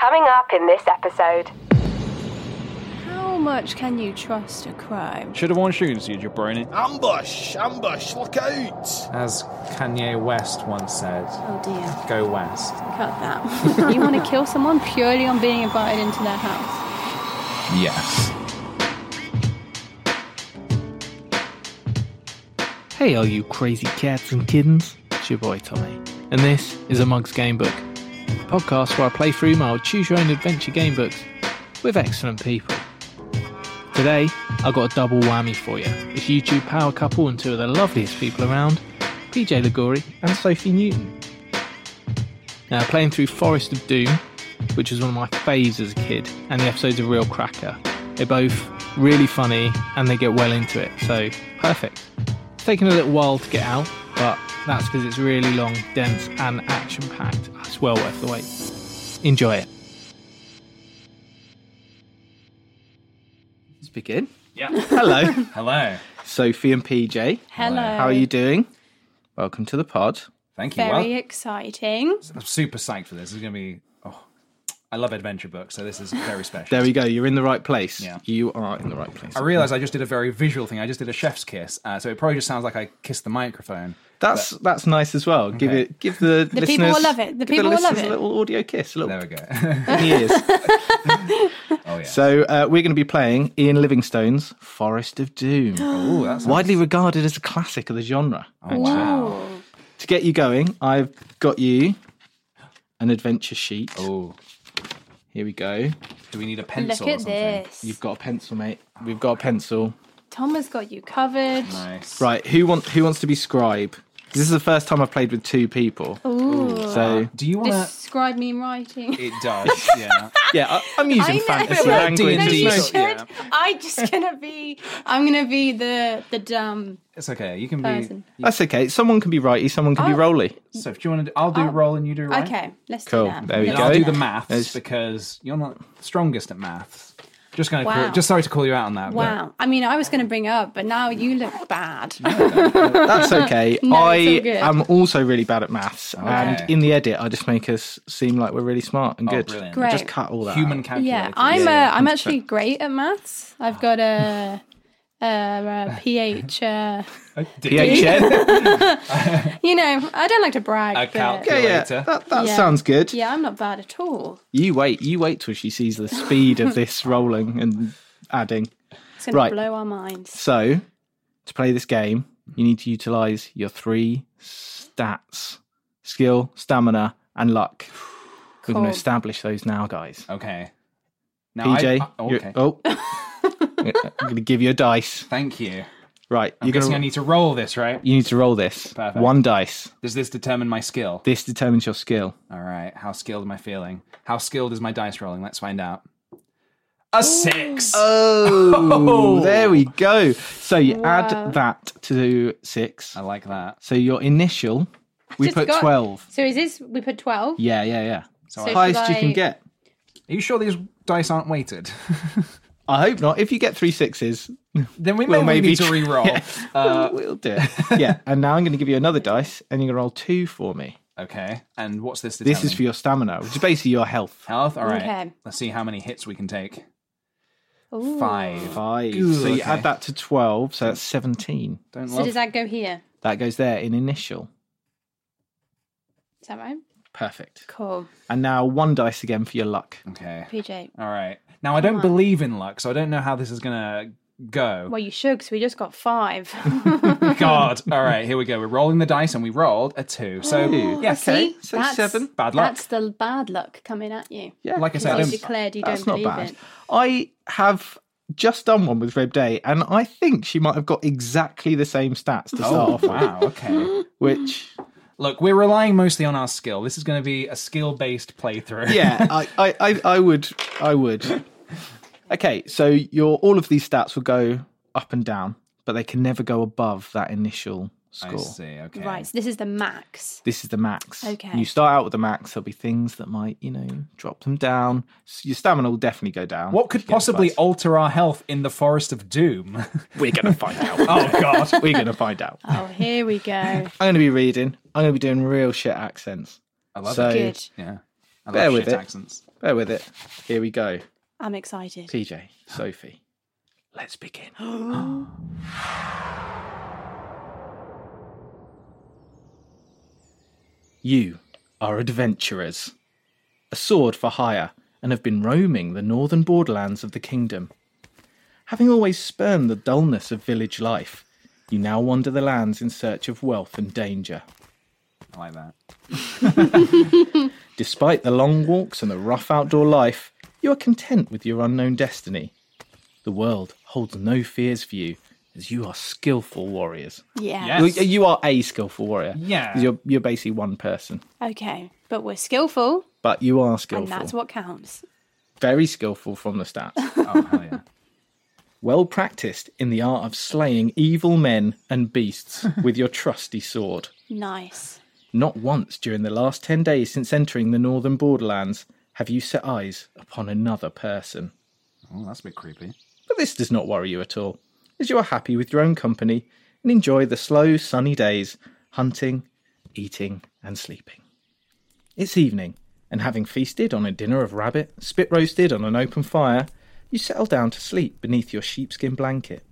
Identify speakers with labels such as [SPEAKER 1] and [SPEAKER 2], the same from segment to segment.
[SPEAKER 1] Coming up in this episode,
[SPEAKER 2] How much can you trust a crime?
[SPEAKER 3] Should have worn shoes, you jabroni.
[SPEAKER 4] Ambush! Ambush! Look out!
[SPEAKER 5] As Kanye West once said,
[SPEAKER 2] Oh dear,
[SPEAKER 5] go west.
[SPEAKER 2] cut that. you want to kill someone purely on being invited into their house?
[SPEAKER 3] Yes.
[SPEAKER 6] Hey, all you crazy cats and kittens. It's your boy Tommy, and this is Amongst Gamebook, a podcast where I play through my old choose your own adventure gamebooks with excellent people. Today, I've got a double whammy for you. It's YouTube power couple and two of the loveliest people around, PJ Ligori and Sophie Newton. Now, playing through Forest of Doom, which was one of my faves as a kid, and the episode's a real cracker. They're both really funny and they get well into it, so perfect. It's taken a little while to get out, but that's because it's really long, dense, and action packed. It's well worth the wait. Enjoy it. Let's begin.
[SPEAKER 3] Yeah.
[SPEAKER 6] Hello,
[SPEAKER 3] Hello.
[SPEAKER 6] Sophie and PJ.
[SPEAKER 2] Hello.
[SPEAKER 6] How are you doing? Welcome to the pod.
[SPEAKER 3] Thank you.
[SPEAKER 2] Very
[SPEAKER 3] Well,
[SPEAKER 2] exciting.
[SPEAKER 3] I'm super psyched for this. This is going to be. Oh, I love adventure books, so this is very special.
[SPEAKER 6] There we go. You're in the right place.
[SPEAKER 3] Yeah.
[SPEAKER 6] You are in the right place.
[SPEAKER 3] I realised I just did a very visual thing. I just did a chef's kiss, uh, so it probably just sounds like I kissed the microphone.
[SPEAKER 6] That's that's nice as well. Give
[SPEAKER 3] Okay.
[SPEAKER 6] it. Give the
[SPEAKER 2] The
[SPEAKER 6] listeners,
[SPEAKER 2] people will love it. The
[SPEAKER 6] give
[SPEAKER 2] people will love
[SPEAKER 6] listeners
[SPEAKER 2] it.
[SPEAKER 6] A little audio kiss. A
[SPEAKER 3] There
[SPEAKER 6] little
[SPEAKER 3] we go.
[SPEAKER 6] in the ears.
[SPEAKER 3] oh yeah.
[SPEAKER 6] So uh, we're going to be playing Ian Livingstone's Forest of Doom,
[SPEAKER 3] Ooh, that's
[SPEAKER 6] widely regarded as a classic of the genre.
[SPEAKER 3] Oh, wow.
[SPEAKER 6] To get you going, I've got you an adventure sheet.
[SPEAKER 3] Oh,
[SPEAKER 6] Here we go.
[SPEAKER 3] do we need a pencil?
[SPEAKER 2] Look
[SPEAKER 3] or
[SPEAKER 2] at
[SPEAKER 3] something?
[SPEAKER 2] this.
[SPEAKER 6] You've got a pencil, mate. We've got a pencil.
[SPEAKER 2] Tom has got you covered.
[SPEAKER 3] Nice.
[SPEAKER 6] Right. Who wants who wants to be scribe? This is the first time I've played with two people.
[SPEAKER 3] Oh.
[SPEAKER 2] Ooh.
[SPEAKER 6] So
[SPEAKER 3] Do you want to?
[SPEAKER 2] Describe me in writing.
[SPEAKER 3] It does. Yeah.
[SPEAKER 6] yeah, I, I'm using
[SPEAKER 2] I know.
[SPEAKER 6] fantasy
[SPEAKER 2] No,
[SPEAKER 6] language.
[SPEAKER 2] No, you
[SPEAKER 3] Yeah.
[SPEAKER 2] should. I just gonna be. I'm gonna be the the dumb
[SPEAKER 3] It's okay. You can
[SPEAKER 2] person. Oh.
[SPEAKER 3] be.
[SPEAKER 6] That's okay. Someone can be righty. Someone can be roly.
[SPEAKER 3] So if you want to, I'll do roll and you do right.
[SPEAKER 2] Okay, let's
[SPEAKER 6] Cool.
[SPEAKER 2] do that.
[SPEAKER 6] Oh, There we
[SPEAKER 2] Let's
[SPEAKER 6] go.
[SPEAKER 3] I'll
[SPEAKER 2] that.
[SPEAKER 3] do the maths
[SPEAKER 6] It's-
[SPEAKER 3] because you're not strongest at maths. Just going to
[SPEAKER 2] Wow.
[SPEAKER 3] call, just sorry to call you out on that. but-
[SPEAKER 2] Wow. I mean, I was going to bring it up, but now you look bad.
[SPEAKER 6] That's okay.
[SPEAKER 2] No,
[SPEAKER 6] I
[SPEAKER 2] it's all good.
[SPEAKER 6] am also really bad at maths, and
[SPEAKER 3] Okay.
[SPEAKER 6] in the edit, I just make us seem like we're really smart and
[SPEAKER 3] Oh,
[SPEAKER 6] good.
[SPEAKER 3] brilliant.
[SPEAKER 6] I Just
[SPEAKER 2] Great.
[SPEAKER 6] cut all that.
[SPEAKER 3] Human
[SPEAKER 6] out.
[SPEAKER 3] calculator.
[SPEAKER 2] Yeah, I'm
[SPEAKER 6] Yeah, yeah,
[SPEAKER 2] uh, I'm actually great at maths. I've got a a, a PH. Uh,
[SPEAKER 6] PHN.
[SPEAKER 2] you know, I don't like to brag.
[SPEAKER 3] A
[SPEAKER 2] but-
[SPEAKER 3] calc-
[SPEAKER 6] yeah, yeah.
[SPEAKER 3] Calculator.
[SPEAKER 6] That, that
[SPEAKER 2] Yeah.
[SPEAKER 6] sounds good.
[SPEAKER 2] yeah, I'm not bad at all.
[SPEAKER 6] You wait. You wait till she sees the speed of this rolling and adding.
[SPEAKER 2] It's going
[SPEAKER 6] Right.
[SPEAKER 2] to blow our minds.
[SPEAKER 6] So, to play this game, you need to utilize your three stats: skill, stamina, and luck. We're going
[SPEAKER 2] Cool.
[SPEAKER 6] to establish those now, guys.
[SPEAKER 3] Okay. Now
[SPEAKER 6] PJ,
[SPEAKER 3] I, I-
[SPEAKER 6] you're-
[SPEAKER 3] okay.
[SPEAKER 6] oh, I'm going to give you a dice.
[SPEAKER 3] Thank you.
[SPEAKER 6] Right,
[SPEAKER 3] I'm
[SPEAKER 6] you're
[SPEAKER 3] guessing
[SPEAKER 6] gonna,
[SPEAKER 3] I need to roll this, right?
[SPEAKER 6] you need to roll this.
[SPEAKER 3] Perfect.
[SPEAKER 6] One dice.
[SPEAKER 3] Does this determine my skill?
[SPEAKER 6] This determines your skill.
[SPEAKER 3] All right. How skilled am I feeling? How skilled is my dice rolling? Let's find out. A six.
[SPEAKER 6] Oh, there we go. So you
[SPEAKER 2] Wow.
[SPEAKER 6] add that to six.
[SPEAKER 3] I like that.
[SPEAKER 6] So your initial, we
[SPEAKER 2] Just
[SPEAKER 6] put
[SPEAKER 2] got-
[SPEAKER 6] twelve.
[SPEAKER 2] So is this? We put twelve.
[SPEAKER 6] Yeah, yeah, yeah.
[SPEAKER 3] So
[SPEAKER 2] So
[SPEAKER 6] Highest
[SPEAKER 2] should
[SPEAKER 6] you can
[SPEAKER 2] I-
[SPEAKER 6] get.
[SPEAKER 3] Are you sure these dice aren't weighted?
[SPEAKER 6] I hope not. If you get three sixes,
[SPEAKER 3] then we
[SPEAKER 6] Well,
[SPEAKER 3] may
[SPEAKER 6] maybe-
[SPEAKER 3] need to re-roll.
[SPEAKER 6] Yeah.
[SPEAKER 3] Uh,
[SPEAKER 6] we'll do it. yeah, and now I'm going to give you another dice, and you're going to roll two for me.
[SPEAKER 3] okay. And what's this?
[SPEAKER 6] This is
[SPEAKER 3] determining?
[SPEAKER 6] for your stamina, which is basically your health.
[SPEAKER 3] Health. All right.
[SPEAKER 2] Okay.
[SPEAKER 3] Let's see how many hits we can take.
[SPEAKER 2] Ooh.
[SPEAKER 3] Five.
[SPEAKER 6] Five.
[SPEAKER 3] Ooh,
[SPEAKER 6] so you
[SPEAKER 3] okay.
[SPEAKER 6] add that to twelve, so that's seventeen.
[SPEAKER 3] Don't
[SPEAKER 2] So
[SPEAKER 3] love.
[SPEAKER 2] does that go here?
[SPEAKER 6] That goes there in initial.
[SPEAKER 2] Is that right?
[SPEAKER 6] Perfect.
[SPEAKER 2] Cool.
[SPEAKER 6] And now one dice again for your luck.
[SPEAKER 3] Okay.
[SPEAKER 2] PJ.
[SPEAKER 6] Oh.
[SPEAKER 3] All right. Now I don't believe in luck, so I don't know how this is gonna go.
[SPEAKER 2] Well, you should, because we just got five.
[SPEAKER 3] God. All right. Here we go. We're rolling the dice, and we rolled a two. So yeah.
[SPEAKER 6] okay,
[SPEAKER 2] See?
[SPEAKER 6] so
[SPEAKER 2] That's-
[SPEAKER 6] seven.
[SPEAKER 3] Bad luck.
[SPEAKER 2] That's the bad luck coming at you.
[SPEAKER 6] Yeah,
[SPEAKER 3] Like I said, I
[SPEAKER 2] Because
[SPEAKER 3] don't,
[SPEAKER 2] you declared you
[SPEAKER 6] That's
[SPEAKER 2] don't
[SPEAKER 6] not
[SPEAKER 2] believe
[SPEAKER 6] bad.
[SPEAKER 2] it.
[SPEAKER 6] I have just done one with Reb Day, and I think she might have got exactly the same stats to start
[SPEAKER 3] Oh
[SPEAKER 6] off with,
[SPEAKER 3] wow. Okay.
[SPEAKER 6] which
[SPEAKER 3] Look, we're relying mostly on our skill. This is going to be a skill-based playthrough.
[SPEAKER 6] yeah, I, I, I, I would, I would. Okay, so your all of these stats will go up and down, but they can never go above that initial
[SPEAKER 3] I
[SPEAKER 6] score.
[SPEAKER 3] see. Okay.
[SPEAKER 2] Right, so this is the max.
[SPEAKER 6] This is the max.
[SPEAKER 2] Okay.
[SPEAKER 6] You start out with the max. There'll be things that might, you know, drop them down. S- Your stamina will definitely go down.
[SPEAKER 3] What could
[SPEAKER 6] if you get
[SPEAKER 3] possibly
[SPEAKER 6] advice.
[SPEAKER 3] alter our health in the forest of doom?
[SPEAKER 6] We're gonna find out.
[SPEAKER 3] oh God.
[SPEAKER 6] We're gonna find out. I'm
[SPEAKER 2] Oh, here we go.
[SPEAKER 6] gonna be reading. I'm gonna be doing real shit accents.
[SPEAKER 3] I love
[SPEAKER 6] So-
[SPEAKER 3] it.
[SPEAKER 2] Good.
[SPEAKER 3] Yeah. I
[SPEAKER 6] Bear
[SPEAKER 3] love
[SPEAKER 6] with
[SPEAKER 3] shit
[SPEAKER 6] it.
[SPEAKER 3] accents.
[SPEAKER 6] Bear with it. Here we go.
[SPEAKER 2] I'm excited.
[SPEAKER 6] TJ, Sophie, let's begin. you are adventurers, a sword for hire, and have been roaming the northern borderlands of the kingdom. Having always spurned the dullness of village life, you now wander the lands in search of wealth and danger.
[SPEAKER 3] I like that.
[SPEAKER 6] Despite the long walks and the rough outdoor life, you are content with your unknown destiny. The world holds no fears for you, as you are skillful warriors.
[SPEAKER 2] Yeah.
[SPEAKER 3] Yes.
[SPEAKER 6] You- You are a skillful warrior.
[SPEAKER 3] Yeah.
[SPEAKER 6] You're, you're basically one person,
[SPEAKER 2] Okay. But we're skillful,
[SPEAKER 6] but you are skillful.
[SPEAKER 2] and that's what counts.
[SPEAKER 6] Very skillful from the stats.
[SPEAKER 3] Oh hell yeah.
[SPEAKER 6] well practiced in the art of slaying evil men and beasts with your trusty sword.
[SPEAKER 2] Nice.
[SPEAKER 6] Not once during the last 10 days since entering the northern borderlands have you set eyes upon another person.
[SPEAKER 3] Oh, that's a bit creepy.
[SPEAKER 6] But this does not worry you at all, as you are happy with your own company and enjoy the slow, sunny days hunting, eating, and sleeping. It's evening, and having feasted on a dinner of rabbit, spit roasted on an open fire, you settle down to sleep beneath your sheepskin blanket.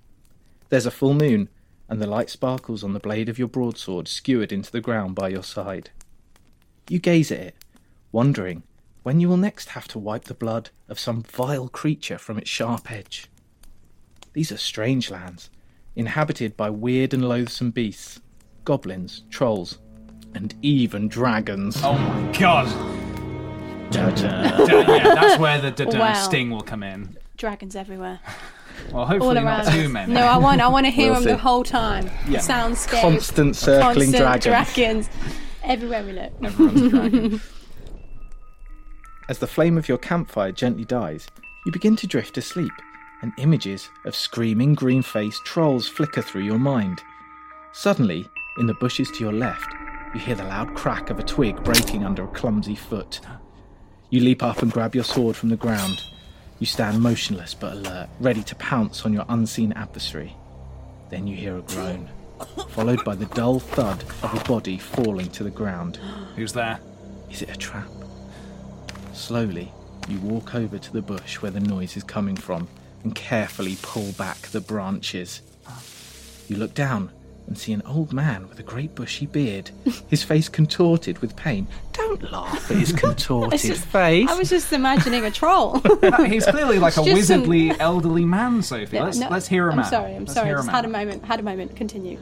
[SPEAKER 6] There's a full moon, and the light sparkles on the blade of your broadsword skewered into the ground by your side. You gaze at it, wondering when you will next have to wipe the blood of some vile creature from its sharp edge. These are strange lands, inhabited by weird and loathsome beasts, goblins, trolls, and even dragons.
[SPEAKER 3] Oh my God.
[SPEAKER 6] Da-da.
[SPEAKER 3] yeah, that's where the da-da
[SPEAKER 2] Wow.
[SPEAKER 3] sting will come in.
[SPEAKER 2] Dragons everywhere.
[SPEAKER 3] Well,
[SPEAKER 2] All
[SPEAKER 3] hopefully
[SPEAKER 2] around.
[SPEAKER 3] not too many.
[SPEAKER 2] No, I want I want to hear
[SPEAKER 6] We'll
[SPEAKER 2] them the
[SPEAKER 6] see.
[SPEAKER 2] whole time. Yeah. Sounds scary.
[SPEAKER 6] Constant circling
[SPEAKER 2] Constant
[SPEAKER 6] dragons.
[SPEAKER 2] dragons. Everywhere we look.
[SPEAKER 3] Everyone's dragon.
[SPEAKER 6] As the flame of your campfire gently dies, you begin to drift asleep, and images of screaming green faced trolls flicker through your mind. Suddenly, in the bushes to your left, you hear the loud crack of a twig breaking under a clumsy foot. You leap up and grab your sword from the ground. You stand motionless but alert, ready to pounce on your unseen adversary. Then you hear a groan, followed by the dull thud of a body falling to the ground.
[SPEAKER 3] Who's there?
[SPEAKER 6] Is it a trap? Slowly, you walk over to the bush where the noise is coming from and carefully pull back the branches. You look down and see an old man with a great bushy beard, his face contorted with pain. Don't laugh at his contorted face.
[SPEAKER 2] I was just imagining a troll.
[SPEAKER 3] He's clearly like a
[SPEAKER 2] just some-
[SPEAKER 3] wizardly elderly man, Sophie. Let's,
[SPEAKER 2] No,
[SPEAKER 3] let's hear him
[SPEAKER 2] I'm
[SPEAKER 3] out.
[SPEAKER 2] sorry, I'm
[SPEAKER 3] Let's
[SPEAKER 2] sorry. I
[SPEAKER 3] hear
[SPEAKER 2] just
[SPEAKER 3] him
[SPEAKER 2] had a
[SPEAKER 3] out.
[SPEAKER 2] moment. Had a moment. Continue.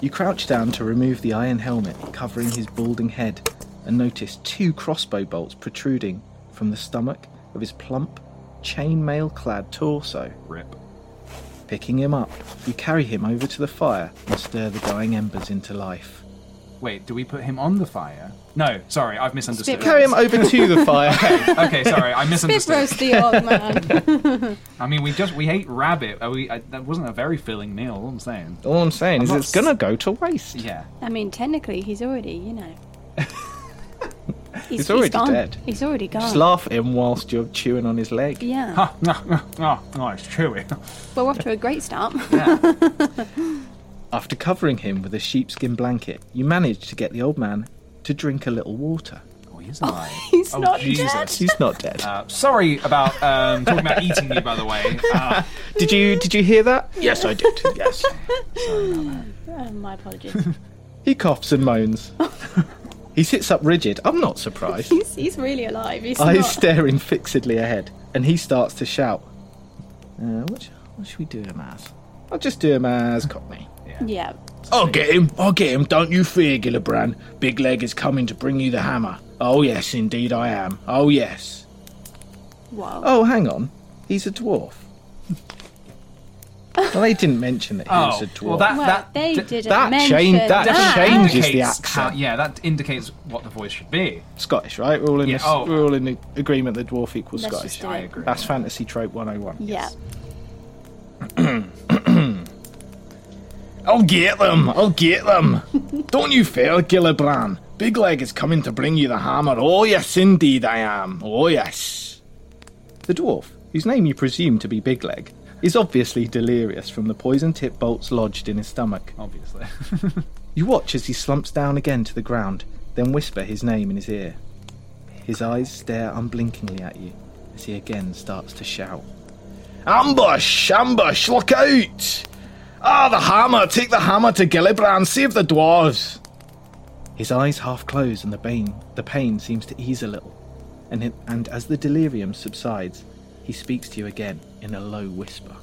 [SPEAKER 6] You crouch down to remove the iron helmet covering his balding head and notice two crossbow bolts protruding from the stomach of his plump, chainmail clad torso.
[SPEAKER 3] Rip.
[SPEAKER 6] Picking him up, you carry him over to the fire and stir the dying embers into life.
[SPEAKER 3] Wait, do we put him on the fire? No, sorry, I've misunderstood.
[SPEAKER 2] Spit roast.
[SPEAKER 6] Carry him over to the fire.
[SPEAKER 3] okay, sorry, I
[SPEAKER 2] Bit
[SPEAKER 3] misunderstood.
[SPEAKER 2] roast the old man.
[SPEAKER 3] I mean, we just we ate rabbit. Uh, We I, that wasn't a very filling meal. All I'm saying.
[SPEAKER 6] All I'm saying is
[SPEAKER 3] not
[SPEAKER 6] it's gonna go to waste.
[SPEAKER 3] Yeah.
[SPEAKER 2] I mean, technically, he's already, you know. He's,
[SPEAKER 6] already
[SPEAKER 2] gone.
[SPEAKER 6] dead.
[SPEAKER 2] He's already gone.
[SPEAKER 6] Just laugh at him whilst you're chewing on his leg.
[SPEAKER 2] yeah.
[SPEAKER 3] Oh, no, no, no, it's chewy. Oh,
[SPEAKER 2] Well, we're off to a great start.
[SPEAKER 6] After covering him with a sheepskin blanket, you manage to get the old man to drink a little water.
[SPEAKER 3] Oh, he is alive.
[SPEAKER 2] he's
[SPEAKER 3] oh,
[SPEAKER 2] not
[SPEAKER 3] Jesus.
[SPEAKER 2] dead.
[SPEAKER 6] He's not dead.
[SPEAKER 3] Uh, sorry about um, talking about eating you, by the way. Uh,
[SPEAKER 6] Did you did you hear that? Yes, I did. Yes.
[SPEAKER 2] Oh, my apologies.
[SPEAKER 6] He coughs and moans. he sits up rigid. I'm not surprised.
[SPEAKER 2] he's, he's really alive. He's
[SPEAKER 6] eyes
[SPEAKER 2] not.
[SPEAKER 6] staring fixedly ahead, and he starts to shout. Uh, what, sh- what should we do him as? I'll just do him as Cockney.
[SPEAKER 2] yeah.
[SPEAKER 7] I'll get him. I'll get him. Don't you fear, Gillibrand. Big Leg is coming to bring you the hammer. Oh, yes, indeed I am. Oh, yes.
[SPEAKER 2] Wow.
[SPEAKER 6] Oh, hang on. He's a dwarf. well, they didn't mention that he
[SPEAKER 7] Oh,
[SPEAKER 6] was a dwarf.
[SPEAKER 3] well, that
[SPEAKER 2] Well,
[SPEAKER 3] that
[SPEAKER 2] they
[SPEAKER 3] d-
[SPEAKER 2] didn't
[SPEAKER 6] that
[SPEAKER 2] mention
[SPEAKER 6] change- that change- changes the
[SPEAKER 3] indicates
[SPEAKER 6] accent.
[SPEAKER 3] how- yeah, that indicates what the voice should be.
[SPEAKER 6] Scottish, right? We're all in,
[SPEAKER 3] Yeah,
[SPEAKER 6] this,
[SPEAKER 3] oh.
[SPEAKER 6] we're all in a- agreement that dwarf equals
[SPEAKER 2] Let's
[SPEAKER 6] Scottish.
[SPEAKER 2] just do it. I agree.
[SPEAKER 6] That's fantasy trope 101.
[SPEAKER 2] Yeah.
[SPEAKER 7] I'll get them. I'll get them. Don't you fear, Gillibrand. Big Leg is coming to bring you the hammer. Oh, yes, indeed I am. Oh, yes.
[SPEAKER 6] The dwarf, whose name you presume to be Big Leg, is obviously delirious from the poison tip bolts lodged in his stomach.
[SPEAKER 3] Obviously.
[SPEAKER 6] You watch as he slumps down again to the ground, then whisper his name in his ear. His eyes stare unblinkingly at you as he again starts to shout.
[SPEAKER 7] Ambush! Ambush! Look out! Ah, the hammer! Take the hammer to Gillibrand. Save the dwarves.
[SPEAKER 6] His eyes half close and the pain, the pain seems to ease a little. And, it, and as the delirium subsides, he speaks to you again in a low whisper.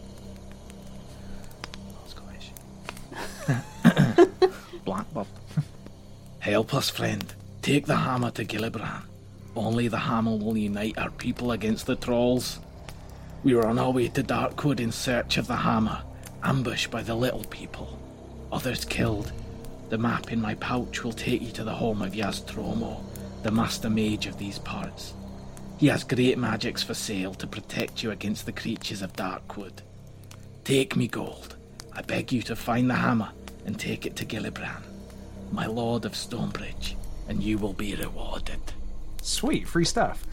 [SPEAKER 6] Scottish. Black Bob.
[SPEAKER 7] Help us, friend. Take the hammer to Gillibrand. Only the hammer will unite our people against the trolls. We were on our way to Darkwood in search of the hammer, ambushed by the little people. Others killed. The map in my pouch will take you to the home of Yaztromo, the master mage of these parts. He has great magics for sale to protect you against the creatures of Darkwood. Take me gold. I beg you to find the hammer and take it to Gillibrand my lord of Stonebridge, and you will be rewarded.
[SPEAKER 3] Sweet, free stuff.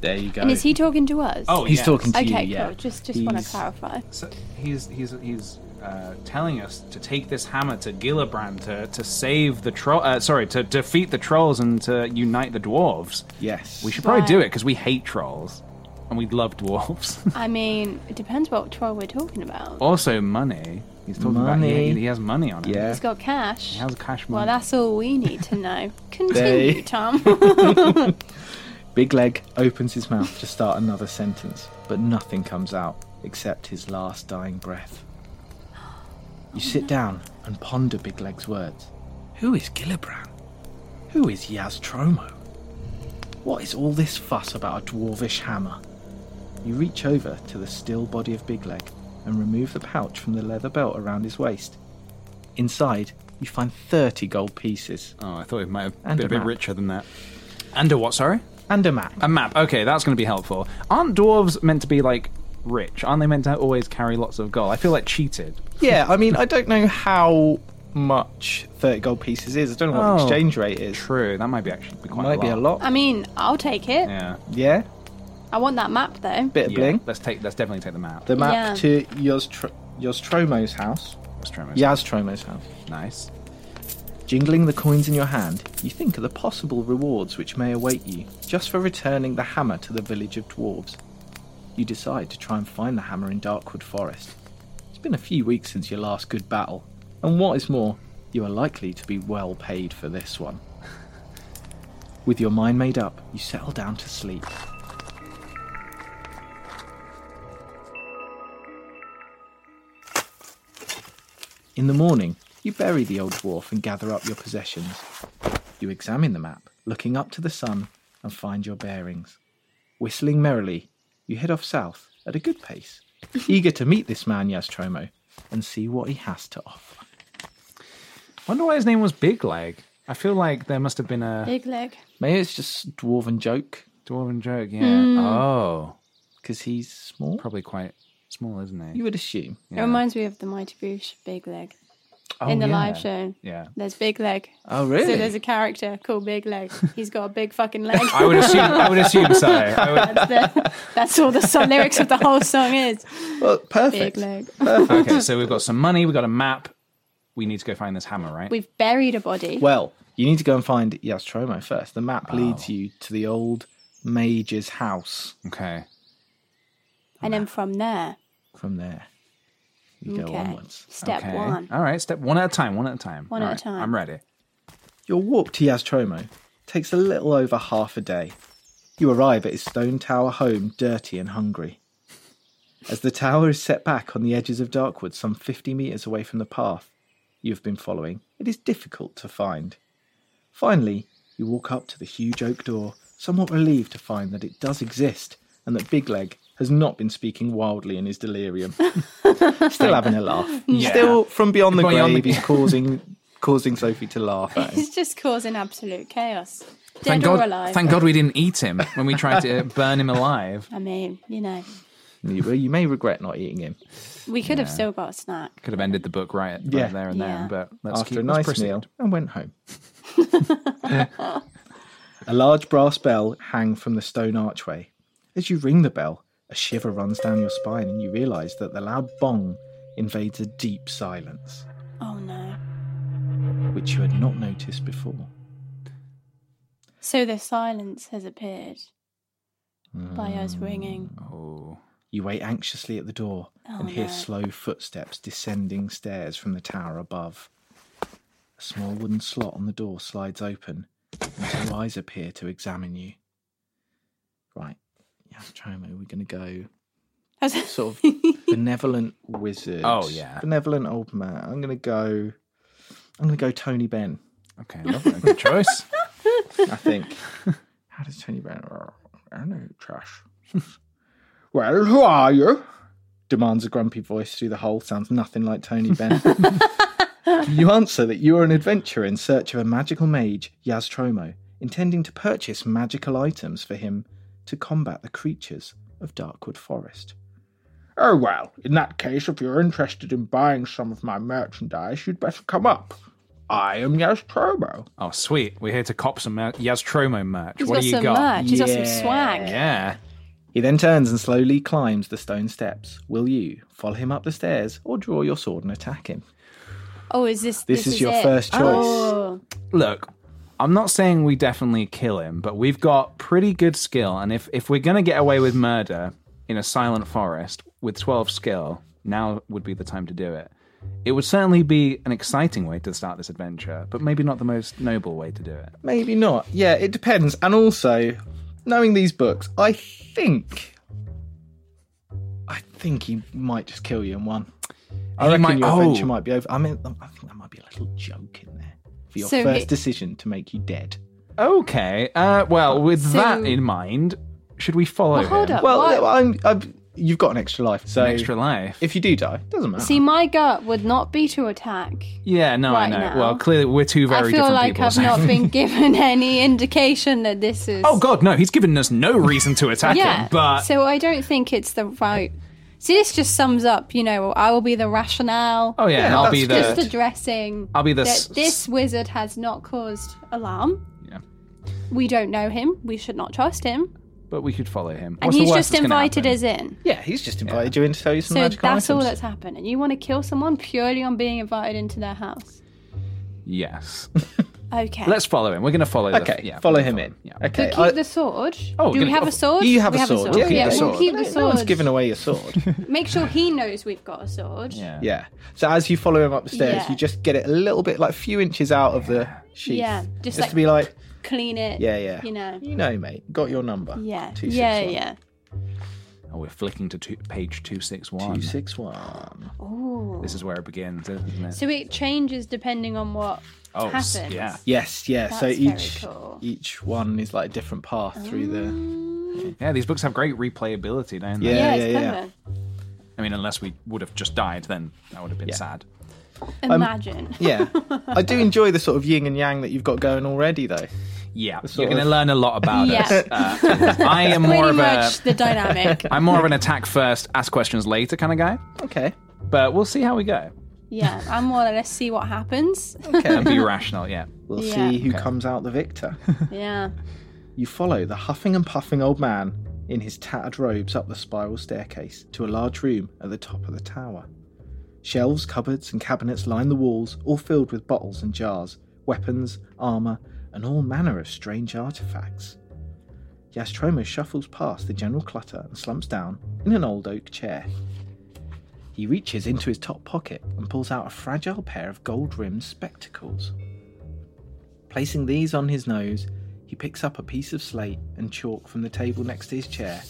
[SPEAKER 6] There you go.
[SPEAKER 2] And is he talking to us?
[SPEAKER 3] Oh,
[SPEAKER 6] He's
[SPEAKER 3] yes.
[SPEAKER 6] talking to you,
[SPEAKER 2] Okay,
[SPEAKER 6] yeah.
[SPEAKER 2] cool. Just, just want to
[SPEAKER 6] He's-
[SPEAKER 2] clarify.
[SPEAKER 3] So he's he's he's uh, telling us to take this hammer to Gillibrand to to save the troll. Uh, sorry, to defeat the trolls and to unite the dwarves.
[SPEAKER 6] Yes.
[SPEAKER 3] We should probably
[SPEAKER 2] Right.
[SPEAKER 3] do it because we hate trolls and we love dwarves.
[SPEAKER 2] I mean, it depends what troll we're talking about.
[SPEAKER 6] Oh,
[SPEAKER 3] also, money. He's talking about
[SPEAKER 6] Money.
[SPEAKER 3] he, he has money on him.
[SPEAKER 6] Yeah.
[SPEAKER 2] He's got cash.
[SPEAKER 3] He has cash money.
[SPEAKER 2] Well, that's all we need to know.
[SPEAKER 6] They-
[SPEAKER 2] Continue, Tom.
[SPEAKER 6] Big Leg opens his mouth to start another sentence, but nothing comes out except his last dying breath. You sit down and ponder Big Leg's words. Who is Gillibrand? Who is Yaz Tromo? What is all this fuss about a dwarvish hammer? You reach over to the still body of Big Leg and remove the pouch from the leather belt around his waist. Inside, you find 30 gold pieces
[SPEAKER 3] oh, I thought it might have
[SPEAKER 6] And
[SPEAKER 3] been
[SPEAKER 6] a
[SPEAKER 3] a bit
[SPEAKER 6] map.
[SPEAKER 3] richer than that. And a what? Sorry,
[SPEAKER 6] and a map.
[SPEAKER 3] a map. Okay, that's going to be helpful. Aren't dwarves meant to be like rich? Aren't they meant to always carry lots of gold? I feel like cheated.
[SPEAKER 6] Yeah, I mean, I don't know how much 30 gold pieces is. I don't know what the
[SPEAKER 3] Oh,
[SPEAKER 6] exchange rate is.
[SPEAKER 3] True, that might be actually be quite
[SPEAKER 6] Might be a lot.
[SPEAKER 2] I mean, I'll take it.
[SPEAKER 3] Yeah.
[SPEAKER 6] Yeah,
[SPEAKER 2] I want that map, though.
[SPEAKER 6] bit of
[SPEAKER 3] Yeah,
[SPEAKER 6] bling.
[SPEAKER 3] Let's take. Let's definitely take the map.
[SPEAKER 6] The map
[SPEAKER 2] Yeah.
[SPEAKER 6] to Yostr- Yostromo's house.
[SPEAKER 3] Let's try and-
[SPEAKER 6] Yaztromo's house.
[SPEAKER 3] Nice.
[SPEAKER 6] Jingling the coins in your hand, you think of the possible rewards which may await you just for returning the hammer to the village of dwarves. You decide to try and find the hammer in Darkwood Forest. It's been a few weeks since your last good battle, and what is more, you are likely to be well paid for this one. With your mind made up, you settle down to sleep. In the morning, you bury the old dwarf and gather up your possessions. You examine the map, looking up to the sun, and find your bearings. Whistling merrily, you head off south at a good pace, eager to meet this man Yastromo and see what he has to offer.
[SPEAKER 3] Wonder why his name was Big Leg. I feel like there must have been a
[SPEAKER 2] Big leg.
[SPEAKER 6] Maybe it's just dwarven joke
[SPEAKER 3] dwarven joke. Yeah.
[SPEAKER 2] Mm.
[SPEAKER 3] Oh,
[SPEAKER 6] because he's small.
[SPEAKER 3] probably quite small, isn't he?
[SPEAKER 6] You would assume.
[SPEAKER 2] It reminds me of the Mighty Boosh Big Leg
[SPEAKER 3] Oh,
[SPEAKER 2] in the
[SPEAKER 3] yeah.
[SPEAKER 2] live show.
[SPEAKER 3] Yeah.
[SPEAKER 2] There's Big Leg.
[SPEAKER 6] Oh really?
[SPEAKER 2] So there's a character called Big Leg. He's got a big fucking leg.
[SPEAKER 3] I would assume. I would assume so. I would-
[SPEAKER 2] that's, the, that's all the song, lyrics of the whole song is.
[SPEAKER 6] well,
[SPEAKER 2] Big
[SPEAKER 6] perfect.
[SPEAKER 2] Leg.
[SPEAKER 3] okay, so we've got some money. We've got a map. We need to go find this hammer, right?
[SPEAKER 2] We've buried a body.
[SPEAKER 6] Well, you need to go and find Yastromo first. The map
[SPEAKER 3] Oh.
[SPEAKER 6] leads you to the old mage's house.
[SPEAKER 3] okay.
[SPEAKER 2] and then from there,
[SPEAKER 6] From there, You go
[SPEAKER 3] Okay.
[SPEAKER 6] onwards.
[SPEAKER 8] Step
[SPEAKER 3] Okay.
[SPEAKER 8] one.
[SPEAKER 3] All right, step one at a time, one at a time.
[SPEAKER 8] One
[SPEAKER 3] All
[SPEAKER 8] at a
[SPEAKER 3] right,
[SPEAKER 8] time.
[SPEAKER 3] I'm ready.
[SPEAKER 6] Your walk to Yaztromo takes a little over half a day. You arrive at his stone tower home dirty and hungry. As the tower is set back on the edges of Darkwood, some 50 metres away from the path you have been following, it is difficult to find. Finally, you walk up to the huge oak door, somewhat relieved to find that it does exist and that Big Leg has not been speaking wildly in his delirium. Still having a laugh.
[SPEAKER 2] Yeah.
[SPEAKER 6] Still from beyond the
[SPEAKER 3] Beyond the-
[SPEAKER 6] grave, he's causing, causing Sophie to laugh at him.
[SPEAKER 2] He's just causing absolute chaos. Dead
[SPEAKER 3] thank
[SPEAKER 2] or
[SPEAKER 3] God,
[SPEAKER 2] alive.
[SPEAKER 3] thank God we didn't eat him when we tried to burn him alive.
[SPEAKER 2] I mean, you know,
[SPEAKER 6] You, well, you may regret not eating him.
[SPEAKER 2] we could have
[SPEAKER 3] Yeah.
[SPEAKER 2] still got a snack.
[SPEAKER 3] Could have ended the book right, right
[SPEAKER 6] Yeah.
[SPEAKER 3] there and
[SPEAKER 2] Yeah.
[SPEAKER 3] there, but let's
[SPEAKER 6] After
[SPEAKER 3] keep
[SPEAKER 6] a
[SPEAKER 3] let's
[SPEAKER 6] nice
[SPEAKER 3] proceed.
[SPEAKER 6] meal, and went home. a large brass bell hang from the stone archway. As you ring the bell, a shiver runs down your spine, and you realise that the loud bong invades a deep silence,
[SPEAKER 2] Oh no.
[SPEAKER 6] which you had not noticed before.
[SPEAKER 2] So the silence has appeared by us
[SPEAKER 6] Hmm.
[SPEAKER 2] ringing.
[SPEAKER 3] Oh.
[SPEAKER 6] You wait anxiously at the door and hear slow footsteps descending stairs from the tower above. A small wooden slot on the door slides open, and two eyes appear to examine you. Right, yeah, Troma, we're going to go sort of benevolent wizard.
[SPEAKER 3] Oh, yeah.
[SPEAKER 6] benevolent old man. I'm going to go. I'm going to go Tony Ben.
[SPEAKER 3] Okay, lovely. Good choice.
[SPEAKER 6] I think. How does Tony Ben? I don't know, trash. Well, who are you? Demands a grumpy voice through the hole. Sounds nothing like Tony Benn. you answer that you are an adventurer in search of a magical mage, Yaztromo, intending to purchase magical items for him to combat the creatures of Darkwood Forest.
[SPEAKER 4] Oh, well, in that case, if you're interested in buying some of my merchandise, you'd better come up. I am Yastrobo.
[SPEAKER 3] Oh, sweet. We're here to cop some mer- Yaztromo merch.
[SPEAKER 2] He's
[SPEAKER 3] what
[SPEAKER 2] got
[SPEAKER 3] do you
[SPEAKER 2] some
[SPEAKER 3] got?
[SPEAKER 2] merch. He's Ah, got some swag.
[SPEAKER 3] Yeah.
[SPEAKER 6] He then turns and slowly climbs the stone steps. Will you follow him up the stairs or draw your sword and attack him?
[SPEAKER 2] Oh, is this
[SPEAKER 6] This is your first choice.
[SPEAKER 2] Oh.
[SPEAKER 3] Look, I'm not saying we definitely kill him, but we've got pretty good skill, and if if we're gonna get away with murder in a silent forest with 12 skill, now would be the time to do it. It would certainly be an exciting way to start this adventure, but maybe not the most noble way to do it.
[SPEAKER 6] Maybe not. Yeah, it depends. And also, knowing these books, I think, I think he might just kill you in one. I
[SPEAKER 3] He
[SPEAKER 6] reckon
[SPEAKER 3] might-
[SPEAKER 6] your
[SPEAKER 3] oh.
[SPEAKER 6] adventure might be over. I mean, I think there might be a little joke in there for your
[SPEAKER 3] So
[SPEAKER 6] first
[SPEAKER 3] he-
[SPEAKER 6] decision to make you dead.
[SPEAKER 3] Okay. Uh, well, with
[SPEAKER 6] So-
[SPEAKER 3] that in mind, should we follow
[SPEAKER 2] Well, hold
[SPEAKER 3] him?
[SPEAKER 2] up, Well, Uh, why-
[SPEAKER 6] Well, I'm, I'm, you've got an extra life, so
[SPEAKER 3] extra life.
[SPEAKER 6] If you do die, doesn't matter.
[SPEAKER 2] See, my gut would not be to attack.
[SPEAKER 3] yeah, no, I
[SPEAKER 2] right
[SPEAKER 3] know.
[SPEAKER 2] now.
[SPEAKER 3] Well, clearly we're two very
[SPEAKER 2] I feel
[SPEAKER 3] different
[SPEAKER 2] like
[SPEAKER 3] people.
[SPEAKER 2] I've
[SPEAKER 3] so-
[SPEAKER 2] not been given any indication that this is.
[SPEAKER 3] oh God, no! He's given us no reason to attack
[SPEAKER 2] yeah.
[SPEAKER 3] him, but
[SPEAKER 2] So I don't think it's the right. See, this just sums up, you know, I will be the rationale.
[SPEAKER 3] Oh, yeah, Yeah, and I'll be that's the-
[SPEAKER 2] Just addressing.
[SPEAKER 3] I'll be the
[SPEAKER 2] that
[SPEAKER 3] s-
[SPEAKER 2] this wizard has not caused alarm. Yeah. We don't know him. We should not trust him.
[SPEAKER 3] but we could follow him.
[SPEAKER 2] and he's just invited us in.
[SPEAKER 6] Yeah, he's just invited you in to sell you some
[SPEAKER 2] So that's
[SPEAKER 6] magical
[SPEAKER 2] all
[SPEAKER 6] items.
[SPEAKER 2] that's happened. And you want to kill someone purely on being invited into their house.
[SPEAKER 3] Yes.
[SPEAKER 2] Okay.
[SPEAKER 3] Let's follow him. We're going to follow. the-
[SPEAKER 6] Okay,
[SPEAKER 3] yeah,
[SPEAKER 6] follow
[SPEAKER 3] we're
[SPEAKER 6] him
[SPEAKER 3] gonna
[SPEAKER 6] in.
[SPEAKER 3] follow
[SPEAKER 6] Okay,
[SPEAKER 2] Keep
[SPEAKER 6] I-
[SPEAKER 2] the sword. Do
[SPEAKER 6] Oh, we're
[SPEAKER 2] we
[SPEAKER 6] gonna
[SPEAKER 2] have a
[SPEAKER 6] go-
[SPEAKER 2] sword?
[SPEAKER 6] You have
[SPEAKER 2] we
[SPEAKER 6] a sword. We'll keep
[SPEAKER 2] yeah,
[SPEAKER 6] the
[SPEAKER 2] we'll
[SPEAKER 6] sword.
[SPEAKER 2] keep
[SPEAKER 6] No-
[SPEAKER 2] the
[SPEAKER 6] No one's
[SPEAKER 2] sword.
[SPEAKER 6] given away your sword.
[SPEAKER 2] Make sure he knows we've got a sword.
[SPEAKER 6] Yeah. So as you follow him up the stairs,
[SPEAKER 2] Yeah.
[SPEAKER 6] you just get it a little bit, like a few inches out of the sheath.
[SPEAKER 2] Yeah, just like-
[SPEAKER 6] to be like,
[SPEAKER 2] Clean it.
[SPEAKER 6] yeah, yeah.
[SPEAKER 2] You know.
[SPEAKER 6] You know, mate. Got your number.
[SPEAKER 2] Yeah.
[SPEAKER 6] Two, six,
[SPEAKER 2] Yeah,
[SPEAKER 6] one.
[SPEAKER 2] yeah.
[SPEAKER 3] Oh, we're flicking to two, page two six one.
[SPEAKER 6] Two, six, one.
[SPEAKER 2] Oh.
[SPEAKER 3] This is where it begins, isn't it?
[SPEAKER 2] So it changes depending on what
[SPEAKER 6] Oh,
[SPEAKER 2] happens.
[SPEAKER 3] yeah.
[SPEAKER 6] Yes, yeah. so
[SPEAKER 2] That's very
[SPEAKER 6] each
[SPEAKER 2] cool. Mm.
[SPEAKER 6] each one is like a different path through the.
[SPEAKER 3] Yeah, these books have great replayability, don't they?
[SPEAKER 6] Yeah, Yeah, it's yeah, yeah. clever.
[SPEAKER 3] I mean, unless we would have just died, then that would have been sad.
[SPEAKER 6] Um,
[SPEAKER 2] Imagine.
[SPEAKER 6] Yeah, I do enjoy the sort of yin and yang that you've got going already, though.
[SPEAKER 3] Yeah,
[SPEAKER 6] The sort
[SPEAKER 3] you're going to
[SPEAKER 6] of-
[SPEAKER 3] learn a lot about
[SPEAKER 2] Yeah.
[SPEAKER 3] us. Uh, I am
[SPEAKER 2] Pretty
[SPEAKER 3] more of a.
[SPEAKER 2] much the dynamic.
[SPEAKER 3] I'm more of an attack first, ask questions later kind of guy.
[SPEAKER 6] Okay.
[SPEAKER 3] But we'll see how we go.
[SPEAKER 2] yeah, I'm more let's see what happens.
[SPEAKER 3] And be rational, yeah.
[SPEAKER 6] We'll
[SPEAKER 2] Yeah.
[SPEAKER 6] see who
[SPEAKER 2] Okay.
[SPEAKER 6] comes out the victor.
[SPEAKER 2] yeah.
[SPEAKER 6] You follow the huffing and puffing old man in his tattered robes up the spiral staircase to a large room at the top of the tower. Shelves, cupboards, and cabinets line the walls, all filled with bottles and jars, weapons, armour, and all manner of strange artefacts. Yastroma shuffles past the general clutter and slumps down in an old oak chair. He reaches into his top pocket and pulls out a fragile pair of gold rimmed spectacles. Placing these on his nose, he picks up a piece of slate and chalk from the table next to his chair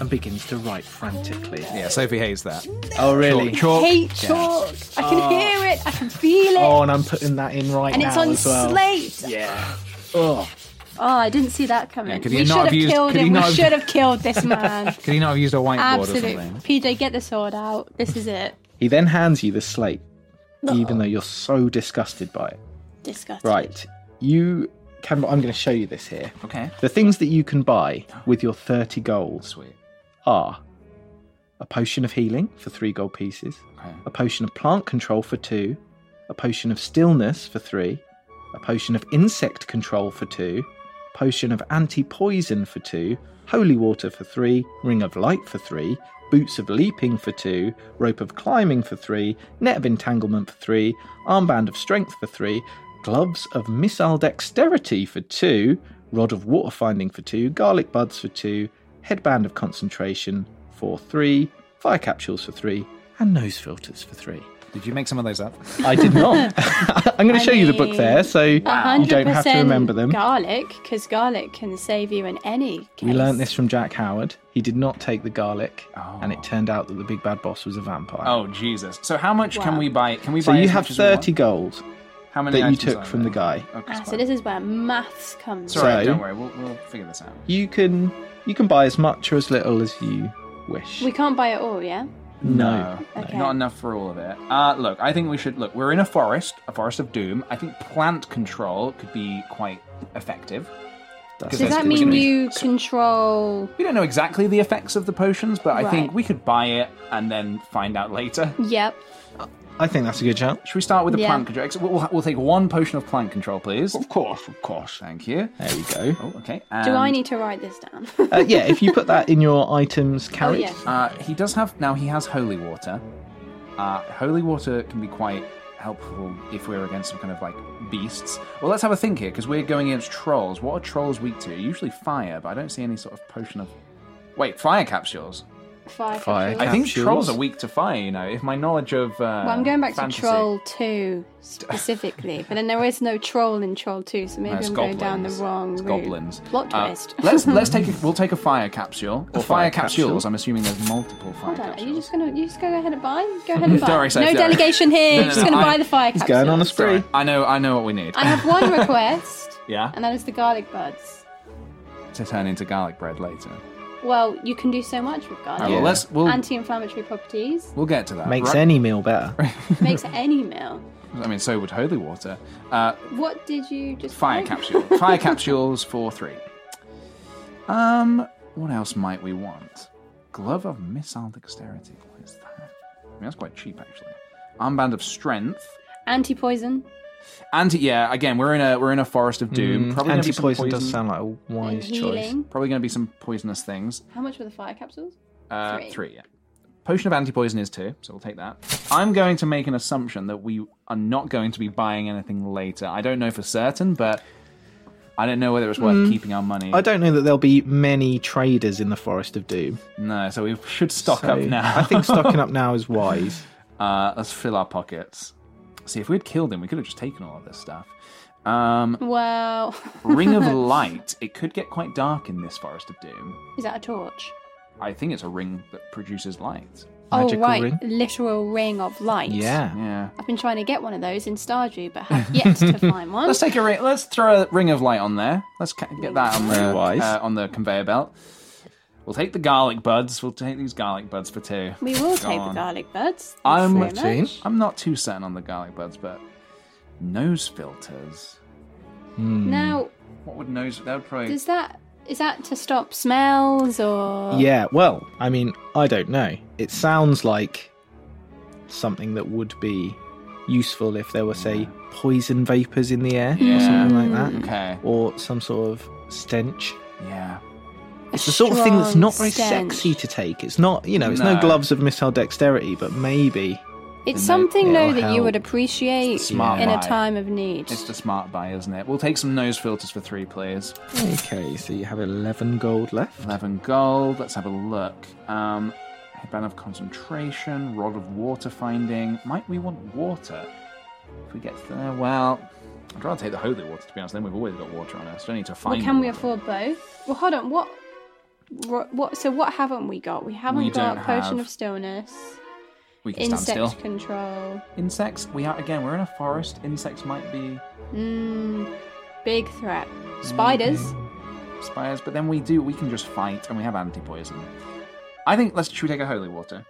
[SPEAKER 6] and begins to write frantically.
[SPEAKER 3] Yeah, Sophie hates that.
[SPEAKER 6] Oh, really?
[SPEAKER 2] I hate chalk. I can hear it. I can feel it.
[SPEAKER 6] Oh, and I'm putting that in right
[SPEAKER 2] and
[SPEAKER 6] now
[SPEAKER 2] it's on
[SPEAKER 6] as well.
[SPEAKER 2] slate.
[SPEAKER 6] Yeah. Oh,
[SPEAKER 2] Oh, I didn't see that coming.
[SPEAKER 3] Yeah, could he
[SPEAKER 2] we
[SPEAKER 3] not
[SPEAKER 2] should
[SPEAKER 3] have
[SPEAKER 2] have
[SPEAKER 3] used-
[SPEAKER 2] killed
[SPEAKER 3] could he
[SPEAKER 2] him. We
[SPEAKER 3] not have-
[SPEAKER 2] should have killed this man.
[SPEAKER 3] Could he not have used a whiteboard or
[SPEAKER 2] Absolutely.
[SPEAKER 3] something?
[SPEAKER 2] PJ, get the sword out. This is it.
[SPEAKER 6] He then hands you the slate, even though you're so disgusted by it.
[SPEAKER 2] Disgusting.
[SPEAKER 6] Right. You can. I'm going to show you this here.
[SPEAKER 3] Okay.
[SPEAKER 6] The things that you can buy with your 30 gold
[SPEAKER 3] Sweet.
[SPEAKER 6] are a potion of healing for three gold pieces,
[SPEAKER 3] Okay.
[SPEAKER 6] a potion of plant control for two, a potion of stillness for three, a potion of insect control for two, potion of anti poison for two, holy water for three, ring of light for three, boots of leaping for two, rope of climbing for three, net of entanglement for three, armband of strength for three, gloves of missile dexterity for two, rod of water finding for two, garlic buds for two, headband of concentration for three, fire capsules for three, and nose filters for three.
[SPEAKER 3] Did you make some of those up?
[SPEAKER 6] I did not. I'm going to show you the book there, so you don't have to
[SPEAKER 2] 100%
[SPEAKER 6] remember them.
[SPEAKER 2] Garlic, because garlic can save you in any case.
[SPEAKER 6] We learnt this from Jack Howard. He did not take the garlic,
[SPEAKER 3] Oh.
[SPEAKER 6] and it turned out that the big bad boss was a vampire.
[SPEAKER 3] Oh Jesus! So how much can
[SPEAKER 2] Wow.
[SPEAKER 3] we buy? Can we
[SPEAKER 6] so
[SPEAKER 3] buy?
[SPEAKER 6] you
[SPEAKER 3] as
[SPEAKER 6] have
[SPEAKER 3] much as we want?
[SPEAKER 6] 30 gold
[SPEAKER 3] How many
[SPEAKER 6] that you
[SPEAKER 3] items are
[SPEAKER 6] took from the
[SPEAKER 3] there?
[SPEAKER 6] guy.
[SPEAKER 3] Okay,
[SPEAKER 2] Ah,
[SPEAKER 3] it's
[SPEAKER 2] so
[SPEAKER 3] fine.
[SPEAKER 2] this is where maths comes
[SPEAKER 3] It's all right.
[SPEAKER 6] So-
[SPEAKER 3] Don't worry. We'll, we'll figure this out.
[SPEAKER 6] You can you can buy as much or as little as you wish.
[SPEAKER 2] in. We can't buy it all, yeah?
[SPEAKER 6] No.
[SPEAKER 2] Okay.
[SPEAKER 3] Not enough for all of it. Uh, look, I think we should look. We're in a forest, a forest of doom. I think plant control could be quite effective.
[SPEAKER 6] That's
[SPEAKER 3] Does
[SPEAKER 6] it.
[SPEAKER 2] Does
[SPEAKER 3] That's
[SPEAKER 2] that
[SPEAKER 3] good to
[SPEAKER 2] mean
[SPEAKER 3] me.
[SPEAKER 2] you control.
[SPEAKER 3] We don't know exactly the effects of the potions, but I think
[SPEAKER 2] Right.
[SPEAKER 3] we could buy it and then find out later.
[SPEAKER 2] Yep.
[SPEAKER 6] I think that's a good shout.
[SPEAKER 3] Should we start with the
[SPEAKER 2] Yeah. Oh.
[SPEAKER 3] plant control? Ex- We'll, we'll, we'll take one potion of plant control, please.
[SPEAKER 4] Of course, of course.
[SPEAKER 3] Thank you.
[SPEAKER 6] There we go.
[SPEAKER 3] Oh, okay.
[SPEAKER 2] Do I
[SPEAKER 3] and,
[SPEAKER 2] need to write this down? Oh,
[SPEAKER 3] Oh.
[SPEAKER 6] Uh, yeah, if you put that in your items carrot,
[SPEAKER 2] yes.
[SPEAKER 3] Uh, he does have now. He has holy water. Uh, holy water can be quite helpful if we're against some kind of like beasts. Well, let's have a think here because we're going against trolls. What are trolls weak to? Usually fire, but I don't see any sort of potion of. Wait, fire capsules.
[SPEAKER 2] Fire.
[SPEAKER 6] Fire
[SPEAKER 2] control.
[SPEAKER 3] I think
[SPEAKER 6] Capsules?
[SPEAKER 3] trolls are weak to fire. You know, if my knowledge of uh,
[SPEAKER 2] Well, I'm going back
[SPEAKER 3] fantasy-
[SPEAKER 2] to Troll 2 specifically, but then there is no Troll in Troll 2, so maybe
[SPEAKER 3] No, it's
[SPEAKER 2] I'm going down the
[SPEAKER 3] goblins.
[SPEAKER 2] wrong
[SPEAKER 3] It's
[SPEAKER 2] route.
[SPEAKER 3] goblins.
[SPEAKER 2] Plot
[SPEAKER 3] Uh,
[SPEAKER 2] twist.
[SPEAKER 3] let's let's take a, we'll take a fire capsule or fire,
[SPEAKER 6] fire
[SPEAKER 3] capsules.
[SPEAKER 6] capsule.
[SPEAKER 3] I'm assuming there's multiple fire
[SPEAKER 2] Hold on, are
[SPEAKER 3] capsules.
[SPEAKER 2] you just gonna you just gonna go ahead and buy? Go ahead and buy.
[SPEAKER 3] Don't worry, Sophie,
[SPEAKER 2] no
[SPEAKER 3] don't worry.
[SPEAKER 2] delegation here.
[SPEAKER 3] No, no,
[SPEAKER 2] You're
[SPEAKER 3] no,
[SPEAKER 2] just gonna
[SPEAKER 3] I-
[SPEAKER 2] buy the fire
[SPEAKER 6] he's
[SPEAKER 2] capsules.
[SPEAKER 6] going on a spree.
[SPEAKER 3] Sorry. I know I know what we need
[SPEAKER 2] I have one request.
[SPEAKER 3] Yeah?
[SPEAKER 2] And that is the garlic buds.
[SPEAKER 3] to turn into garlic bread later.
[SPEAKER 2] Well, you can do so much with garlic.
[SPEAKER 3] Alright, well, let's we'll
[SPEAKER 2] Anti-inflammatory properties
[SPEAKER 3] We'll get to that.
[SPEAKER 6] makes
[SPEAKER 3] right?
[SPEAKER 6] any meal better.
[SPEAKER 2] makes any meal.
[SPEAKER 3] I mean, so would holy water. Uh,
[SPEAKER 2] What did you just
[SPEAKER 3] fire
[SPEAKER 2] buy?
[SPEAKER 3] capsule. Fire capsules for three. Um, what else might we want? Glove of missile dexterity. What is that? I mean, that's quite cheap actually. Armband of strength.
[SPEAKER 2] Anti-poison.
[SPEAKER 3] Anti. Yeah. Again, we're in a we're in a forest of doom. probably gonna be
[SPEAKER 6] Anti
[SPEAKER 3] some
[SPEAKER 6] poison Mm, does
[SPEAKER 3] poison-
[SPEAKER 6] sound like a
[SPEAKER 2] and
[SPEAKER 6] wise choice.
[SPEAKER 2] Healing.
[SPEAKER 3] Probably going to be some poisonous things.
[SPEAKER 2] How much were the fire capsules?
[SPEAKER 3] Uh,
[SPEAKER 2] Three.
[SPEAKER 3] three. Yeah. Potion of anti poison is two, so we'll take that. I'm going to make an assumption that we are not going to be buying anything later. I don't know for certain, but I don't know whether it's worth keeping our money.
[SPEAKER 6] Hmm. I don't know that there'll be many traders in the Forest of Doom.
[SPEAKER 3] No, so we should stock
[SPEAKER 6] so
[SPEAKER 3] up now.
[SPEAKER 6] I think stocking up now is wise.
[SPEAKER 3] Uh, let's fill our pockets. See, if we'd killed him, we could have just taken all of this stuff. Um,
[SPEAKER 2] Well,
[SPEAKER 3] Ring of Light. It could get quite dark in this Forest of Doom.
[SPEAKER 2] is that a torch?
[SPEAKER 3] I think it's a ring that produces light.
[SPEAKER 6] Magical
[SPEAKER 2] oh right,
[SPEAKER 6] ring?
[SPEAKER 2] literal ring of light.
[SPEAKER 6] Yeah.
[SPEAKER 3] Yeah.
[SPEAKER 2] I've been trying to get one of those in Stardew, but have yet to find one.
[SPEAKER 3] Let's take a ring. Let's throw a ring of light on there. Let's ca- get that on
[SPEAKER 6] Very
[SPEAKER 3] the
[SPEAKER 6] wise.
[SPEAKER 3] uh, on the conveyor belt. We'll take the garlic buds. We'll take these garlic buds for two.
[SPEAKER 2] We will
[SPEAKER 3] Go
[SPEAKER 2] take the
[SPEAKER 3] on.
[SPEAKER 2] garlic buds. Thanks
[SPEAKER 3] I'm
[SPEAKER 2] very
[SPEAKER 3] with
[SPEAKER 2] much.
[SPEAKER 3] I'm not too certain on the garlic buds, but nose filters.
[SPEAKER 6] Hmm.
[SPEAKER 2] Now,
[SPEAKER 3] What would nose? That would probably.
[SPEAKER 2] does that is that to stop smells or?
[SPEAKER 6] uh, Yeah, well, I mean, I don't know. It sounds like something that would be useful if there were, say, poison vapors in the air or something like that,
[SPEAKER 3] Okay.
[SPEAKER 6] or some sort of stench.
[SPEAKER 3] Yeah.
[SPEAKER 6] It's the sort of thing that's not
[SPEAKER 2] strong
[SPEAKER 6] very
[SPEAKER 2] stench.
[SPEAKER 6] sexy to take. It's not, you know, it's no,
[SPEAKER 3] No.
[SPEAKER 6] gloves of missile dexterity, but maybe.
[SPEAKER 2] It's
[SPEAKER 3] Then they-
[SPEAKER 2] something though
[SPEAKER 6] it'll
[SPEAKER 2] that you would
[SPEAKER 6] help.
[SPEAKER 2] appreciate
[SPEAKER 3] smart
[SPEAKER 2] in a
[SPEAKER 3] buy.
[SPEAKER 2] time of need.
[SPEAKER 3] It's the smart buy, isn't it? We'll take some nose filters for three, please.
[SPEAKER 6] Okay, so you have 11 gold left.
[SPEAKER 3] Eleven gold. Let's have a look. Um, Headband of Concentration, Rod of Water Finding. Might we want water? If we get there, well, I'd rather take the holy water, to be honest. Then we've always got water on us. Don't need to find
[SPEAKER 2] Well, can we
[SPEAKER 3] water.
[SPEAKER 2] afford both? Well, hold on. What? What? what so what haven't we got? We haven't
[SPEAKER 3] We
[SPEAKER 2] got
[SPEAKER 3] don't
[SPEAKER 2] potion
[SPEAKER 3] have-
[SPEAKER 2] of stillness,
[SPEAKER 3] We can
[SPEAKER 2] insect
[SPEAKER 3] stand still.
[SPEAKER 2] control.
[SPEAKER 3] Insects, we are, again, we're in a forest. Insects might be
[SPEAKER 2] Mm, big threat.
[SPEAKER 3] Mm-hmm.
[SPEAKER 2] Spiders.
[SPEAKER 3] spires, but then we do, we can just fight and we have anti poison. I think let's, should we take a holy water?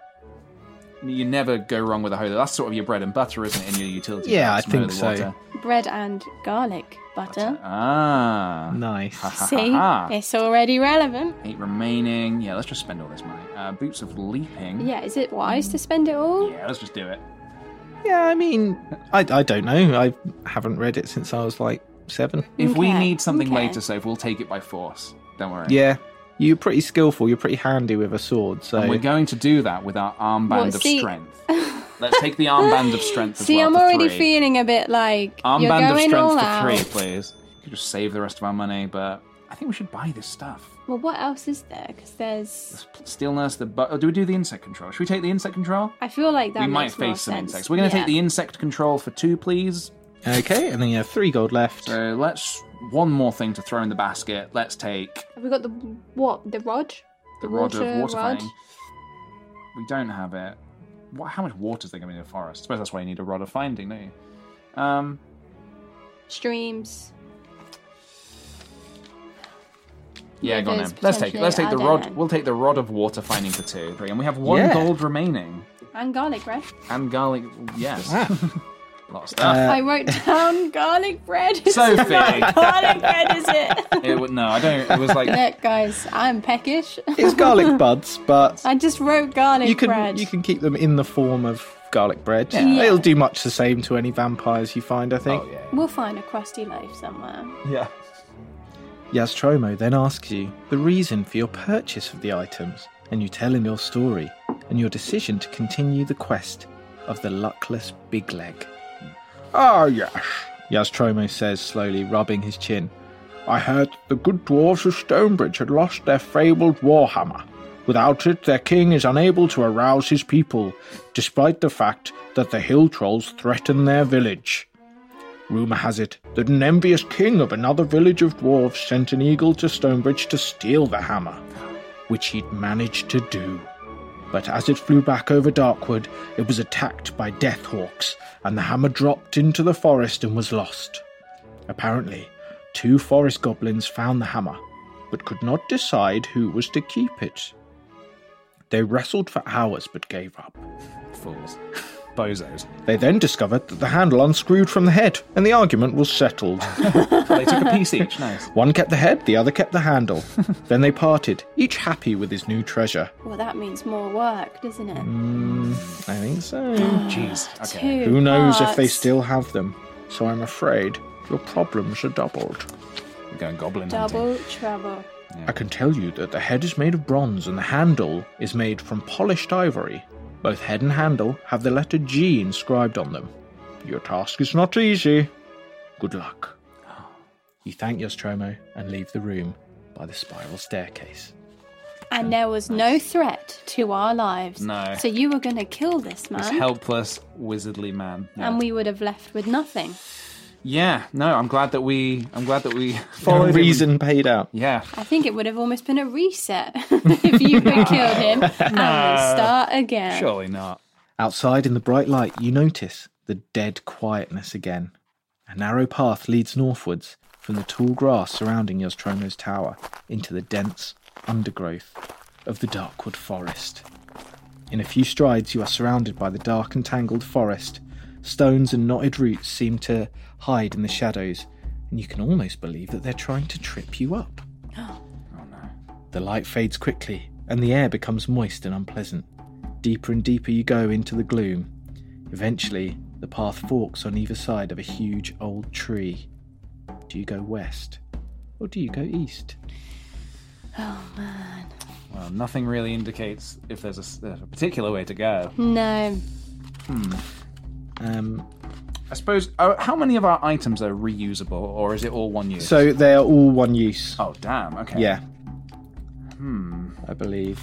[SPEAKER 3] You never go wrong with a holy. That's sort of your bread and butter, isn't it? In your utility.
[SPEAKER 6] Yeah,
[SPEAKER 3] box,
[SPEAKER 6] I think
[SPEAKER 3] holy
[SPEAKER 6] so.
[SPEAKER 3] water.
[SPEAKER 2] Bread and garlic butter.
[SPEAKER 3] Ah,
[SPEAKER 6] Nice.
[SPEAKER 3] Ha, ha,
[SPEAKER 2] See,
[SPEAKER 3] ha, ha.
[SPEAKER 2] it's already relevant.
[SPEAKER 3] Eight remaining. Yeah, let's just spend all this money. Uh, boots of leaping.
[SPEAKER 2] Yeah, is it wise to spend it all?
[SPEAKER 3] Yeah, let's just do it.
[SPEAKER 6] Yeah, I mean, I, I don't know. I haven't read it since I was like seven.
[SPEAKER 3] If we
[SPEAKER 2] Okay,
[SPEAKER 3] need something
[SPEAKER 2] okay.
[SPEAKER 3] later, so we'll take it by force. Don't worry.
[SPEAKER 6] Yeah, you're pretty skillful. You're pretty handy with a sword. So
[SPEAKER 3] And we're going to do that with our armband
[SPEAKER 2] Well,
[SPEAKER 3] of
[SPEAKER 2] see-
[SPEAKER 3] strength. let's take the armband of strength. As
[SPEAKER 2] See,
[SPEAKER 3] well
[SPEAKER 2] I'm
[SPEAKER 3] for
[SPEAKER 2] already
[SPEAKER 3] three.
[SPEAKER 2] feeling a bit like you're
[SPEAKER 3] Armband of
[SPEAKER 2] going
[SPEAKER 3] strength
[SPEAKER 2] all
[SPEAKER 3] for
[SPEAKER 2] out.
[SPEAKER 3] three, please. We could just save the rest of our money, but I think we should buy this stuff.
[SPEAKER 2] Well, what else is there? Because there's.
[SPEAKER 3] This Stillness, the but. Oh, do we do the insect control? Should we take the insect control?
[SPEAKER 2] I feel like that
[SPEAKER 3] we might
[SPEAKER 2] makes more
[SPEAKER 3] face some
[SPEAKER 2] sense.
[SPEAKER 3] insects. We're going to
[SPEAKER 2] Yeah.
[SPEAKER 3] take the insect control for two, please.
[SPEAKER 6] okay, and then you have three gold left.
[SPEAKER 3] So let's one more thing to throw in the basket. Let's take
[SPEAKER 2] Have we got the what? The rod?
[SPEAKER 3] the rod of
[SPEAKER 2] Water
[SPEAKER 3] water
[SPEAKER 2] rod?
[SPEAKER 3] fighting. We don't have it. What, how much water is there going to be in the forest? I suppose that's why you need a rod of finding, don't you? Um,
[SPEAKER 2] Streams.
[SPEAKER 3] yeah, go on
[SPEAKER 2] Rivers,
[SPEAKER 3] then. Let's take it. Let's take the
[SPEAKER 2] potentially, I
[SPEAKER 3] rod.
[SPEAKER 2] don't know.
[SPEAKER 3] We'll take the rod of water finding for two, three, and we have one
[SPEAKER 6] Yeah.
[SPEAKER 3] gold remaining.
[SPEAKER 2] And garlic bread.
[SPEAKER 3] And garlic, yes. Lot of stuff.
[SPEAKER 6] Ah. Uh,
[SPEAKER 2] I wrote down garlic bread. It's
[SPEAKER 3] Sophie.
[SPEAKER 2] not garlic bread, is it?
[SPEAKER 3] it, wa- no, I don't. It was like
[SPEAKER 2] Look, guys, I'm peckish.
[SPEAKER 6] it's garlic buds, but
[SPEAKER 2] I just wrote garlic
[SPEAKER 6] you can
[SPEAKER 2] bread.
[SPEAKER 6] you can keep them in the form of garlic bread.
[SPEAKER 2] Yeah.
[SPEAKER 6] It'll do much the same to any vampires you find. I think.
[SPEAKER 3] Oh, yeah.
[SPEAKER 2] We'll find a crusty loaf somewhere.
[SPEAKER 3] yeah.
[SPEAKER 6] Yastromo then asks you the reason for your purchase of the items, and you tell him your story and your decision to continue the quest of the luckless Big Leg.
[SPEAKER 4] Ah, yes.
[SPEAKER 6] Yastromo says, slowly rubbing his chin.
[SPEAKER 4] I heard that the good dwarves of Stonebridge had lost their fabled warhammer. Without it, their king is unable to arouse his people, despite the fact that the hill trolls threaten their village. Rumour has it that an envious king of another village of dwarves sent an eagle to Stonebridge to steal the hammer, which he'd managed to do. But as it flew back over Darkwood, it was attacked by Deathhawks, and the hammer dropped into the forest and was lost. Apparently, two forest goblins found the hammer, but could not decide who was to keep it. They wrestled for hours but gave up.
[SPEAKER 3] Fools, bozos.
[SPEAKER 4] They then discovered that the handle unscrewed from the head, and the argument was settled.
[SPEAKER 3] They took a piece each. Nice.
[SPEAKER 4] One kept the head, the other kept the handle. then they parted, each happy with his new treasure. Hmm,
[SPEAKER 2] Well, that means more work, doesn't it?
[SPEAKER 6] Mm,
[SPEAKER 4] I think so.
[SPEAKER 3] Jeez. Okay.
[SPEAKER 2] Two
[SPEAKER 4] Who knows if they
[SPEAKER 2] parts.
[SPEAKER 4] still have them? So I'm afraid your problems are doubled.
[SPEAKER 3] We're going goblin hunting.
[SPEAKER 2] double trouble?
[SPEAKER 4] I can tell you that the head is made of bronze and the handle is made from polished ivory. Both head and handle have the letter G inscribed on them. Your task is not easy. Good luck. You thank Yostromo and leave the room by the spiral staircase.
[SPEAKER 2] And there was no threat to our lives.
[SPEAKER 3] No.
[SPEAKER 2] So you were going to kill this
[SPEAKER 3] This
[SPEAKER 2] man,
[SPEAKER 3] helpless wizardly man. Yeah.
[SPEAKER 2] and we would have left with nothing.
[SPEAKER 3] Yeah. No, I'm glad that we. I'm glad that we
[SPEAKER 6] No
[SPEAKER 3] followed him.
[SPEAKER 6] reason paid out.
[SPEAKER 3] Yeah.
[SPEAKER 2] I think it would have almost been a reset if you had killed him and we start again.
[SPEAKER 3] Surely not.
[SPEAKER 6] Outside in the bright light, you notice the dead quietness again. A narrow path leads northwards from the tall grass surrounding Yostromo's tower into the dense undergrowth of the Darkwood Forest. In a few strides, you are surrounded by the dark and tangled forest. Stones and knotted roots seem to hide in the shadows, and you can almost believe that they're trying to trip you up. Oh, The light fades quickly, and the air becomes moist and unpleasant. Deeper and deeper you go into the gloom. Eventually, the path forks on either side of a huge old tree. Do you go west or do you go east?
[SPEAKER 3] Well, nothing really indicates if there's a, s- there's a particular way to go.
[SPEAKER 2] No.
[SPEAKER 6] Um,
[SPEAKER 3] I suppose. Uh, how many of our items are reusable, or is it all one use?
[SPEAKER 6] so they are all one use.
[SPEAKER 3] Oh damn. Okay.
[SPEAKER 6] Yeah. Hmm. I believe.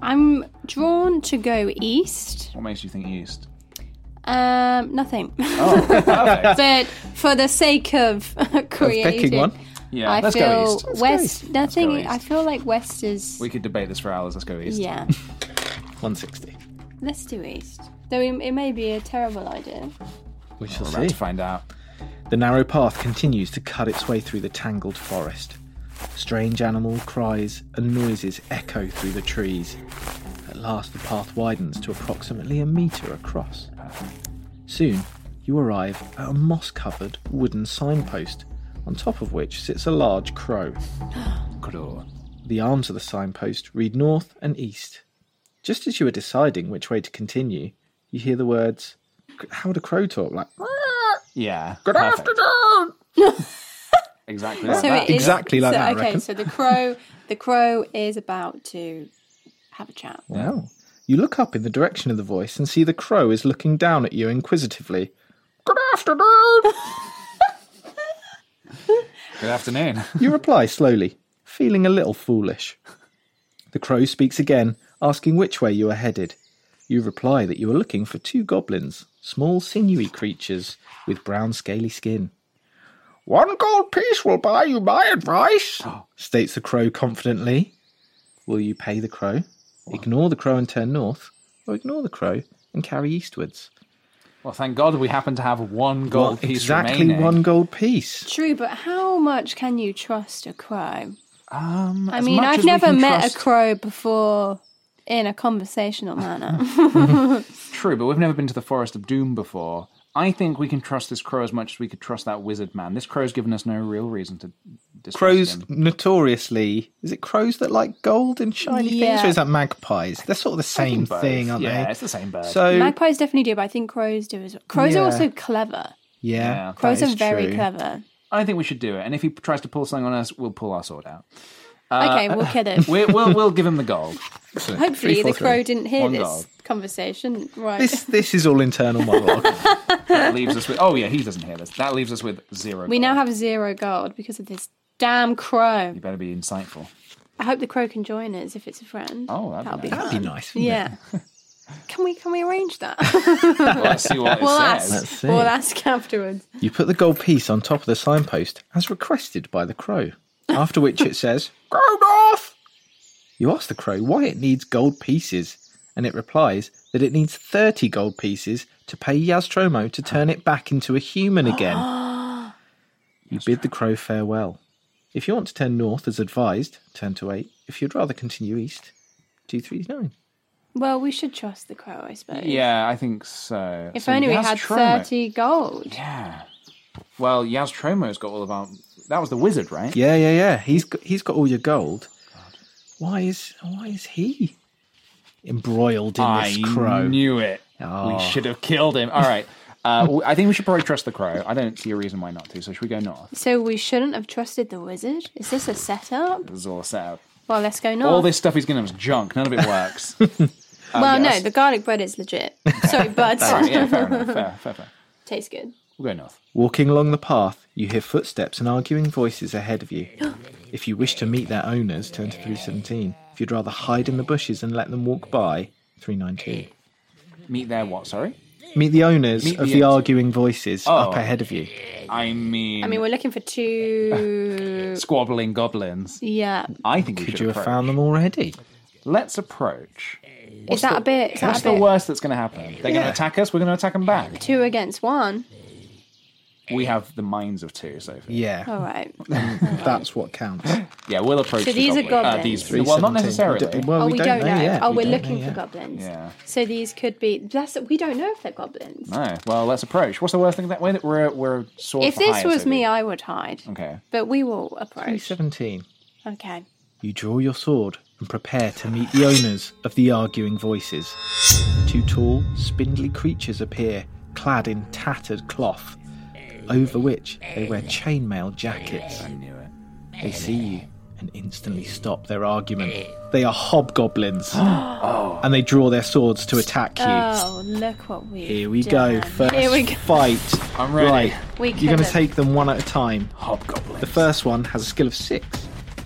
[SPEAKER 2] I'm drawn to go east.
[SPEAKER 3] What makes you think east?
[SPEAKER 2] Um, nothing. but for the sake of creating,
[SPEAKER 3] one. Yeah,
[SPEAKER 2] I
[SPEAKER 3] let's
[SPEAKER 2] feel
[SPEAKER 3] go east. Let's go
[SPEAKER 2] west.
[SPEAKER 3] east.
[SPEAKER 2] Nothing.
[SPEAKER 3] Let's go
[SPEAKER 2] I feel like west is.
[SPEAKER 3] We could debate this for hours. Let's go east.
[SPEAKER 2] Yeah,
[SPEAKER 6] 160.
[SPEAKER 2] let's do east. Though it, it may be a terrible idea.
[SPEAKER 6] We shall
[SPEAKER 3] We're
[SPEAKER 6] see.
[SPEAKER 3] about to find out.
[SPEAKER 6] The narrow path continues to cut its way through the tangled forest. Strange animal cries and noises echo through the trees. At last, the path widens to approximately a metre across. Soon, you arrive at a moss covered wooden signpost, on top of which sits a large crow.
[SPEAKER 3] Crow.
[SPEAKER 6] The arms of the signpost read north and east. Just as you are deciding which way to continue, you hear the words. How would a crow talk? Like,
[SPEAKER 3] Yeah.
[SPEAKER 6] good
[SPEAKER 3] perfect.
[SPEAKER 6] afternoon!
[SPEAKER 3] Exactly. like
[SPEAKER 2] So
[SPEAKER 3] that.
[SPEAKER 2] it is
[SPEAKER 6] Exactly like
[SPEAKER 2] so,
[SPEAKER 6] that, I
[SPEAKER 2] Okay,
[SPEAKER 6] reckon.
[SPEAKER 2] so the crow, the crow is about to have a chat.
[SPEAKER 6] Wow. You look up in the direction of the voice and see the crow is looking down at you inquisitively. Good afternoon!
[SPEAKER 3] Good afternoon.
[SPEAKER 6] you reply slowly, feeling a little foolish. The crow speaks again, asking which way you are headed. You reply that you are looking for two goblins, small, sinewy creatures with brown, scaly skin. One gold piece will buy you my advice, states the crow confidently. Will you pay the crow, ignore the crow and turn north, or ignore the crow and carry eastwards?
[SPEAKER 3] well, thank God we happen to have one gold
[SPEAKER 6] Well,
[SPEAKER 3] piece
[SPEAKER 6] exactly
[SPEAKER 3] remaining.
[SPEAKER 6] one gold piece.
[SPEAKER 2] True, but how much can you trust a crow?
[SPEAKER 3] Um,
[SPEAKER 2] I
[SPEAKER 3] as
[SPEAKER 2] mean,
[SPEAKER 3] much
[SPEAKER 2] I've
[SPEAKER 3] as we
[SPEAKER 2] never
[SPEAKER 3] can
[SPEAKER 2] met
[SPEAKER 3] trust-
[SPEAKER 2] a crow before in a conversational manner.
[SPEAKER 3] True, but we've never been to the Forest of Doom before. I think we can trust this crow as much as we could trust that wizard man. This crow's given us no real reason to distrust
[SPEAKER 6] Crows
[SPEAKER 3] him.
[SPEAKER 6] notoriously is it crows that like gold and shiny things,
[SPEAKER 2] Yeah.
[SPEAKER 6] or is that magpies? They're sort of the same
[SPEAKER 3] both.
[SPEAKER 6] thing, aren't
[SPEAKER 3] Yeah,
[SPEAKER 6] they?
[SPEAKER 3] it's the same bird.
[SPEAKER 6] So
[SPEAKER 2] Magpies definitely do, but I think crows do as well. Crows
[SPEAKER 6] Yeah.
[SPEAKER 2] are also clever.
[SPEAKER 6] yeah,
[SPEAKER 3] Yeah.
[SPEAKER 2] Crows
[SPEAKER 6] that
[SPEAKER 2] are
[SPEAKER 6] is
[SPEAKER 2] very
[SPEAKER 6] true.
[SPEAKER 2] clever.
[SPEAKER 3] I think we should do it. And if he tries to pull something on us, we'll pull our sword out. Uh,
[SPEAKER 2] okay, we'll kill it.
[SPEAKER 3] we we'll, we'll give him the gold.
[SPEAKER 2] Hopefully,
[SPEAKER 6] Three, four,
[SPEAKER 2] the crow
[SPEAKER 6] three.
[SPEAKER 2] didn't hear
[SPEAKER 3] One
[SPEAKER 2] this
[SPEAKER 3] dog.
[SPEAKER 2] conversation. Right.
[SPEAKER 6] This this is all internal monologue.
[SPEAKER 3] That leaves us with. Oh yeah, he doesn't hear this. That leaves us with zero.
[SPEAKER 2] we now
[SPEAKER 3] gold.
[SPEAKER 2] have zero gold because of this damn crow.
[SPEAKER 3] You better be insightful.
[SPEAKER 2] I hope the crow can join us if it's a friend.
[SPEAKER 3] Oh, that'd be
[SPEAKER 2] That'll
[SPEAKER 3] nice.
[SPEAKER 6] That'd be nice. wouldn't it?
[SPEAKER 2] Yeah. can we can we arrange that?
[SPEAKER 3] Well, let's see what it
[SPEAKER 2] we'll
[SPEAKER 3] says.
[SPEAKER 6] Let's
[SPEAKER 2] ask.
[SPEAKER 6] see.
[SPEAKER 2] We'll ask afterwards.
[SPEAKER 6] You put the gold piece on top of the signpost as requested by the crow. After which it says, "Go north." You ask the crow why it needs gold pieces, and it replies that it needs thirty gold pieces to pay Yaztromo to turn it back into a human again. You bid the crow farewell. If you want to turn north as advised, turn to 8. If you'd rather continue east, 239.
[SPEAKER 2] Well, we should trust the crow, I suppose.
[SPEAKER 3] Yeah, I think so.
[SPEAKER 2] If
[SPEAKER 3] So
[SPEAKER 2] only we
[SPEAKER 3] Yaz
[SPEAKER 2] had
[SPEAKER 3] Tromo-
[SPEAKER 2] thirty gold.
[SPEAKER 3] Yeah. Well, Yaz Tromo's got all of our. That was the wizard, right?
[SPEAKER 6] Yeah, yeah, yeah. He's got, he's got all your gold. Why is why is he embroiled in
[SPEAKER 3] I
[SPEAKER 6] this crow? Oh.
[SPEAKER 3] knew it. We should have killed him. All right. Uh, w- I think we should probably trust the crow. I don't see a reason why not to. So should we go north?
[SPEAKER 2] So we shouldn't have trusted the wizard. Is this a setup?
[SPEAKER 3] This is all set up.
[SPEAKER 2] Well, let's go north.
[SPEAKER 3] All this stuff he's giving us is junk. None of it works.
[SPEAKER 2] well,
[SPEAKER 3] yes.
[SPEAKER 2] no, the garlic bread is legit. Sorry, but
[SPEAKER 3] yeah, fair enough. Fair, fair, fair.
[SPEAKER 2] tastes good.
[SPEAKER 3] We'll go north.
[SPEAKER 6] Walking along the path, you hear footsteps and arguing voices ahead of you. if you wish to meet their owners, turn to 317. If you'd rather hide in the bushes and let them walk by, 392.
[SPEAKER 3] Meet there. What? Sorry.
[SPEAKER 6] Meet the owners
[SPEAKER 3] Meet
[SPEAKER 6] of
[SPEAKER 3] the
[SPEAKER 6] the
[SPEAKER 3] owners.
[SPEAKER 6] arguing voices up
[SPEAKER 3] Oh.
[SPEAKER 6] ahead of you.
[SPEAKER 3] I mean,
[SPEAKER 2] I mean, we're looking for two.
[SPEAKER 3] squabbling goblins.
[SPEAKER 2] Yeah,
[SPEAKER 3] I think we
[SPEAKER 6] Could
[SPEAKER 3] should
[SPEAKER 6] you have
[SPEAKER 3] approach.
[SPEAKER 6] found them already?
[SPEAKER 3] Let's approach.
[SPEAKER 2] is that a bit? Is
[SPEAKER 3] What's
[SPEAKER 2] that a
[SPEAKER 3] the
[SPEAKER 2] bit?
[SPEAKER 3] worst that's going to happen? They're going to attack us. We're going to attack them back.
[SPEAKER 2] Two against one.
[SPEAKER 3] We have the minds of two, Sophie.
[SPEAKER 6] Yeah.
[SPEAKER 2] All right.
[SPEAKER 6] That's what counts.
[SPEAKER 3] Yeah, we'll approach.
[SPEAKER 2] So
[SPEAKER 3] the
[SPEAKER 2] these are
[SPEAKER 3] goblin- uh,
[SPEAKER 2] goblins.
[SPEAKER 3] these three. Well, not
[SPEAKER 6] 317.
[SPEAKER 3] necessarily.
[SPEAKER 6] Well,
[SPEAKER 2] oh, we, don't, know.
[SPEAKER 6] yet.
[SPEAKER 2] Oh,
[SPEAKER 6] We
[SPEAKER 2] we're
[SPEAKER 6] don't know
[SPEAKER 2] looking for
[SPEAKER 6] yet.
[SPEAKER 2] goblins.
[SPEAKER 3] Yeah.
[SPEAKER 2] So these could be. That's we don't know if they're goblins.
[SPEAKER 3] No. Well, let's approach. What's the worst thing that way that we're we're sort
[SPEAKER 2] if this was me, I would hide.
[SPEAKER 3] Okay.
[SPEAKER 2] But we will approach.
[SPEAKER 6] 317.
[SPEAKER 2] Okay.
[SPEAKER 6] You draw your sword and prepare to meet the owners of the arguing voices. Two tall, spindly creatures appear, clad in tattered cloth, over which they wear chainmail jackets.
[SPEAKER 3] I knew it.
[SPEAKER 6] They see you and instantly stop their argument. They are hobgoblins,
[SPEAKER 3] Oh.
[SPEAKER 6] and they draw their swords to attack you.
[SPEAKER 2] Oh, look what we.
[SPEAKER 6] Here we go. First
[SPEAKER 2] Here we go.
[SPEAKER 6] fight.
[SPEAKER 3] I'm ready.
[SPEAKER 6] Right,
[SPEAKER 2] We
[SPEAKER 6] you're
[SPEAKER 2] kill
[SPEAKER 6] going to
[SPEAKER 2] them.
[SPEAKER 6] take them one at a time.
[SPEAKER 3] Hobgoblin.
[SPEAKER 6] The first one has a skill of six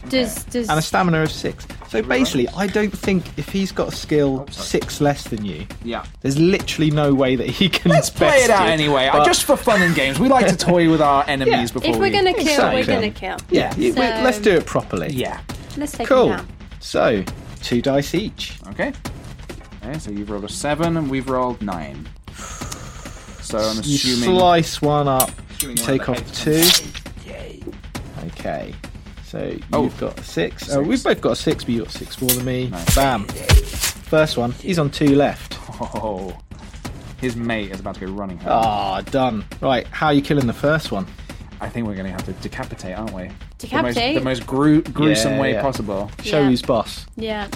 [SPEAKER 2] Does does
[SPEAKER 6] and a stamina of six. So basically, I don't think if he's got a skill six less than you,
[SPEAKER 3] Yeah.
[SPEAKER 6] there's literally no way that he can. Let's
[SPEAKER 3] Play it out anyway. I Just for fun and games, we like to toy with our enemies
[SPEAKER 6] Yeah. If
[SPEAKER 3] before
[SPEAKER 2] If we're
[SPEAKER 3] we-
[SPEAKER 2] gonna kill,
[SPEAKER 6] Exactly.
[SPEAKER 2] we're gonna kill.
[SPEAKER 6] Yeah, you- we-
[SPEAKER 2] So-
[SPEAKER 6] let's do it properly.
[SPEAKER 3] Yeah.
[SPEAKER 2] Let's take
[SPEAKER 6] Cool.
[SPEAKER 2] him down.
[SPEAKER 6] So two dice each.
[SPEAKER 3] Okay. Okay, so you've rolled a seven and we've rolled nine. So I'm
[SPEAKER 6] You
[SPEAKER 3] assuming.
[SPEAKER 6] slice one up, you
[SPEAKER 3] Assuming one
[SPEAKER 6] take
[SPEAKER 3] of the
[SPEAKER 6] off
[SPEAKER 3] heads
[SPEAKER 6] two.
[SPEAKER 3] comes-
[SPEAKER 6] Okay. So you've
[SPEAKER 3] Oh.
[SPEAKER 6] got a six. Oh, we've both got a six, but you've got six more than me. Bam. First one. He's on two left.
[SPEAKER 3] Oh, his mate is about to go running home.
[SPEAKER 6] Ah, done. Right, how are you killing the first one?
[SPEAKER 3] I think we're going to have to decapitate, aren't we?
[SPEAKER 2] Decapitate?
[SPEAKER 3] The most, the most gru- gruesome
[SPEAKER 6] Yeah,
[SPEAKER 3] way
[SPEAKER 6] yeah.
[SPEAKER 3] possible.
[SPEAKER 6] Show
[SPEAKER 2] Yeah.
[SPEAKER 6] who's boss.
[SPEAKER 2] Yeah.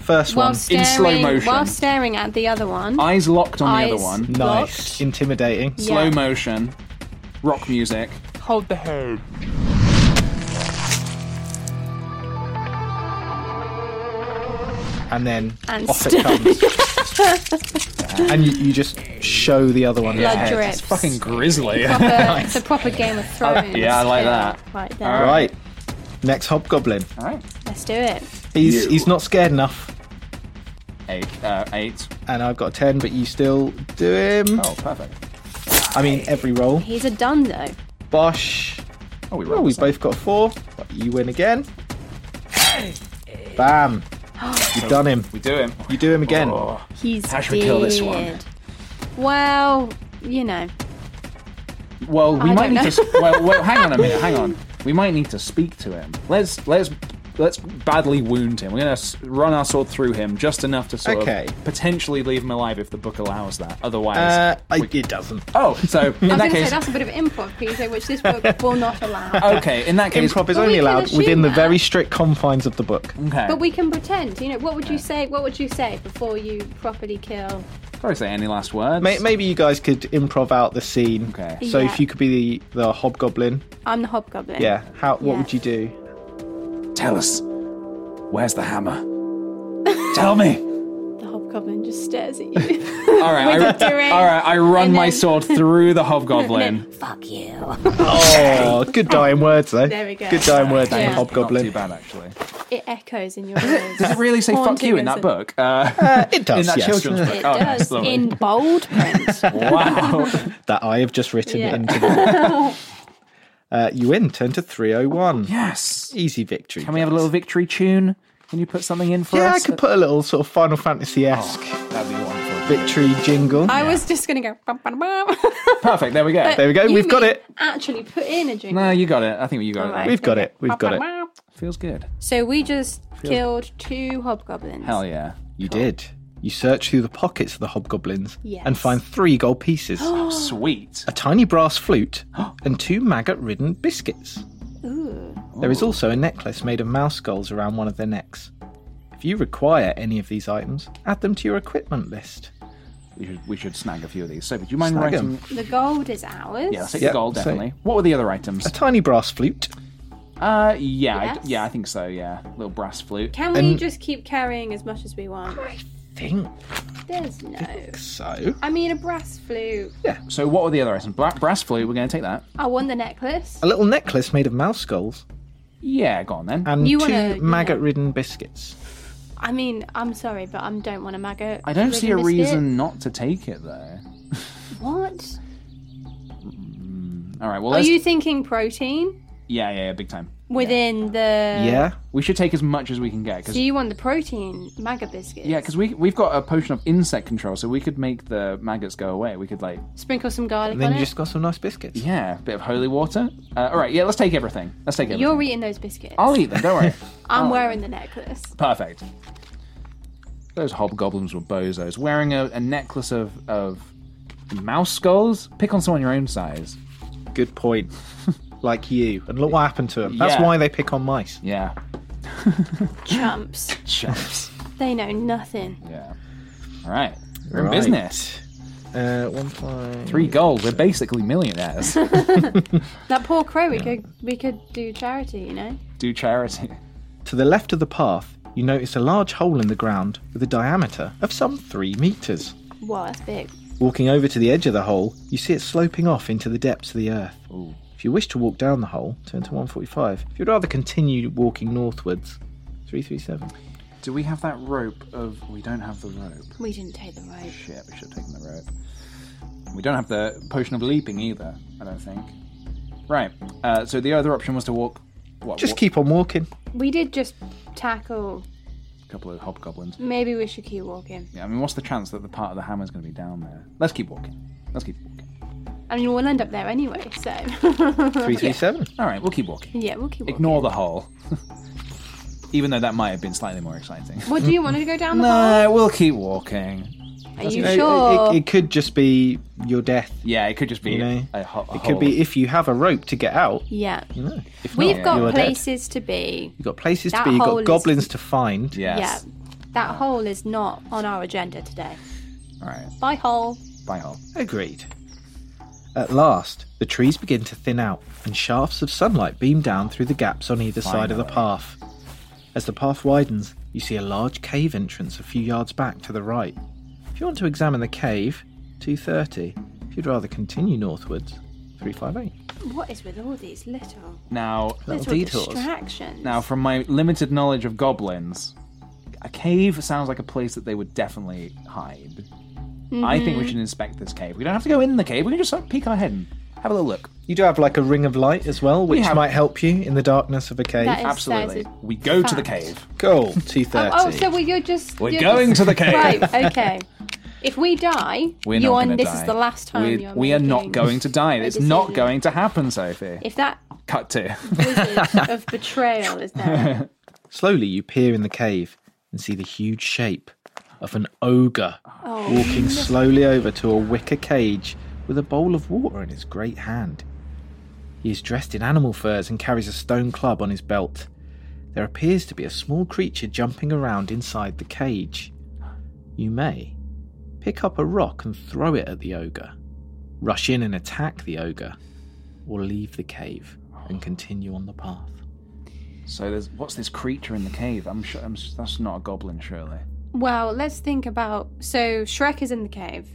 [SPEAKER 6] First
[SPEAKER 2] While
[SPEAKER 6] one.
[SPEAKER 2] staring,
[SPEAKER 3] slow motion.
[SPEAKER 2] While staring at the other one.
[SPEAKER 3] Eyes locked on the
[SPEAKER 2] Eyes
[SPEAKER 3] other one.
[SPEAKER 6] Nice.
[SPEAKER 2] blocked.
[SPEAKER 6] Intimidating.
[SPEAKER 2] Yeah.
[SPEAKER 3] Slow motion. Rock music.
[SPEAKER 7] Hold the head.
[SPEAKER 6] And then
[SPEAKER 2] And
[SPEAKER 6] off it comes. and you, you just show the other one.
[SPEAKER 2] Blood
[SPEAKER 6] Yeah.
[SPEAKER 2] drips.
[SPEAKER 3] It's fucking grisly.
[SPEAKER 2] Proper, It's a proper Game of Thrones.
[SPEAKER 3] Uh, Yeah, I like
[SPEAKER 2] feel
[SPEAKER 3] that.
[SPEAKER 2] Right there.
[SPEAKER 3] All
[SPEAKER 6] Right. Next hobgoblin.
[SPEAKER 3] All right.
[SPEAKER 2] Let's do it.
[SPEAKER 6] He's he's not scared enough.
[SPEAKER 3] Eight. Uh, eight.
[SPEAKER 6] And I've got a ten, but you still do him.
[SPEAKER 3] Oh, perfect.
[SPEAKER 6] I mean every roll.
[SPEAKER 2] He's a done though.
[SPEAKER 6] Bosh.
[SPEAKER 3] Oh, we
[SPEAKER 6] Oh,
[SPEAKER 3] rolled.
[SPEAKER 6] we
[SPEAKER 3] the same.
[SPEAKER 6] both got four. But you win again. Bam. You've done him.
[SPEAKER 3] We do him.
[SPEAKER 6] You do him again.
[SPEAKER 3] Oh,
[SPEAKER 2] He's
[SPEAKER 3] How should we kill this one?
[SPEAKER 2] dead. Well, you know.
[SPEAKER 3] Well, we
[SPEAKER 2] I
[SPEAKER 3] might
[SPEAKER 2] don't
[SPEAKER 3] need
[SPEAKER 2] know.
[SPEAKER 3] to. Well, well, hang on a minute. Hang on. We might need to speak to him. Let's let's let's badly wound him. We're gonna s- run our sword through him just enough to sort
[SPEAKER 6] Okay.
[SPEAKER 3] of potentially leave him alive if the book allows that. Otherwise,
[SPEAKER 6] Uh, I, it doesn't.
[SPEAKER 3] oh, so in
[SPEAKER 2] I was going to
[SPEAKER 3] that
[SPEAKER 2] say
[SPEAKER 3] case,
[SPEAKER 2] that's a bit of improv, Peter, which this book will not allow.
[SPEAKER 3] okay, in that case,
[SPEAKER 6] Improv
[SPEAKER 2] But we
[SPEAKER 6] is only
[SPEAKER 2] can
[SPEAKER 6] allowed
[SPEAKER 2] assume
[SPEAKER 6] within the
[SPEAKER 2] that.
[SPEAKER 6] very strict confines of the book.
[SPEAKER 3] okay.
[SPEAKER 2] But we can pretend. You know, what would you say? What would you say before you properly kill?
[SPEAKER 3] Probably say any last words.
[SPEAKER 6] May- Maybe you guys could improv out the scene.
[SPEAKER 3] Okay.
[SPEAKER 6] So
[SPEAKER 2] Yeah.
[SPEAKER 6] if you could be the, the hobgoblin,
[SPEAKER 2] I'm the hobgoblin.
[SPEAKER 6] yeah. How? What
[SPEAKER 2] Yeah.
[SPEAKER 6] would you do?
[SPEAKER 3] Tell us, where's the hammer? Tell me.
[SPEAKER 2] The hobgoblin just stares at you.
[SPEAKER 3] All right, I,
[SPEAKER 2] do it.
[SPEAKER 3] all right. I run
[SPEAKER 2] And
[SPEAKER 3] my
[SPEAKER 2] then-
[SPEAKER 3] sword through the hobgoblin.
[SPEAKER 2] Fuck you.
[SPEAKER 6] Oh, good dying words though.
[SPEAKER 2] There we go.
[SPEAKER 6] Good dying words,
[SPEAKER 2] Yeah.
[SPEAKER 6] from the
[SPEAKER 3] Not too
[SPEAKER 6] hobgoblin.
[SPEAKER 3] bad actually.
[SPEAKER 2] It echoes in your ears.
[SPEAKER 3] Does it really say "fuck
[SPEAKER 2] Haunting
[SPEAKER 3] you" in that
[SPEAKER 2] us.
[SPEAKER 3] book? Uh,
[SPEAKER 6] It does.
[SPEAKER 3] in that
[SPEAKER 6] yes.
[SPEAKER 3] children's book.
[SPEAKER 2] It
[SPEAKER 3] oh, nice,
[SPEAKER 2] does
[SPEAKER 3] lovely.
[SPEAKER 2] in bold print.
[SPEAKER 3] Wow.
[SPEAKER 6] that I have just written
[SPEAKER 2] Yeah.
[SPEAKER 6] into. The... uh, you win. Turn to three hundred one.
[SPEAKER 3] yes.
[SPEAKER 6] Easy victory.
[SPEAKER 3] Can we have a little victory tune? Can you put something in for
[SPEAKER 6] Yeah, I
[SPEAKER 3] us?
[SPEAKER 6] could put a little sort of Final Fantasy esque
[SPEAKER 3] Oh, That'd be wonderful.
[SPEAKER 6] victory jingle.
[SPEAKER 2] I was just going to go. Bum, bum, bum.
[SPEAKER 3] Perfect. There we go.
[SPEAKER 6] There we go.
[SPEAKER 2] You
[SPEAKER 6] We've got
[SPEAKER 2] mean
[SPEAKER 6] it.
[SPEAKER 2] Actually, put in a drink.
[SPEAKER 3] no, you got it. I think you got it.
[SPEAKER 2] All right.
[SPEAKER 6] We've got it. We've got it.
[SPEAKER 3] Feels good.
[SPEAKER 2] So we just killed two hobgoblins.
[SPEAKER 3] Hell yeah.
[SPEAKER 6] You did. You search through the pockets of the hobgoblins
[SPEAKER 2] Yes.
[SPEAKER 6] and find three gold pieces.
[SPEAKER 3] Sweet.
[SPEAKER 6] a tiny brass flute, and two maggot ridden biscuits.
[SPEAKER 2] Ooh.
[SPEAKER 6] There is also a necklace made of mouse skulls around one of their necks. If you require any of these items, add them to your equipment list.
[SPEAKER 3] We should, we should snag a few of these. So, do you mind
[SPEAKER 6] Snag 'em.
[SPEAKER 3] writing?
[SPEAKER 2] The gold is ours.
[SPEAKER 3] Yeah, let's take
[SPEAKER 6] Yep,
[SPEAKER 3] the gold,
[SPEAKER 6] so-
[SPEAKER 3] definitely. What were the other items?
[SPEAKER 6] A tiny brass flute.
[SPEAKER 3] Uh, yeah, I-
[SPEAKER 2] Yes.
[SPEAKER 3] yeah, I think so. Yeah, little brass flute.
[SPEAKER 2] Can we
[SPEAKER 6] And-
[SPEAKER 2] just keep carrying as much as we want?
[SPEAKER 6] Think
[SPEAKER 2] There's no.
[SPEAKER 6] so.
[SPEAKER 2] I mean, a brass flute.
[SPEAKER 3] So, what were the other items? Bla- brass flute. We're going to take that.
[SPEAKER 2] I want the necklace.
[SPEAKER 6] A little necklace made of mouse skulls
[SPEAKER 3] Yeah, go on then.
[SPEAKER 6] and
[SPEAKER 2] You
[SPEAKER 6] 2
[SPEAKER 2] wanna- you
[SPEAKER 6] maggot ridden biscuits.
[SPEAKER 2] I mean, I'm sorry, but I don't want a maggot.
[SPEAKER 3] I don't
[SPEAKER 2] ridden
[SPEAKER 3] see a
[SPEAKER 2] biscuit.
[SPEAKER 3] reason not to take it though.
[SPEAKER 2] What?
[SPEAKER 3] All right. Well,
[SPEAKER 2] Are
[SPEAKER 3] let's.
[SPEAKER 2] Oh, you thinking protein
[SPEAKER 3] Yeah, yeah, yeah, big time.
[SPEAKER 2] within the?
[SPEAKER 6] yeah?
[SPEAKER 3] We should take as much as we can get. Cause,
[SPEAKER 2] Do you want the protein maggot biscuit?
[SPEAKER 3] yeah, because we we've got a potion of insect control, so we could make the maggots go away. We could like
[SPEAKER 2] Sprinkle some garlic
[SPEAKER 6] And then
[SPEAKER 2] on
[SPEAKER 6] you
[SPEAKER 2] it.
[SPEAKER 6] just got some nice biscuits.
[SPEAKER 3] yeah, a bit of holy water. Uh, all right, yeah, let's take everything. Let's take everything.
[SPEAKER 2] You're eating those biscuits.
[SPEAKER 3] I'll eat them. Don't worry.
[SPEAKER 2] I'm wearing the necklace.
[SPEAKER 3] Perfect. Those hobgoblins were bozos. Wearing a, a necklace of of mouse skulls. Pick on someone your own size.
[SPEAKER 6] Good point. like you. And look what happened to them. That's
[SPEAKER 3] Yeah.
[SPEAKER 6] why they pick on mice.
[SPEAKER 3] Yeah.
[SPEAKER 2] Chumps.
[SPEAKER 3] Chumps.
[SPEAKER 2] They know nothing.
[SPEAKER 3] yeah. All right. We're in
[SPEAKER 6] Right.
[SPEAKER 3] business.
[SPEAKER 6] Uh, one five.
[SPEAKER 3] Three gold. We're basically millionaires.
[SPEAKER 2] That poor crow. We could we could do charity. You know.
[SPEAKER 3] Do charity.
[SPEAKER 6] To the left of the path, you notice a large hole in the ground with a diameter of some three metres.
[SPEAKER 2] Wow, that's big.
[SPEAKER 6] Walking over to the edge of the hole, you see it sloping off into the depths of the earth. If you wish to walk down the hole, turn to 145. If you'd rather continue walking northwards, Three three seven.
[SPEAKER 3] Do we have that rope of. We don't have the rope.
[SPEAKER 2] We didn't take the rope.
[SPEAKER 3] Shit, we should have taken the rope. We don't have the potion of leaping either, I don't think. Right, uh, so the other option was to walk. What,
[SPEAKER 6] Just
[SPEAKER 3] walk-
[SPEAKER 6] keep on walking.
[SPEAKER 2] We did just tackle.
[SPEAKER 3] A couple of hobgoblins.
[SPEAKER 2] Maybe we should keep walking.
[SPEAKER 3] Yeah, I mean, what's the chance that the part of the hammer's going to be down there? Let's keep walking. Let's keep walking.
[SPEAKER 9] I mean, we'll end up there anyway, so. yeah.
[SPEAKER 6] seven.
[SPEAKER 3] All right, we'll keep walking.
[SPEAKER 9] yeah, we'll keep walking.
[SPEAKER 3] Ignore the hole. Even though that might have been slightly more exciting.
[SPEAKER 2] What do you want to go down the hall?
[SPEAKER 3] No, we'll keep walking.
[SPEAKER 2] Are you
[SPEAKER 6] know, it-
[SPEAKER 2] sure?
[SPEAKER 6] It, it could just be your death.
[SPEAKER 3] Yeah, it could just be
[SPEAKER 6] You know,
[SPEAKER 3] a, ho- a
[SPEAKER 6] It could be if you have a rope to get out.
[SPEAKER 2] yeah.
[SPEAKER 6] You know, if
[SPEAKER 2] We've
[SPEAKER 6] not,
[SPEAKER 2] got
[SPEAKER 6] you're dead.
[SPEAKER 2] places to be.
[SPEAKER 6] You've got places
[SPEAKER 2] That
[SPEAKER 6] to be. You've
[SPEAKER 2] hole
[SPEAKER 6] got
[SPEAKER 2] is-
[SPEAKER 6] goblins to find.
[SPEAKER 3] Yes.
[SPEAKER 2] Yeah. That hole is not on our agenda today.
[SPEAKER 3] All right.
[SPEAKER 2] Bye, hole.
[SPEAKER 3] Bye, hole.
[SPEAKER 6] Agreed. At last, the trees begin to thin out, and shafts of sunlight beam down through the gaps on either side of the path. As the path widens, you see a large cave entrance a few yards back to the right. If you want to examine the cave, 230. If you'd rather continue northwards, 358.
[SPEAKER 2] What is with all these little,
[SPEAKER 3] Now,
[SPEAKER 2] little distractions?
[SPEAKER 3] now, from my limited knowledge of goblins, a cave sounds like a place that they would definitely hide. I think
[SPEAKER 2] Mm-hmm.
[SPEAKER 3] we should inspect this cave. We don't have to go in the cave. We can just sort of peek our head and have a little look.
[SPEAKER 6] You do have like a ring of light as well, which
[SPEAKER 3] have-
[SPEAKER 6] might help you in the darkness of a cave.
[SPEAKER 2] That is-
[SPEAKER 3] Absolutely.
[SPEAKER 2] that is a
[SPEAKER 3] We go to the
[SPEAKER 2] fact.
[SPEAKER 3] cave.
[SPEAKER 6] Cool, 230.
[SPEAKER 2] Oh, oh, so well, you're just.
[SPEAKER 3] We're
[SPEAKER 2] you're
[SPEAKER 3] going
[SPEAKER 2] just-
[SPEAKER 3] to the cave.
[SPEAKER 2] Right, okay. If we die,
[SPEAKER 3] We're
[SPEAKER 2] you're
[SPEAKER 3] not
[SPEAKER 2] on,
[SPEAKER 3] gonna
[SPEAKER 2] this
[SPEAKER 3] die.
[SPEAKER 2] is the last time
[SPEAKER 3] We're,
[SPEAKER 2] you're
[SPEAKER 3] we are not
[SPEAKER 2] making
[SPEAKER 3] going to die.
[SPEAKER 2] a
[SPEAKER 3] It's not
[SPEAKER 2] decision.
[SPEAKER 3] going to happen, Sophie.
[SPEAKER 2] If that
[SPEAKER 3] Cut to.
[SPEAKER 2] wizard of betrayal is there,
[SPEAKER 6] Slowly, you peer in the cave and see the huge shape of an ogre walking slowly over to a wicker cage with a bowl of water in his great hand. He is dressed in animal furs and carries a stone club on his belt. There appears to be a small creature jumping around inside the cage. You may pick up a rock and throw it at the ogre, rush in and attack the ogre, or leave the cave and continue on the path.
[SPEAKER 3] So there's what's this creature in the cave? I'm sure I'm, s- that's not a goblin, surely.
[SPEAKER 2] well, let's think about. So Shrek is in the cave.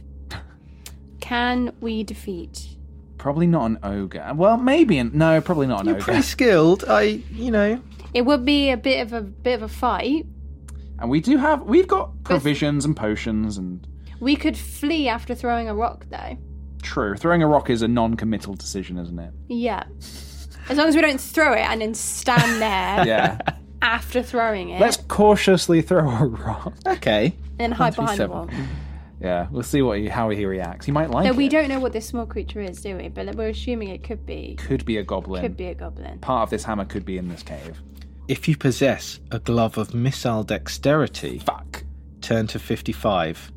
[SPEAKER 2] Can we defeat?
[SPEAKER 3] Probably not an ogre. Well, maybe an, no, probably not an
[SPEAKER 6] You're
[SPEAKER 3] ogre.
[SPEAKER 6] pretty skilled. I, you know,
[SPEAKER 2] It would be a bit of a bit of a fight.
[SPEAKER 3] And we do have we've got provisions and potions and
[SPEAKER 2] We could flee after throwing a rock, though.
[SPEAKER 3] true. Throwing a rock is a non-committal decision, isn't it?
[SPEAKER 2] Yeah. As long as we don't throw it and then stand there
[SPEAKER 3] Yeah.
[SPEAKER 2] after throwing it,
[SPEAKER 3] Let's cautiously throw a rock.
[SPEAKER 6] okay.
[SPEAKER 2] and then hide behind the
[SPEAKER 6] 137.
[SPEAKER 2] wall.
[SPEAKER 3] Yeah, we'll see what he, how he reacts. He might like
[SPEAKER 2] No,
[SPEAKER 3] it.
[SPEAKER 2] we don't know what this small creature is, do we? But we're assuming it could be
[SPEAKER 3] Could be a goblin.
[SPEAKER 2] could be a goblin.
[SPEAKER 3] Part of this hammer could be in this cave.
[SPEAKER 6] If you possess a glove of missile dexterity,
[SPEAKER 3] Fuck.
[SPEAKER 6] turn to 55.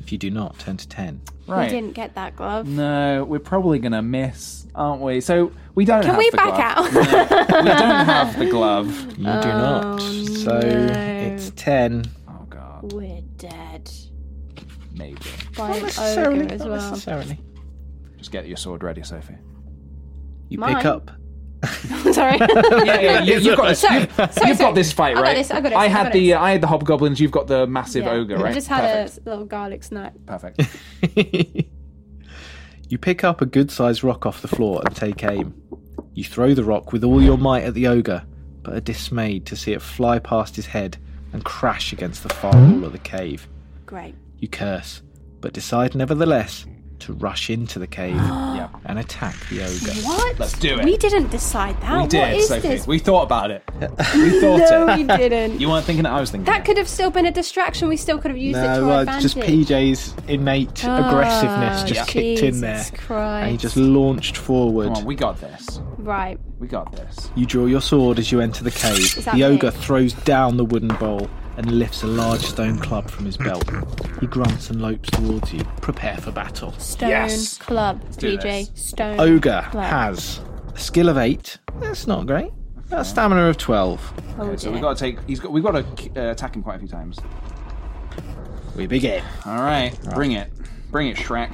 [SPEAKER 6] If you do not, turn to 10.
[SPEAKER 3] Right.
[SPEAKER 2] We didn't get that glove.
[SPEAKER 3] No, we're probably gonna miss, aren't we? So we don't.
[SPEAKER 2] Can
[SPEAKER 3] have
[SPEAKER 2] we
[SPEAKER 3] the
[SPEAKER 2] back
[SPEAKER 3] glove.
[SPEAKER 2] out?
[SPEAKER 3] we don't have the glove.
[SPEAKER 2] Oh,
[SPEAKER 6] You do not. So it's 10.
[SPEAKER 3] Oh god,
[SPEAKER 2] We're dead.
[SPEAKER 3] maybe.
[SPEAKER 2] By an
[SPEAKER 6] Necessarily,
[SPEAKER 2] ogre as
[SPEAKER 6] not
[SPEAKER 2] well.
[SPEAKER 6] necessarily.
[SPEAKER 3] Just get your sword ready, Sophie.
[SPEAKER 6] You
[SPEAKER 2] Mine?
[SPEAKER 6] pick up.
[SPEAKER 2] Sorry.
[SPEAKER 3] Yeah, yeah, you, have got this.
[SPEAKER 2] Sorry,
[SPEAKER 3] you've,
[SPEAKER 2] sorry, sorry.
[SPEAKER 3] you've got this fight,
[SPEAKER 2] I got
[SPEAKER 3] right?
[SPEAKER 2] this, I got it, I
[SPEAKER 3] had
[SPEAKER 2] got
[SPEAKER 3] the
[SPEAKER 2] it.
[SPEAKER 3] uh, I had the hobgoblins. You've got the massive
[SPEAKER 2] Yeah.
[SPEAKER 3] ogre, right?
[SPEAKER 2] I just had
[SPEAKER 3] Perfect.
[SPEAKER 2] a little garlic snack.
[SPEAKER 3] Perfect.
[SPEAKER 6] you pick up a good sized rock off the floor and take aim. You throw the rock with all your might at the ogre, but are dismayed to see it fly past his head and crash against the far wall of the cave.
[SPEAKER 2] Great.
[SPEAKER 6] You curse, but decide nevertheless to rush into the cave
[SPEAKER 3] yeah,
[SPEAKER 6] and attack the ogre.
[SPEAKER 2] What?
[SPEAKER 3] let's do it.
[SPEAKER 2] We didn't decide that.
[SPEAKER 3] we
[SPEAKER 2] what
[SPEAKER 3] did,
[SPEAKER 2] is
[SPEAKER 3] Sophie.
[SPEAKER 2] this?
[SPEAKER 3] We thought about it. We thought
[SPEAKER 2] no,
[SPEAKER 3] it.
[SPEAKER 2] we didn't.
[SPEAKER 3] You weren't thinking it. I was thinking
[SPEAKER 2] That
[SPEAKER 3] it.
[SPEAKER 2] could have still been a distraction. We still could have used it to
[SPEAKER 6] No,
[SPEAKER 2] our
[SPEAKER 6] well, it's
[SPEAKER 2] advantage. Ah,
[SPEAKER 6] just PJ's innate aggressiveness just kicked in there.
[SPEAKER 2] Jesus
[SPEAKER 6] And he just
[SPEAKER 2] Christ.
[SPEAKER 6] launched forward.
[SPEAKER 3] Come on, we got this.
[SPEAKER 2] Right.
[SPEAKER 3] We got this.
[SPEAKER 6] You draw your sword as you enter the cave.
[SPEAKER 2] Is that
[SPEAKER 6] The ogre
[SPEAKER 2] big?
[SPEAKER 6] throws down the wooden bowl and lifts a large stone club from his belt. He grunts and lopes towards you. Prepare for battle.
[SPEAKER 2] Stone
[SPEAKER 3] Yes.
[SPEAKER 2] club.
[SPEAKER 3] do
[SPEAKER 2] PJ. Stone.
[SPEAKER 6] Ogre
[SPEAKER 2] club.
[SPEAKER 6] has a skill of eight. That's not great. A stamina of twelve.
[SPEAKER 2] Oh,
[SPEAKER 3] Okay, so
[SPEAKER 2] dear.
[SPEAKER 3] we got to take. He's got. We've got to uh, attack him quite a few times.
[SPEAKER 6] We begin.
[SPEAKER 3] All right, bring it, bring it, Shrek.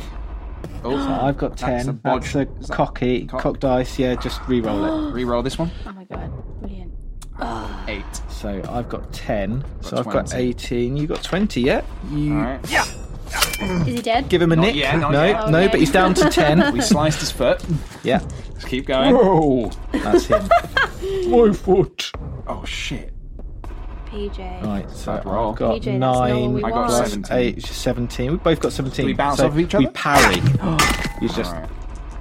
[SPEAKER 3] Oh,
[SPEAKER 6] I've got
[SPEAKER 3] That's a
[SPEAKER 6] ten.
[SPEAKER 3] bodge.
[SPEAKER 6] That's a
[SPEAKER 3] Is that
[SPEAKER 6] cocky
[SPEAKER 3] cock?
[SPEAKER 6] cock dice. Yeah, just re-roll it.
[SPEAKER 3] Reroll this one.
[SPEAKER 2] Oh my god. Brilliant.
[SPEAKER 3] Eight.
[SPEAKER 6] So I've got ten. so I've got
[SPEAKER 3] 20.
[SPEAKER 6] eighteen. You got twenty. Yeah. You
[SPEAKER 3] All right.
[SPEAKER 2] Is he dead?
[SPEAKER 6] give him a nick.
[SPEAKER 3] yet,
[SPEAKER 6] no,
[SPEAKER 3] not yet.
[SPEAKER 6] no, but he's down to ten.
[SPEAKER 3] We sliced his foot.
[SPEAKER 6] yeah,
[SPEAKER 3] Let's keep going.
[SPEAKER 6] that's him. My foot.
[SPEAKER 3] Oh shit.
[SPEAKER 2] PJ.
[SPEAKER 6] Right, so
[SPEAKER 3] Bad roll.
[SPEAKER 6] I've got
[SPEAKER 2] PJ, that's not what
[SPEAKER 6] nine.
[SPEAKER 2] we I got want.
[SPEAKER 6] plus
[SPEAKER 2] 17.
[SPEAKER 6] eight, 17. We both got seventeen.
[SPEAKER 3] we bounce
[SPEAKER 6] so
[SPEAKER 3] off of each
[SPEAKER 6] We
[SPEAKER 3] other?
[SPEAKER 6] parry. you just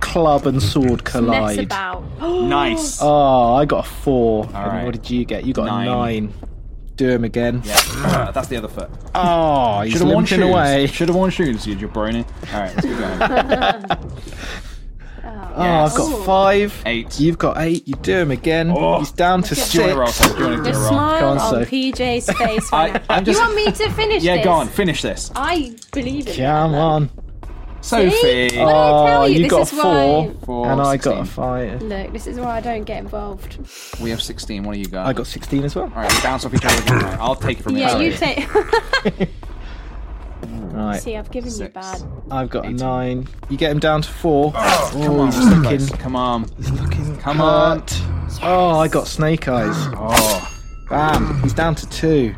[SPEAKER 6] club and sword
[SPEAKER 2] Mess
[SPEAKER 6] collide.
[SPEAKER 2] about.
[SPEAKER 3] Nice.
[SPEAKER 6] Oh, I got a four. And
[SPEAKER 3] right.
[SPEAKER 6] What did you get? You got
[SPEAKER 3] Nine.
[SPEAKER 6] a nine. Do him again.
[SPEAKER 3] Yeah, Ah, that's the other foot.
[SPEAKER 6] Oh, he's
[SPEAKER 3] Should have worn
[SPEAKER 6] limping
[SPEAKER 3] shoes.
[SPEAKER 6] away.
[SPEAKER 3] Should have worn shoes, you jabroni. All right, let's keep going.
[SPEAKER 6] Oh, I've got five.
[SPEAKER 3] Eight. Oh.
[SPEAKER 6] You've got eight. You do him again. he's down to
[SPEAKER 3] Do you want to roll?
[SPEAKER 6] six.
[SPEAKER 3] Sam? Do you want to
[SPEAKER 2] The
[SPEAKER 3] do a roll?
[SPEAKER 2] smile
[SPEAKER 6] Go on,
[SPEAKER 2] on,
[SPEAKER 6] Soph.
[SPEAKER 2] PJ's face.
[SPEAKER 3] I-
[SPEAKER 2] Right now.
[SPEAKER 3] I'm just-
[SPEAKER 2] You want me to finish
[SPEAKER 3] Yeah,
[SPEAKER 2] this?
[SPEAKER 3] go on, finish this.
[SPEAKER 2] I believe in
[SPEAKER 6] Come on.
[SPEAKER 3] Sophie.
[SPEAKER 2] What did I tell
[SPEAKER 6] Oh,
[SPEAKER 2] you?
[SPEAKER 6] you
[SPEAKER 2] this
[SPEAKER 6] got
[SPEAKER 2] is
[SPEAKER 6] four.
[SPEAKER 2] why.
[SPEAKER 3] Four,
[SPEAKER 6] and I
[SPEAKER 3] 16.
[SPEAKER 6] got a five.
[SPEAKER 2] Look, this is why I don't get involved.
[SPEAKER 3] We have 16. What do you got?
[SPEAKER 6] I got 16 as well.
[SPEAKER 3] All right, we bounce off each other again. All right, I'll take it from
[SPEAKER 2] Yeah,
[SPEAKER 3] here.
[SPEAKER 2] you take.
[SPEAKER 6] Right.
[SPEAKER 2] See, I've given you bad.
[SPEAKER 6] I've got a nine. You get him down to four. Oh,
[SPEAKER 3] Come on,
[SPEAKER 6] he's
[SPEAKER 3] we're so
[SPEAKER 6] looking.
[SPEAKER 3] close. Come on.
[SPEAKER 6] looking
[SPEAKER 3] Come on.
[SPEAKER 6] hurt. Oh, I got snake eyes.
[SPEAKER 3] Oh,
[SPEAKER 6] Bam. He's down to two.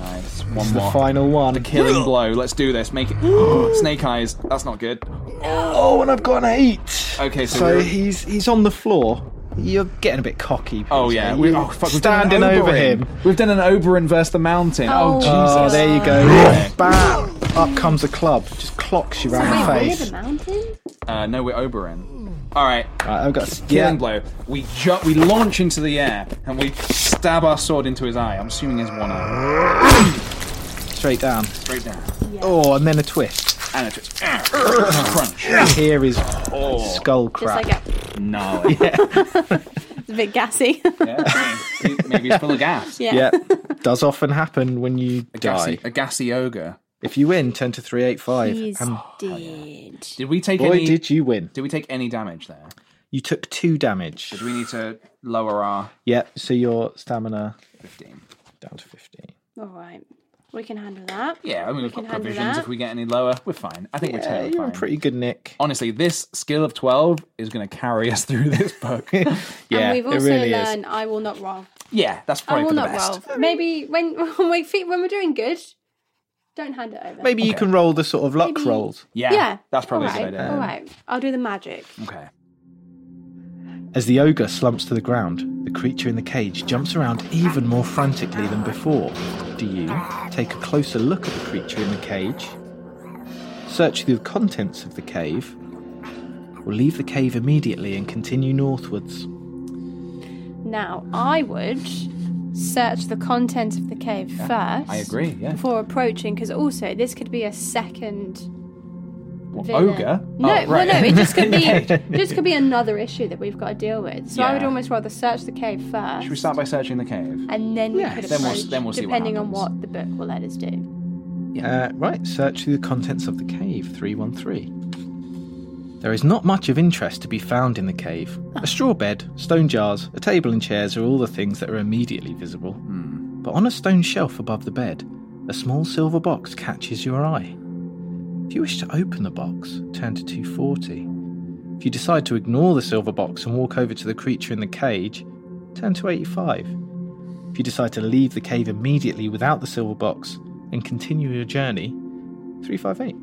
[SPEAKER 3] nice.
[SPEAKER 6] This
[SPEAKER 3] One
[SPEAKER 6] is the
[SPEAKER 3] more.
[SPEAKER 6] final one.
[SPEAKER 3] Killing blow. Let's do this. Make it. Oh, snake eyes. That's not good.
[SPEAKER 6] Oh, and I've got an eight.
[SPEAKER 3] Okay, so
[SPEAKER 6] so
[SPEAKER 3] we're-
[SPEAKER 6] he's he's on the floor. You're getting a bit cocky.
[SPEAKER 3] Oh
[SPEAKER 6] PJ.
[SPEAKER 3] yeah.
[SPEAKER 6] You-
[SPEAKER 3] We, oh fuck. We've done an
[SPEAKER 6] standing over
[SPEAKER 3] Oberyn.
[SPEAKER 6] him.
[SPEAKER 3] We've done an Oberon versus the mountain. Oh,
[SPEAKER 2] Oh.
[SPEAKER 3] Jesus.
[SPEAKER 6] Oh, there you go.
[SPEAKER 3] Yeah.
[SPEAKER 6] Bam! Up comes a club. Just clocks you round the
[SPEAKER 2] Wait, we're
[SPEAKER 6] face.
[SPEAKER 2] the mountain?
[SPEAKER 3] Uh, no, we're Oberon. All right.
[SPEAKER 6] Right, I've got
[SPEAKER 3] Killing
[SPEAKER 6] yeah.
[SPEAKER 3] blow. We ju- we launch into the air and we stab our sword into his eye. I'm assuming his one eye.
[SPEAKER 6] straight down.
[SPEAKER 3] Straight down.
[SPEAKER 6] Oh, and then a twist.
[SPEAKER 3] And a twist. Ah, crunch.
[SPEAKER 6] Here is
[SPEAKER 3] Oh,
[SPEAKER 6] skull
[SPEAKER 2] Just
[SPEAKER 6] crack.
[SPEAKER 2] like a,
[SPEAKER 3] gnarly.
[SPEAKER 2] it's a bit gassy.
[SPEAKER 3] Yeah, maybe- Maybe it's full of gas.
[SPEAKER 2] yeah.
[SPEAKER 6] yeah, does often happen when you
[SPEAKER 3] A
[SPEAKER 6] die.
[SPEAKER 3] gassy, a gassy ogre.
[SPEAKER 6] If you win, ten to three, eight, five.
[SPEAKER 2] He's
[SPEAKER 6] And
[SPEAKER 2] dead.
[SPEAKER 3] Did we take
[SPEAKER 6] boy,
[SPEAKER 3] any?
[SPEAKER 6] did you win!
[SPEAKER 3] Did we take any damage there?
[SPEAKER 6] You took two damage.
[SPEAKER 3] Did we need to lower our
[SPEAKER 6] Yeah, so your stamina
[SPEAKER 3] 15?
[SPEAKER 6] down to fifteen.
[SPEAKER 2] All right. We can handle that.
[SPEAKER 3] Yeah, I mean, we've
[SPEAKER 2] can
[SPEAKER 3] got
[SPEAKER 2] handle
[SPEAKER 3] provisions.
[SPEAKER 2] that.
[SPEAKER 3] If we get any lower, we're fine. I think we're
[SPEAKER 6] Yeah,
[SPEAKER 3] totally
[SPEAKER 6] you're in
[SPEAKER 3] fine.
[SPEAKER 6] pretty good nick.
[SPEAKER 3] Honestly, this skill of 12 is going to carry us through this book.
[SPEAKER 6] Yeah,
[SPEAKER 2] and we've
[SPEAKER 6] it
[SPEAKER 2] also
[SPEAKER 6] really is.
[SPEAKER 2] learned I will not roll.
[SPEAKER 3] yeah, that's
[SPEAKER 2] I
[SPEAKER 3] probably
[SPEAKER 2] will
[SPEAKER 3] for the
[SPEAKER 2] Oh, not
[SPEAKER 3] best.
[SPEAKER 2] roll. Maybe when when we fe- when we're doing good, don't hand it over.
[SPEAKER 6] Maybe you can roll the sort of luck
[SPEAKER 2] Maybe-
[SPEAKER 6] rolls.
[SPEAKER 3] Yeah, that's probably
[SPEAKER 2] All
[SPEAKER 3] a
[SPEAKER 2] right.
[SPEAKER 3] good idea.
[SPEAKER 2] All right. I'll do the magic.
[SPEAKER 3] Okay.
[SPEAKER 6] As the ogre slumps to the ground, the creature in the cage jumps around even more frantically than before. Do you take a closer look at the creature in the cage, search through the contents of the cave, or leave the cave immediately and continue northwards?
[SPEAKER 2] Now, I would search the contents of the cave first.
[SPEAKER 3] I agree, yeah.
[SPEAKER 2] Before approaching, because also this could be a second. villain.
[SPEAKER 3] ogre?
[SPEAKER 2] No,
[SPEAKER 3] Oh, right.
[SPEAKER 2] well, no. It just could be, it just could be another issue that we've got to deal with. So I would
[SPEAKER 3] Yeah.
[SPEAKER 2] almost rather search the cave first.
[SPEAKER 3] Should we start by searching the cave?
[SPEAKER 2] and then
[SPEAKER 6] Yes.
[SPEAKER 2] we could
[SPEAKER 3] Then we'll-
[SPEAKER 2] approach,
[SPEAKER 3] then we'll see what
[SPEAKER 2] depending on
[SPEAKER 3] happens.
[SPEAKER 2] what the book will let us do.
[SPEAKER 6] Uh, right, search through the contents of the cave 313. There is not much of interest to be found in the cave. A straw bed, stone jars, a table and chairs are all the things that are immediately visible. But on a stone shelf above the bed, a small silver box catches your eye. If you wish to open the box, turn to 240. If you decide to ignore the silver box and walk over to the creature in the cage, turn to 85. If you decide to leave the cave immediately without the silver box and continue your journey, 358.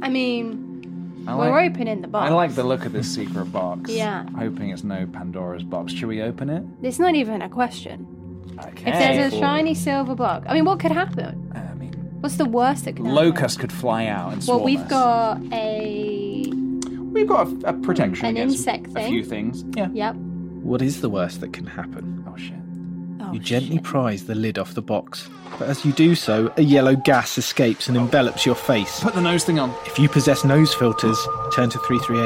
[SPEAKER 2] I mean,
[SPEAKER 3] I
[SPEAKER 2] we're
[SPEAKER 3] like,
[SPEAKER 2] opening the box.
[SPEAKER 3] I like the look of this secret box.
[SPEAKER 2] Yeah.
[SPEAKER 3] Hoping it's no Pandora's box. Should we open it?
[SPEAKER 2] It's not even a question.
[SPEAKER 3] Okay.
[SPEAKER 2] If there's a shiny silver box, I mean, what could happen?
[SPEAKER 3] I mean,
[SPEAKER 2] What's the worst that could happen?
[SPEAKER 3] locust could fly out and swarm
[SPEAKER 2] Well, we've
[SPEAKER 3] us.
[SPEAKER 2] got a.
[SPEAKER 3] We've got a, a protection
[SPEAKER 2] An
[SPEAKER 3] against
[SPEAKER 2] insect
[SPEAKER 3] a
[SPEAKER 2] thing.
[SPEAKER 3] few things. Yeah.
[SPEAKER 2] Yep.
[SPEAKER 6] What is the worst that can happen?
[SPEAKER 3] Oh shit.
[SPEAKER 2] Oh,
[SPEAKER 6] you gently
[SPEAKER 2] shit.
[SPEAKER 6] prise the lid off the box, but as you do so, a yellow gas escapes and envelops your face.
[SPEAKER 3] Put the nose thing on.
[SPEAKER 6] If you possess nose filters, turn to 338,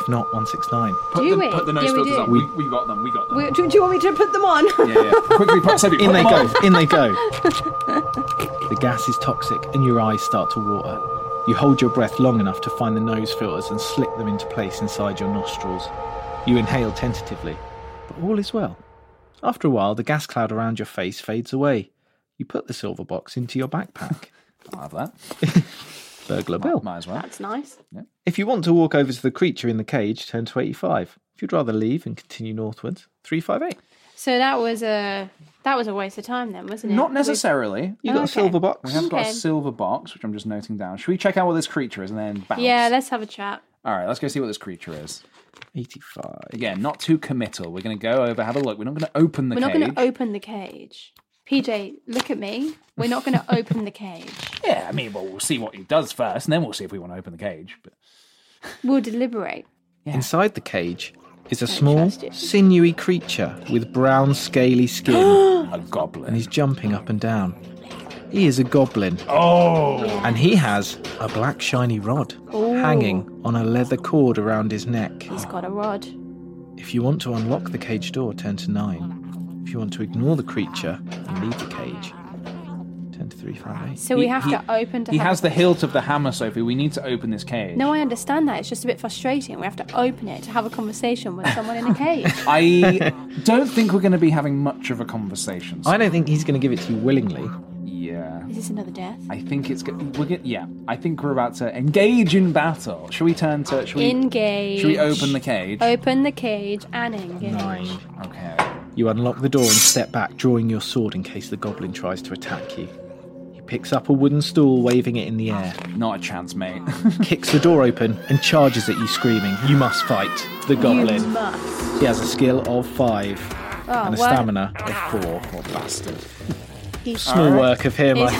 [SPEAKER 6] if not 169.
[SPEAKER 3] Put
[SPEAKER 2] Do
[SPEAKER 3] the,
[SPEAKER 2] we?
[SPEAKER 3] Put the nose
[SPEAKER 2] Yeah, we
[SPEAKER 3] filters
[SPEAKER 2] do.
[SPEAKER 3] on. We, we got them. We got them.
[SPEAKER 2] Wait, do, do you want me to put them on?
[SPEAKER 3] yeah, yeah. Quickly, put, Sophie,
[SPEAKER 6] In
[SPEAKER 3] put
[SPEAKER 6] they
[SPEAKER 3] them
[SPEAKER 6] go,
[SPEAKER 3] on.
[SPEAKER 6] in they go. The gas is toxic and your eyes start to water. You hold your breath long enough to find the nose filters and slip them into place inside your nostrils. You inhale tentatively, but all is well. After a while, the gas cloud around your face fades away. You put the silver box into your backpack.
[SPEAKER 3] I'll have that.
[SPEAKER 6] Burglar Bill.
[SPEAKER 3] Might as well.
[SPEAKER 2] That's nice.
[SPEAKER 6] If you want to walk over to the creature in the cage, turn to 85. If you'd rather leave and continue northwards, 358.
[SPEAKER 2] So that was a that was a waste of time then, wasn't it?
[SPEAKER 3] Not necessarily.
[SPEAKER 6] You got a
[SPEAKER 2] Okay.
[SPEAKER 6] silver box.
[SPEAKER 3] We have got a
[SPEAKER 2] Okay.
[SPEAKER 3] silver box, which I'm just noting down. Should we check out what this creature is and then bounce?
[SPEAKER 2] We- Yeah, let's have a chat.
[SPEAKER 3] All right, let's go see what this creature is.
[SPEAKER 6] 85.
[SPEAKER 3] Again, not too committal. We're going to go over, have a look. We're not going to open the
[SPEAKER 2] We're not
[SPEAKER 3] cage.
[SPEAKER 2] going to open the cage. PJ, look at me. We're not going to open the cage.
[SPEAKER 3] Yeah, I mean, well, we'll see what he does first, and then we'll see if we want to open the cage. But
[SPEAKER 2] We'll deliberate.
[SPEAKER 6] Inside the cage is a small, sinewy creature with brown, scaly skin. a
[SPEAKER 3] goblin.
[SPEAKER 6] And he's jumping up and down. He is a goblin.
[SPEAKER 3] Oh!
[SPEAKER 6] And he has a black, shiny rod
[SPEAKER 2] Ooh.
[SPEAKER 6] hanging on a leather cord around his neck.
[SPEAKER 2] He's got
[SPEAKER 3] Um,
[SPEAKER 2] a rod.
[SPEAKER 6] If you want to unlock the cage door, turn to 9. If you want to ignore the creature and leave the cage, turn to 358.
[SPEAKER 2] So we have to open to
[SPEAKER 3] he
[SPEAKER 2] have
[SPEAKER 3] has the hilt of the hammer, Sophie. We need to open this cage.
[SPEAKER 2] No, I understand that. It's just a bit frustrating. We have to open it to have a conversation with someone in a cage.
[SPEAKER 3] I don't think we're going to be having much of a conversation.
[SPEAKER 6] I don't think he's going to give it to you willingly.
[SPEAKER 3] Yeah.
[SPEAKER 2] Is this another death?
[SPEAKER 3] I think it's good. We're get, yeah. I think we're about to engage in battle. Shall we turn to? Shall we?
[SPEAKER 2] engage.
[SPEAKER 3] Shall we open the cage?
[SPEAKER 2] Open the cage and engage.
[SPEAKER 3] Okay.
[SPEAKER 6] You unlock the door and step back, drawing your sword in case the goblin tries to attack you. He picks up a wooden stool, waving it in the air.
[SPEAKER 3] Not a chance, mate.
[SPEAKER 6] kicks the door open and charges at you, screaming, You must fight the goblin.
[SPEAKER 2] You must.
[SPEAKER 6] He has a skill of five
[SPEAKER 2] Oh,
[SPEAKER 6] and a
[SPEAKER 2] what?
[SPEAKER 6] stamina of four. What bastard.
[SPEAKER 2] He-
[SPEAKER 6] Small work of him, I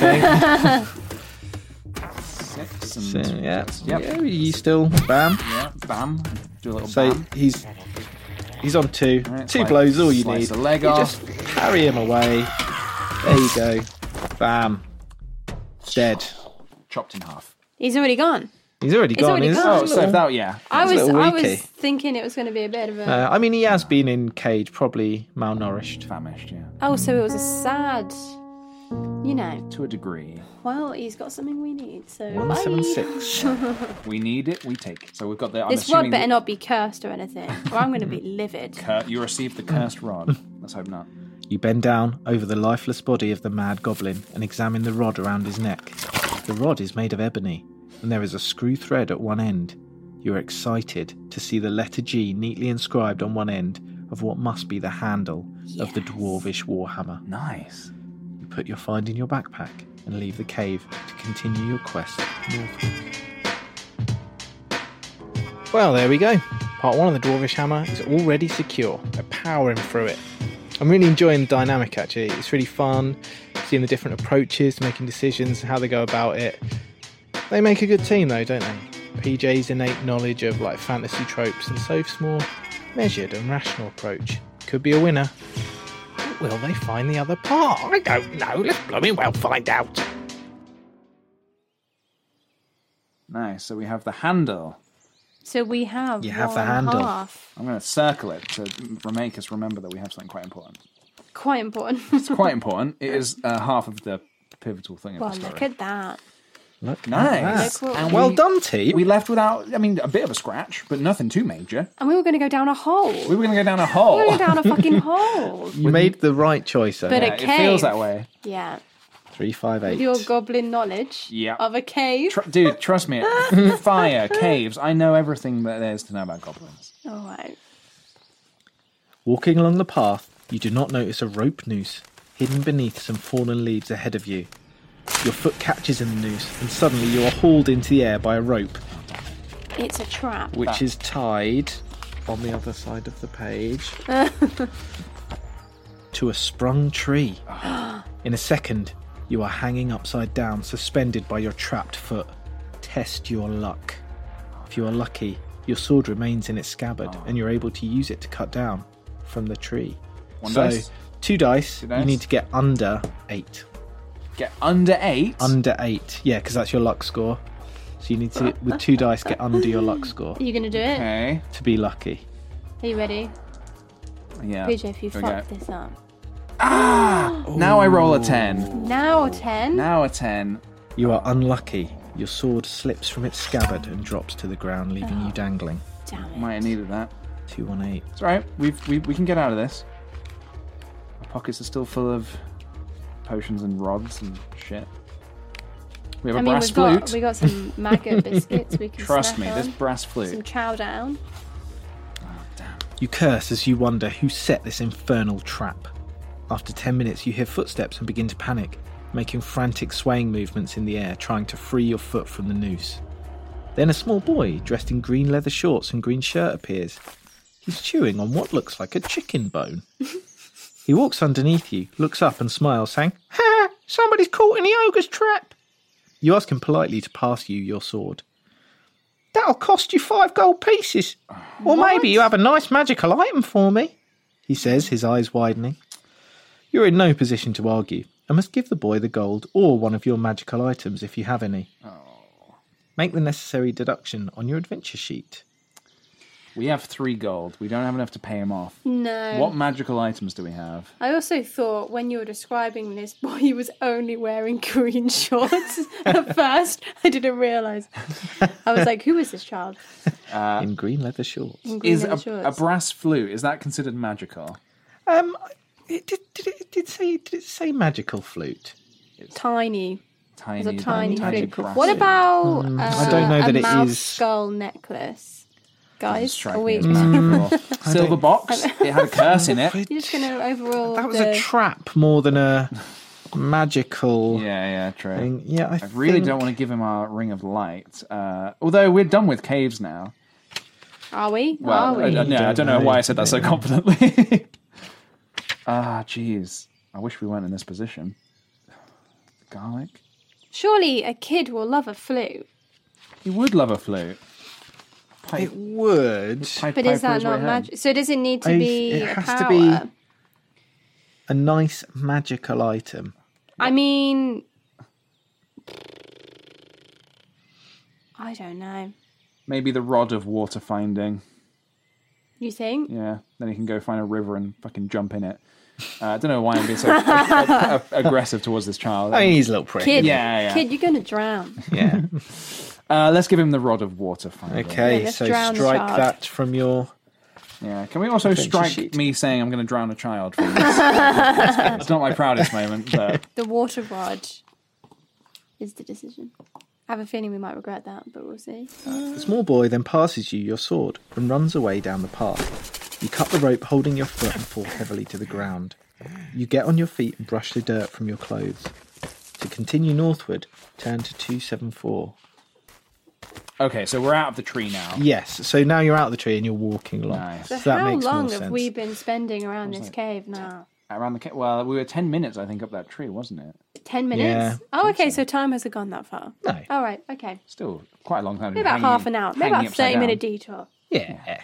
[SPEAKER 6] think.
[SPEAKER 3] Six
[SPEAKER 6] So,
[SPEAKER 3] and
[SPEAKER 6] yeah.
[SPEAKER 3] Yep.
[SPEAKER 6] yeah. You still bam.
[SPEAKER 3] Yeah, bam. Do a little
[SPEAKER 6] So
[SPEAKER 3] bam.
[SPEAKER 6] he's he's on two. two
[SPEAKER 3] slice-
[SPEAKER 6] blows, all you
[SPEAKER 3] slice
[SPEAKER 6] need.
[SPEAKER 3] the leg
[SPEAKER 6] you
[SPEAKER 3] off.
[SPEAKER 6] Just carry him away. There you go. Bam. Dead.
[SPEAKER 3] Chopped in half.
[SPEAKER 2] He's already gone.
[SPEAKER 6] He's already
[SPEAKER 2] He's
[SPEAKER 6] gone.
[SPEAKER 2] already
[SPEAKER 6] isn't he?
[SPEAKER 2] gone. Oh, so
[SPEAKER 3] that- yeah.
[SPEAKER 2] I
[SPEAKER 6] He's a
[SPEAKER 2] was,
[SPEAKER 6] little
[SPEAKER 2] I
[SPEAKER 6] weaky.
[SPEAKER 2] was thinking it was going to be a bit of a.
[SPEAKER 6] Uh, I mean, he has been in cage, probably malnourished,
[SPEAKER 3] famished. Yeah.
[SPEAKER 2] oh, so it was a sad. You know.
[SPEAKER 3] To a degree.
[SPEAKER 2] Well, he's got something we need. So.
[SPEAKER 3] One
[SPEAKER 2] bye.
[SPEAKER 3] seven six. We need it. We take it. So we've got the. I'm
[SPEAKER 2] this rod
[SPEAKER 3] assuming that-
[SPEAKER 2] better not be cursed or anything, or I'm going to be livid.
[SPEAKER 3] Cur- you received the cursed rod. Let's hope not.
[SPEAKER 6] You bend down over the lifeless body of the mad goblin and examine the rod around his neck. The rod is made of ebony, and there is a screw thread at one end. You are excited to see the letter G neatly inscribed on one end of what must be the handle of the dwarvish warhammer.
[SPEAKER 3] Nice.
[SPEAKER 6] You put your find in your backpack and leave the cave to continue your quest northward.
[SPEAKER 10] Well, there we go. Part one of the Dwarvish Hammer is already secure. We're powering through it. I'm really enjoying the dynamic actually. It's really fun seeing the different approaches, making decisions, how they go about it. They make a good team though, don't they? PJ's innate knowledge of like fantasy tropes and Soph's more measured and rational approach could be a winner. But will they find the other part? I don't know. Let's blooming well find out.
[SPEAKER 3] Nice. So we have the handle.
[SPEAKER 2] So we have. one half.
[SPEAKER 3] I'm going to circle it to m- make us remember that we have something quite important.
[SPEAKER 2] Quite important.
[SPEAKER 3] It's quite important. It is uh, half of the pivotal thing of
[SPEAKER 2] Well,
[SPEAKER 3] the story.
[SPEAKER 2] look at that.
[SPEAKER 6] Look,
[SPEAKER 3] nice.
[SPEAKER 2] that. Look what
[SPEAKER 3] And
[SPEAKER 2] we- Well
[SPEAKER 6] done, T.
[SPEAKER 3] We left without, I mean, a bit of a scratch, but nothing too major.
[SPEAKER 2] And we were going to go down a hole.
[SPEAKER 3] We were going to go down
[SPEAKER 2] We were
[SPEAKER 3] a hole.
[SPEAKER 2] going down a fucking hole.
[SPEAKER 6] You made the right choice,
[SPEAKER 2] But a
[SPEAKER 3] it feels
[SPEAKER 2] cave.
[SPEAKER 3] that way.
[SPEAKER 2] Yeah.
[SPEAKER 6] Three five
[SPEAKER 2] With
[SPEAKER 6] eight.
[SPEAKER 2] your goblin knowledge
[SPEAKER 3] Yeah.
[SPEAKER 2] of a cave.
[SPEAKER 3] Tr- dude, trust me. Fire, caves. I know everything that there is to know about goblins.
[SPEAKER 2] All right.
[SPEAKER 6] Walking along the path, you do not notice a rope noose hidden beneath some fallen leaves ahead of you. Your foot catches in the noose, and suddenly you are hauled into the air by a rope,
[SPEAKER 2] It's a trap.
[SPEAKER 3] Ah.
[SPEAKER 6] which is tied on the other side of the page to a sprung tree. In a second, you are hanging upside down, suspended by your trapped foot. Test your luck. If you are lucky, your sword remains in its scabbard
[SPEAKER 3] Ah.
[SPEAKER 6] and you're able to use it to cut down from the tree.
[SPEAKER 3] One
[SPEAKER 6] so,
[SPEAKER 3] dice.
[SPEAKER 6] two dice,
[SPEAKER 3] Two
[SPEAKER 6] you
[SPEAKER 3] dice.
[SPEAKER 6] need to get under eight.
[SPEAKER 3] Get under eight.
[SPEAKER 6] Under eight, yeah, because that's your luck score. So you need to, with two dice, get under your luck score
[SPEAKER 2] Are you going to do it?
[SPEAKER 3] Okay.
[SPEAKER 6] to be lucky.
[SPEAKER 2] Are you ready?
[SPEAKER 3] Yeah.
[SPEAKER 2] PJ, if you
[SPEAKER 3] Here we
[SPEAKER 2] fuck
[SPEAKER 3] go.
[SPEAKER 2] this up.
[SPEAKER 3] Now I roll a 10.
[SPEAKER 2] Now 10.
[SPEAKER 3] Oh, Now a 10.
[SPEAKER 6] You are unlucky. Your sword slips from its scabbard and drops to the ground, leaving you dangling.
[SPEAKER 2] Damn it.
[SPEAKER 3] Might have needed that.
[SPEAKER 6] 218.
[SPEAKER 3] It's all right. We've, we we can get out of this. Our pockets are still full of potions and rods and shit. We have a
[SPEAKER 2] I mean,
[SPEAKER 3] brass
[SPEAKER 2] we've got,
[SPEAKER 3] flute.
[SPEAKER 2] we got some maggot biscuits we can
[SPEAKER 3] Trust
[SPEAKER 2] snack
[SPEAKER 3] me,
[SPEAKER 2] on.
[SPEAKER 3] this brass flute.
[SPEAKER 2] Some chow down.
[SPEAKER 6] You curse as you wonder who set this infernal trap. After 10 minutes, you hear footsteps and begin to panic, making frantic swaying movements in the air, trying to free your foot from the noose. Then a small boy dressed in green leather shorts and green shirt appears. He's chewing on what looks like a chicken bone. He walks underneath you, looks up and smiles, saying,
[SPEAKER 11] Ha! Somebody's caught in the ogre's trap.
[SPEAKER 6] You ask him politely to pass you your sword.
[SPEAKER 11] That'll cost you five gold pieces. Or maybe you have a nice magical item for me.
[SPEAKER 6] He says, his eyes widening. You're in no position to argue and must give the boy the gold or one of your magical items if you have any.
[SPEAKER 3] Oh.
[SPEAKER 6] Make the necessary deduction on your adventure sheet.
[SPEAKER 3] We have three gold. We don't have enough to pay him off.
[SPEAKER 2] No.
[SPEAKER 3] What magical items do we have?
[SPEAKER 2] I also thought when you were describing this boy, he was only wearing green shorts at first. I didn't realise. I was like, who is this child?
[SPEAKER 3] Uh,
[SPEAKER 6] in green leather shorts.
[SPEAKER 2] In green
[SPEAKER 3] Is
[SPEAKER 2] leather
[SPEAKER 3] a, a
[SPEAKER 2] shorts.
[SPEAKER 3] brass flute is that considered magical?
[SPEAKER 6] Um, it did, did, it, did, it say, did it say magical flute?
[SPEAKER 2] Tiny.
[SPEAKER 3] Tiny,
[SPEAKER 2] It's a tiny,
[SPEAKER 6] tiny
[SPEAKER 2] flute.
[SPEAKER 6] brass
[SPEAKER 2] What
[SPEAKER 6] flute.
[SPEAKER 2] about
[SPEAKER 6] Mm,
[SPEAKER 2] uh,
[SPEAKER 6] I don't know
[SPEAKER 2] a
[SPEAKER 6] that it
[SPEAKER 2] mouse
[SPEAKER 6] is-
[SPEAKER 2] skull necklace? Guys, are
[SPEAKER 3] Striking
[SPEAKER 2] we...
[SPEAKER 3] as
[SPEAKER 6] Hmm.
[SPEAKER 3] magical. Silver box. It had a curse in it.
[SPEAKER 2] You're just going to overall.
[SPEAKER 6] That was
[SPEAKER 2] the...
[SPEAKER 6] a trap more than a magical.
[SPEAKER 3] Yeah, yeah, true.
[SPEAKER 6] Thing. Yeah, I,
[SPEAKER 3] I, really
[SPEAKER 6] think-
[SPEAKER 3] don't want to give him our ring of light. Uh, although we're done with caves now.
[SPEAKER 2] Are we? are
[SPEAKER 3] Well,
[SPEAKER 2] we?
[SPEAKER 3] I, I- no, I don't know why I said that so confidently. ah, jeez. I wish we weren't in this position. Garlic.
[SPEAKER 2] Surely a kid will love a flute.
[SPEAKER 3] He would love a flute.
[SPEAKER 6] It would.
[SPEAKER 2] But is that not magic? So does it need to
[SPEAKER 6] I-
[SPEAKER 2] be
[SPEAKER 6] it
[SPEAKER 2] a
[SPEAKER 6] has
[SPEAKER 2] power?
[SPEAKER 6] to be a nice magical item.
[SPEAKER 2] I mean, I don't know.
[SPEAKER 3] Maybe the rod of water finding.
[SPEAKER 2] You think?
[SPEAKER 3] Yeah. Then he can go find a river and fucking jump in it. Uh, I don't know why I'm being so a- a- a- aggressive towards this child.
[SPEAKER 6] I mean, he's a little prick.
[SPEAKER 2] Kid,
[SPEAKER 3] Yeah, yeah.
[SPEAKER 2] kid, you're gonna drown.
[SPEAKER 6] Yeah.
[SPEAKER 3] Uh, let's give him the rod of water finding.
[SPEAKER 6] Okay,
[SPEAKER 2] Yeah, let's
[SPEAKER 6] so
[SPEAKER 2] drown the
[SPEAKER 6] strike
[SPEAKER 2] shark.
[SPEAKER 6] that from your.
[SPEAKER 3] Yeah. Can we also
[SPEAKER 6] Adventure
[SPEAKER 3] strike
[SPEAKER 6] sheet.
[SPEAKER 3] me saying I'm going to drown a child? From this?
[SPEAKER 2] the
[SPEAKER 3] it's not my proudest moment, but
[SPEAKER 2] water rod is the decision. I have a feeling we might regret that, but we'll see.
[SPEAKER 6] The small boy then passes you your sword and runs away down the path. You cut the rope holding your foot and fall heavily to the ground. You get on your feet and brush the dirt from your clothes. To continue northward, turn to 274.
[SPEAKER 3] okay. So we're out of the tree now.
[SPEAKER 6] Yes, so now you're out of the tree and you're walking along.
[SPEAKER 3] Nice.
[SPEAKER 2] So
[SPEAKER 6] So that
[SPEAKER 2] how
[SPEAKER 6] makes
[SPEAKER 2] long
[SPEAKER 6] more
[SPEAKER 2] have
[SPEAKER 6] sense.
[SPEAKER 2] we been spending around this cave now?
[SPEAKER 3] Around the ca- well, we were ten minutes, I think, up that tree, wasn't it?
[SPEAKER 2] Ten minutes. Oh, okay. So time hasn't gone that far.
[SPEAKER 3] No.
[SPEAKER 2] All right. Okay.
[SPEAKER 3] Still quite a long time.
[SPEAKER 2] Maybe about half an hour. Maybe about a thirty-minute detour.
[SPEAKER 6] Yeah.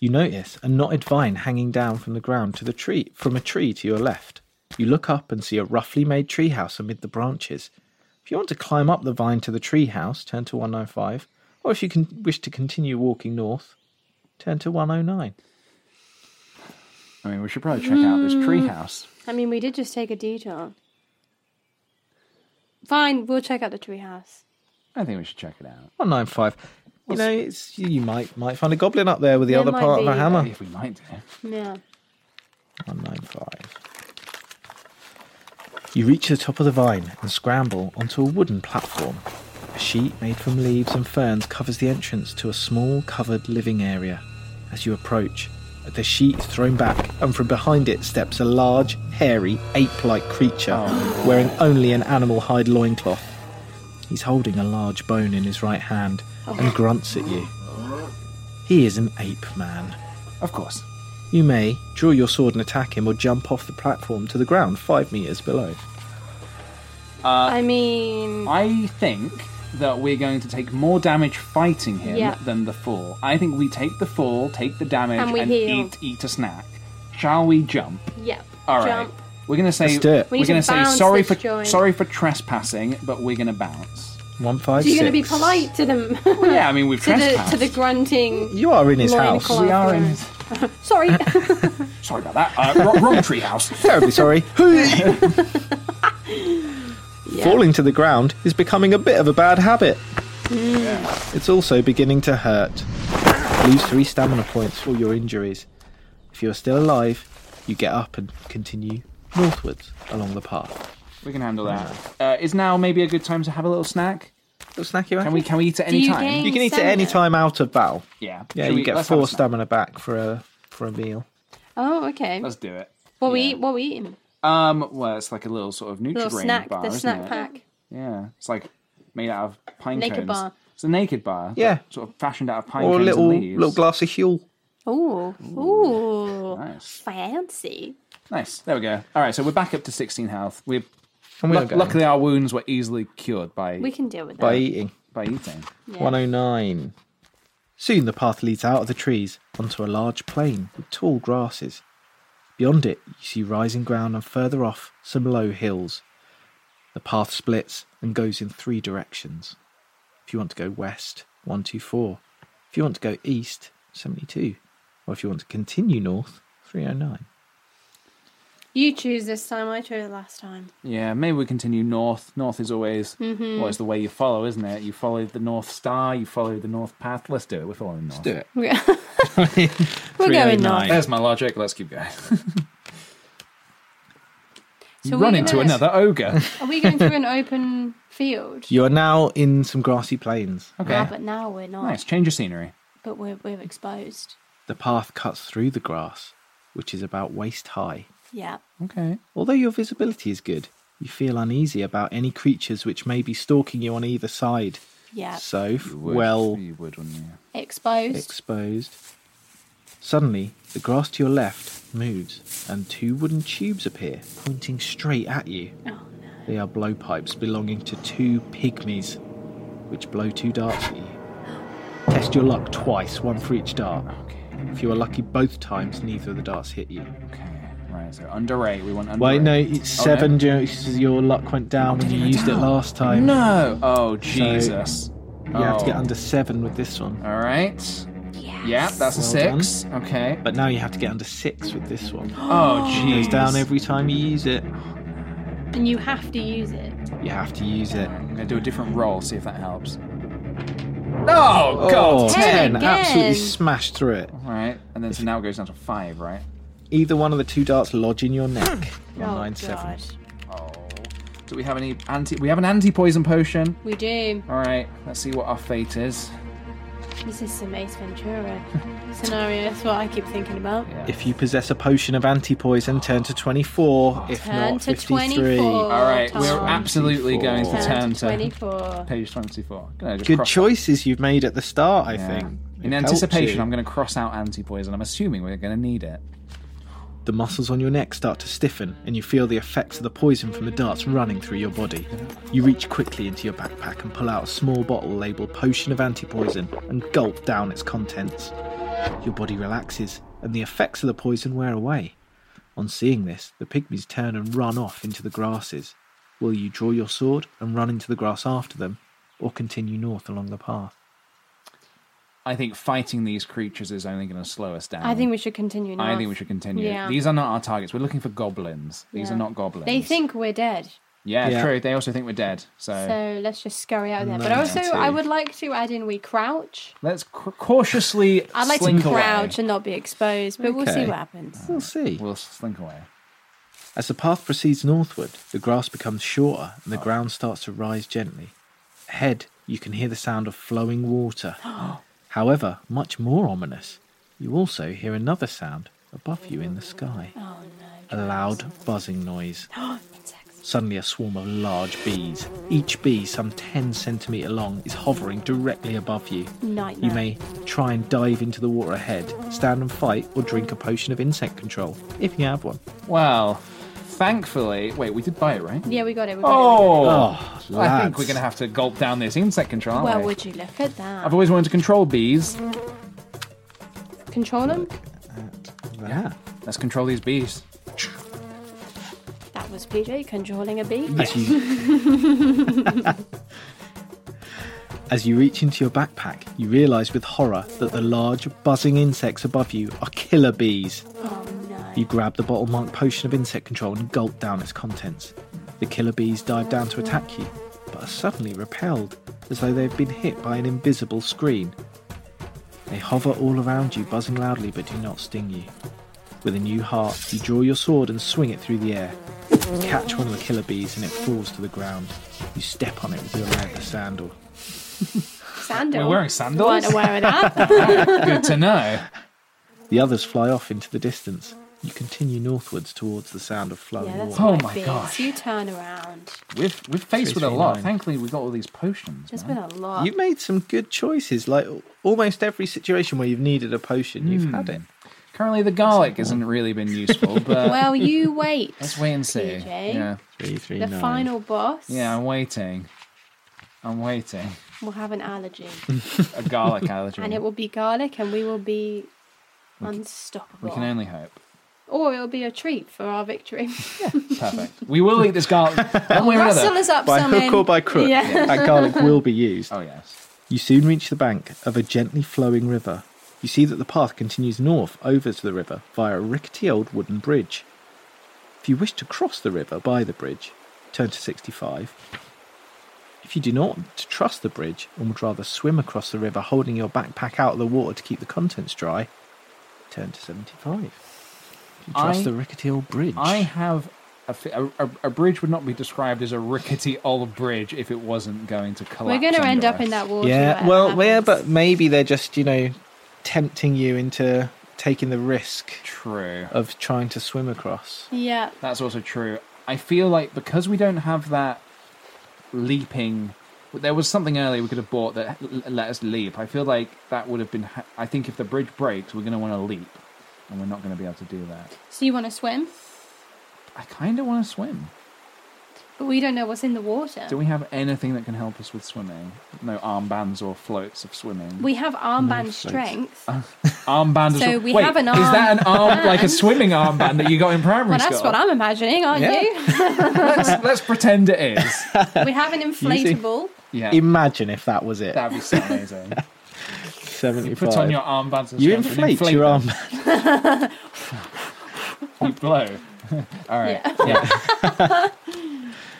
[SPEAKER 6] You notice a knotted vine hanging down from the ground to the tree, from a tree to your left. You look up and see a roughly made treehouse amid the branches. If you want to climb up the vine to the treehouse, turn to 195, or if you can wish to continue walking north, turn to 109.
[SPEAKER 3] I mean, we should probably check out
[SPEAKER 2] Mm.
[SPEAKER 3] this tree house.
[SPEAKER 2] I mean, we did just take a detour. Fine, we'll check out the treehouse.
[SPEAKER 3] I think we should check it out.
[SPEAKER 6] 195. You know, it's, you might might find a goblin up there with the
[SPEAKER 2] There
[SPEAKER 6] other
[SPEAKER 2] might
[SPEAKER 6] part of a
[SPEAKER 2] be.
[SPEAKER 6] hammer.
[SPEAKER 3] If we might do.
[SPEAKER 2] Yeah.
[SPEAKER 6] 195. You reach the top of the vine and scramble onto a wooden platform. A sheet made from leaves and ferns covers the entrance to a small covered living area. As you approach, the sheet is thrown back, and from behind it steps a large, hairy, ape like creature wearing only an animal hide loincloth. He's holding a large bone in his right hand and grunts at you. He is an ape man.
[SPEAKER 3] Of course.
[SPEAKER 6] You may draw your sword and attack him, or jump off the platform to the ground five meters below.
[SPEAKER 3] Uh, I
[SPEAKER 2] mean,
[SPEAKER 3] I think that we're going to take more damage fighting him
[SPEAKER 2] Yeah.
[SPEAKER 3] than the fall. I think we take the fall, take the damage,
[SPEAKER 2] And we heal.
[SPEAKER 3] eat eat a snack. Shall we jump?
[SPEAKER 2] Yep.
[SPEAKER 3] All right.
[SPEAKER 2] Jump.
[SPEAKER 3] We're gonna say
[SPEAKER 6] Let's do it.
[SPEAKER 2] We need
[SPEAKER 3] We are
[SPEAKER 2] to
[SPEAKER 3] gonna say
[SPEAKER 2] bounce
[SPEAKER 3] sorry
[SPEAKER 2] this
[SPEAKER 3] for
[SPEAKER 2] joint.
[SPEAKER 3] sorry for trespassing, but we're gonna bounce.
[SPEAKER 6] One five
[SPEAKER 2] so you're going to be
[SPEAKER 6] six.
[SPEAKER 2] polite to them.
[SPEAKER 3] yeah, I mean, we've
[SPEAKER 2] to the,
[SPEAKER 3] trespassed.
[SPEAKER 2] to the grunting.
[SPEAKER 6] You are in his house.
[SPEAKER 2] loincloth wearer. Sorry.
[SPEAKER 3] Sorry about that. Uh, wrong, wrong tree house.
[SPEAKER 6] Terribly sorry. Falling to the ground is becoming a bit of a bad habit.
[SPEAKER 2] Mm.
[SPEAKER 6] It's also beginning to hurt. Lose three stamina points for your injuries. If you are still alive, you get up and continue northwards along the path.
[SPEAKER 3] We can handle that. Uh, is now maybe a good time to have a little snack?
[SPEAKER 6] Little snack, you
[SPEAKER 3] Can we can we eat at
[SPEAKER 2] Do
[SPEAKER 3] any
[SPEAKER 2] you
[SPEAKER 3] time?
[SPEAKER 2] gain-
[SPEAKER 6] You can eat it any time out of battle.
[SPEAKER 3] Yeah.
[SPEAKER 6] Yeah,
[SPEAKER 3] Shall
[SPEAKER 6] you
[SPEAKER 3] we-
[SPEAKER 6] get
[SPEAKER 3] let's have a
[SPEAKER 6] four
[SPEAKER 3] snack.
[SPEAKER 6] stamina back for a for a meal.
[SPEAKER 2] oh, okay.
[SPEAKER 3] Let's do it.
[SPEAKER 2] What we eat? What we eating?
[SPEAKER 3] Um, well, it's like a little sort of
[SPEAKER 2] Little
[SPEAKER 3] Nutrigrain
[SPEAKER 2] snack.
[SPEAKER 3] bar,
[SPEAKER 2] the
[SPEAKER 3] isn't
[SPEAKER 2] snack
[SPEAKER 3] it?
[SPEAKER 2] pack.
[SPEAKER 3] Yeah, it's like made out of pine
[SPEAKER 2] Naked
[SPEAKER 3] cones.
[SPEAKER 2] bar.
[SPEAKER 3] It's a naked bar.
[SPEAKER 6] Yeah.
[SPEAKER 3] sort of fashioned out of pine
[SPEAKER 6] or a
[SPEAKER 3] cones
[SPEAKER 6] little
[SPEAKER 3] and leaves.
[SPEAKER 6] little glass of huel.
[SPEAKER 8] Ooh, ooh, fancy.
[SPEAKER 3] Nice. There we go. All right, so we're back up to 16 health. We've
[SPEAKER 8] And we are
[SPEAKER 3] luck-
[SPEAKER 8] going.
[SPEAKER 3] luckily our wounds were easily cured by
[SPEAKER 8] We can deal with
[SPEAKER 3] by
[SPEAKER 8] that.
[SPEAKER 3] eating. By eating.
[SPEAKER 8] Yeah.
[SPEAKER 6] 109. Soon the path leads out of the trees onto a large plain with tall grasses. Beyond it, you see rising ground and further off, some low hills. The path splits and goes in three directions. If you want to go west, 124. If you want to go east, 72. Or if you want to continue north, 309.
[SPEAKER 8] You choose this time. I chose last time.
[SPEAKER 3] Yeah, maybe we continue north. North is always
[SPEAKER 2] Mm-hmm.
[SPEAKER 8] Mhm.
[SPEAKER 3] always the way you follow, isn't it? You follow the north star, you follow the north path. Let's do it. We're following north.
[SPEAKER 8] do it. Yeah.
[SPEAKER 3] We're
[SPEAKER 8] going
[SPEAKER 6] oh
[SPEAKER 8] north.
[SPEAKER 3] There's my logic. Let's keep going.
[SPEAKER 8] So
[SPEAKER 3] you
[SPEAKER 8] we're
[SPEAKER 3] run into
[SPEAKER 8] gonna-
[SPEAKER 3] another ogre.
[SPEAKER 8] Are we going through an open field?
[SPEAKER 6] You are now in some grassy plains.
[SPEAKER 8] Ah, but now we're not.
[SPEAKER 3] Change of scenery.
[SPEAKER 8] But we're we're exposed.
[SPEAKER 6] The path cuts through the grass, which is about waist high.
[SPEAKER 8] Yeah.
[SPEAKER 3] Okay.
[SPEAKER 6] Although your visibility is good, you feel uneasy about any creatures which may be stalking you on either side.
[SPEAKER 2] Uh,
[SPEAKER 8] Yeah.
[SPEAKER 6] So, f-
[SPEAKER 3] You would-
[SPEAKER 6] well
[SPEAKER 3] you would, wouldn't you?
[SPEAKER 8] Exposed.
[SPEAKER 6] exposed. Suddenly, the grass to your left moves, and two wooden tubes appear, pointing straight at you.
[SPEAKER 8] Oh,
[SPEAKER 6] no. They are blowpipes belonging to two pygmies, which blow two darts at you. Test your luck twice, one for each dart. If you are lucky both times, neither of the darts hit you.
[SPEAKER 3] Right, so under eight. We want under
[SPEAKER 6] Wait,
[SPEAKER 3] eight.
[SPEAKER 6] no, it's
[SPEAKER 3] Oh,
[SPEAKER 6] seven. jo- it's- Your luck went down when you used it last time.
[SPEAKER 3] No. Oh,
[SPEAKER 6] So,
[SPEAKER 3] Jesus.
[SPEAKER 6] you have to get
[SPEAKER 3] Oh.
[SPEAKER 6] under seven with this one.
[SPEAKER 3] All right. Yeah, that's a six. Okay.
[SPEAKER 6] But now you have to get under six with this one.
[SPEAKER 3] Oh,
[SPEAKER 6] It goes
[SPEAKER 3] jeez.
[SPEAKER 6] down every time you use it.
[SPEAKER 8] And you have to use it.
[SPEAKER 6] You have to use it. I'm
[SPEAKER 3] going to do a different roll, see if that helps. Oh, God.
[SPEAKER 6] ten!
[SPEAKER 3] Ten
[SPEAKER 6] Absolutely
[SPEAKER 3] again.
[SPEAKER 6] smashed through it.
[SPEAKER 3] All right, and then so now it goes down to five, right?
[SPEAKER 6] Either one of the two darts lodge in your neck.
[SPEAKER 3] Hmm.
[SPEAKER 6] One nine seven.
[SPEAKER 3] Oh. Do we have any anti? We have an anti-poison potion.
[SPEAKER 8] We do.
[SPEAKER 3] All right, let's see what our fate is.
[SPEAKER 8] This is some Ace Ventura scenario. That's what I keep thinking about.
[SPEAKER 6] If you possess a potion of anti-poison, turn to twenty-four. If
[SPEAKER 8] Turn
[SPEAKER 6] not,
[SPEAKER 8] to
[SPEAKER 6] fifty-three.
[SPEAKER 8] 24,
[SPEAKER 3] All right,
[SPEAKER 8] Tom.
[SPEAKER 3] we're absolutely going to turn
[SPEAKER 8] Turn to
[SPEAKER 3] to
[SPEAKER 8] 24.
[SPEAKER 3] page twenty-four. Gonna just
[SPEAKER 6] Good
[SPEAKER 3] cross-
[SPEAKER 6] choices you've made at the start, I think.
[SPEAKER 3] In
[SPEAKER 6] It helps
[SPEAKER 3] anticipation,
[SPEAKER 6] you.
[SPEAKER 3] I'm going to cross out anti-poison. I'm assuming we're going to need it.
[SPEAKER 6] The muscles on your neck start to stiffen, and you feel the effects of the poison from the darts running through your body. You reach quickly into your backpack and pull out a small bottle labeled Potion of Antipoison and gulp down its contents. Your body relaxes, and the effects of the poison wear away. On seeing this, the pygmies turn and run off into the grasses. Will you draw your sword and run into the grass after them, or continue north along the path?
[SPEAKER 3] I think fighting these creatures is only going to slow us down.
[SPEAKER 8] I think we should continue. North.
[SPEAKER 3] I think we should continue.
[SPEAKER 8] Yeah.
[SPEAKER 3] These are not our targets. We're looking for goblins. These
[SPEAKER 8] Yeah.
[SPEAKER 3] are not goblins.
[SPEAKER 8] They think we're dead,
[SPEAKER 3] yeah,
[SPEAKER 6] Yeah.
[SPEAKER 3] true. They also think we're dead. So,
[SPEAKER 8] so let's just scurry out of there. But
[SPEAKER 3] Nine
[SPEAKER 8] also,
[SPEAKER 3] two.
[SPEAKER 8] I would like to add in we crouch.
[SPEAKER 3] let's cr- cautiously.
[SPEAKER 8] I'd like to
[SPEAKER 3] slink away. Uh,
[SPEAKER 8] crouch and not be exposed, but we'll see
[SPEAKER 6] Okay.
[SPEAKER 8] what happens.
[SPEAKER 6] We'll see.
[SPEAKER 3] We'll slink away.
[SPEAKER 6] As the path proceeds northward, the grass becomes shorter and the
[SPEAKER 3] Oh.
[SPEAKER 6] ground starts to rise gently. Ahead, you can hear the sound of flowing water. However, much more ominous, you also hear another sound above you in the sky
[SPEAKER 8] Oh,
[SPEAKER 6] a loud buzzing noise. Suddenly, a swarm of large bees, each bee some 10 centimetre long, is hovering directly above you.
[SPEAKER 8] Nightmare.
[SPEAKER 6] You may try and dive into the water ahead, stand and fight, or drink a potion of insect control, if you have one.
[SPEAKER 3] Well, thankfully, wait, we did buy it, right?
[SPEAKER 8] Yeah, we got it. We got
[SPEAKER 3] Oh,
[SPEAKER 6] Oh,
[SPEAKER 3] I
[SPEAKER 6] lads.
[SPEAKER 3] think we're going to have to gulp down this insect
[SPEAKER 8] it.
[SPEAKER 3] control.
[SPEAKER 8] Well,
[SPEAKER 3] aren't we?
[SPEAKER 8] would you look at that?
[SPEAKER 3] I've always wanted to control bees.
[SPEAKER 8] Control them.
[SPEAKER 6] Yeah,
[SPEAKER 3] let's control these bees.
[SPEAKER 8] That was PJ controlling a bee.
[SPEAKER 6] As As you reach into your backpack, you realise with horror that the large, buzzing insects above you are killer bees.
[SPEAKER 8] Oh,
[SPEAKER 6] You grab the bottle marked potion of insect control and gulp down its contents. The killer bees dive down to attack you, but are suddenly repelled, as though they've been hit by an invisible screen. They hover all around you, buzzing loudly, but do not sting you. With a new heart, you draw your sword and swing it through the air. You catch one of the killer bees and it falls to the ground. You step on it with your leather sandal.
[SPEAKER 8] Sandal.
[SPEAKER 3] We're wearing sandals?
[SPEAKER 8] Weren't aware of that.
[SPEAKER 3] Good to know.
[SPEAKER 6] The others fly off into the distance. You continue northwards towards the sound of flowing
[SPEAKER 8] Yeah, that's
[SPEAKER 6] water.
[SPEAKER 3] Oh
[SPEAKER 8] my, bits. You turn around.
[SPEAKER 3] We've, we're faced with a
[SPEAKER 6] 339.
[SPEAKER 3] lot. Thankfully, we got all these potions.
[SPEAKER 8] There's been a lot.
[SPEAKER 6] You've made some good choices. Like al- almost every situation where you've needed a potion, you've had
[SPEAKER 8] Hmm.
[SPEAKER 6] it.
[SPEAKER 3] Currently, the garlic hasn't really been useful, but
[SPEAKER 8] well, you wait.
[SPEAKER 3] let's wait and see.
[SPEAKER 8] PJ.
[SPEAKER 3] Yeah,
[SPEAKER 6] three, three,
[SPEAKER 8] The final boss
[SPEAKER 3] Yeah, I'm waiting. I'm waiting.
[SPEAKER 8] will have an allergy,
[SPEAKER 3] Mm-hmm. A garlic allergy.
[SPEAKER 8] and it will be garlic, and we will be unstoppable.
[SPEAKER 3] we can only hope.
[SPEAKER 8] Or it'll be a treat for our victory.
[SPEAKER 3] Perfect. We will eat this garlic one way or
[SPEAKER 8] Rustle
[SPEAKER 3] another.
[SPEAKER 8] us up
[SPEAKER 6] By
[SPEAKER 8] something.
[SPEAKER 6] hook or by crook,
[SPEAKER 8] Yeah.
[SPEAKER 6] that garlic will be used.
[SPEAKER 3] Oh yes.
[SPEAKER 6] You soon reach the bank of a gently flowing river. You see that the path continues north over to the river via a rickety old wooden bridge. If you wish to cross the river by the bridge, turn to 65. If you do not want to trust the bridge and would rather swim across the river holding your backpack out of the water to keep the contents dry, turn to 75. If you trust
[SPEAKER 3] I-
[SPEAKER 6] the rickety old bridge.
[SPEAKER 3] I have a, fi- a, a, a bridge would not be described as a rickety old bridge if it wasn't going to collapse.
[SPEAKER 8] We're going to end
[SPEAKER 3] under
[SPEAKER 8] up in
[SPEAKER 3] us.
[SPEAKER 8] that water.
[SPEAKER 6] Yeah,
[SPEAKER 8] whatever
[SPEAKER 6] well, yeah,
[SPEAKER 8] happens.
[SPEAKER 6] but maybe they're just, you know, tempting you into taking the risk
[SPEAKER 3] True.
[SPEAKER 6] of trying to swim across.
[SPEAKER 8] Yeah.
[SPEAKER 3] That's also true. I feel like because we don't have that leaping, there was something earlier we could have bought that l- let us leap. I feel like that would have been. Ha- I think if the bridge breaks, we're going to want to leap, and we're not going to be able to do that.
[SPEAKER 8] So you want to swim,
[SPEAKER 3] I kind of want to swim.
[SPEAKER 8] but we don't know what's in the water.
[SPEAKER 3] Do we have anything that can help us with swimming? No armbands or floats of swimming.
[SPEAKER 8] We have armband strength.
[SPEAKER 3] Oh, armband.
[SPEAKER 8] So
[SPEAKER 3] as well.
[SPEAKER 8] we
[SPEAKER 3] Wait,
[SPEAKER 8] have an
[SPEAKER 3] Is that an arm
[SPEAKER 8] armband.
[SPEAKER 3] like a swimming armband that you got in primary
[SPEAKER 8] Well, that's
[SPEAKER 3] school?
[SPEAKER 8] what I'm imagining, aren't
[SPEAKER 3] Yeah. let's, let's pretend it is.
[SPEAKER 8] you? We have an inflatable.
[SPEAKER 3] Yeah.
[SPEAKER 6] Imagine if that was it.
[SPEAKER 3] That'd be so amazing.
[SPEAKER 6] 75.
[SPEAKER 3] You put on your armbands. and
[SPEAKER 6] You
[SPEAKER 3] strength and
[SPEAKER 6] inflate your
[SPEAKER 3] them.
[SPEAKER 6] arm.
[SPEAKER 3] You blow. All right. Yeah.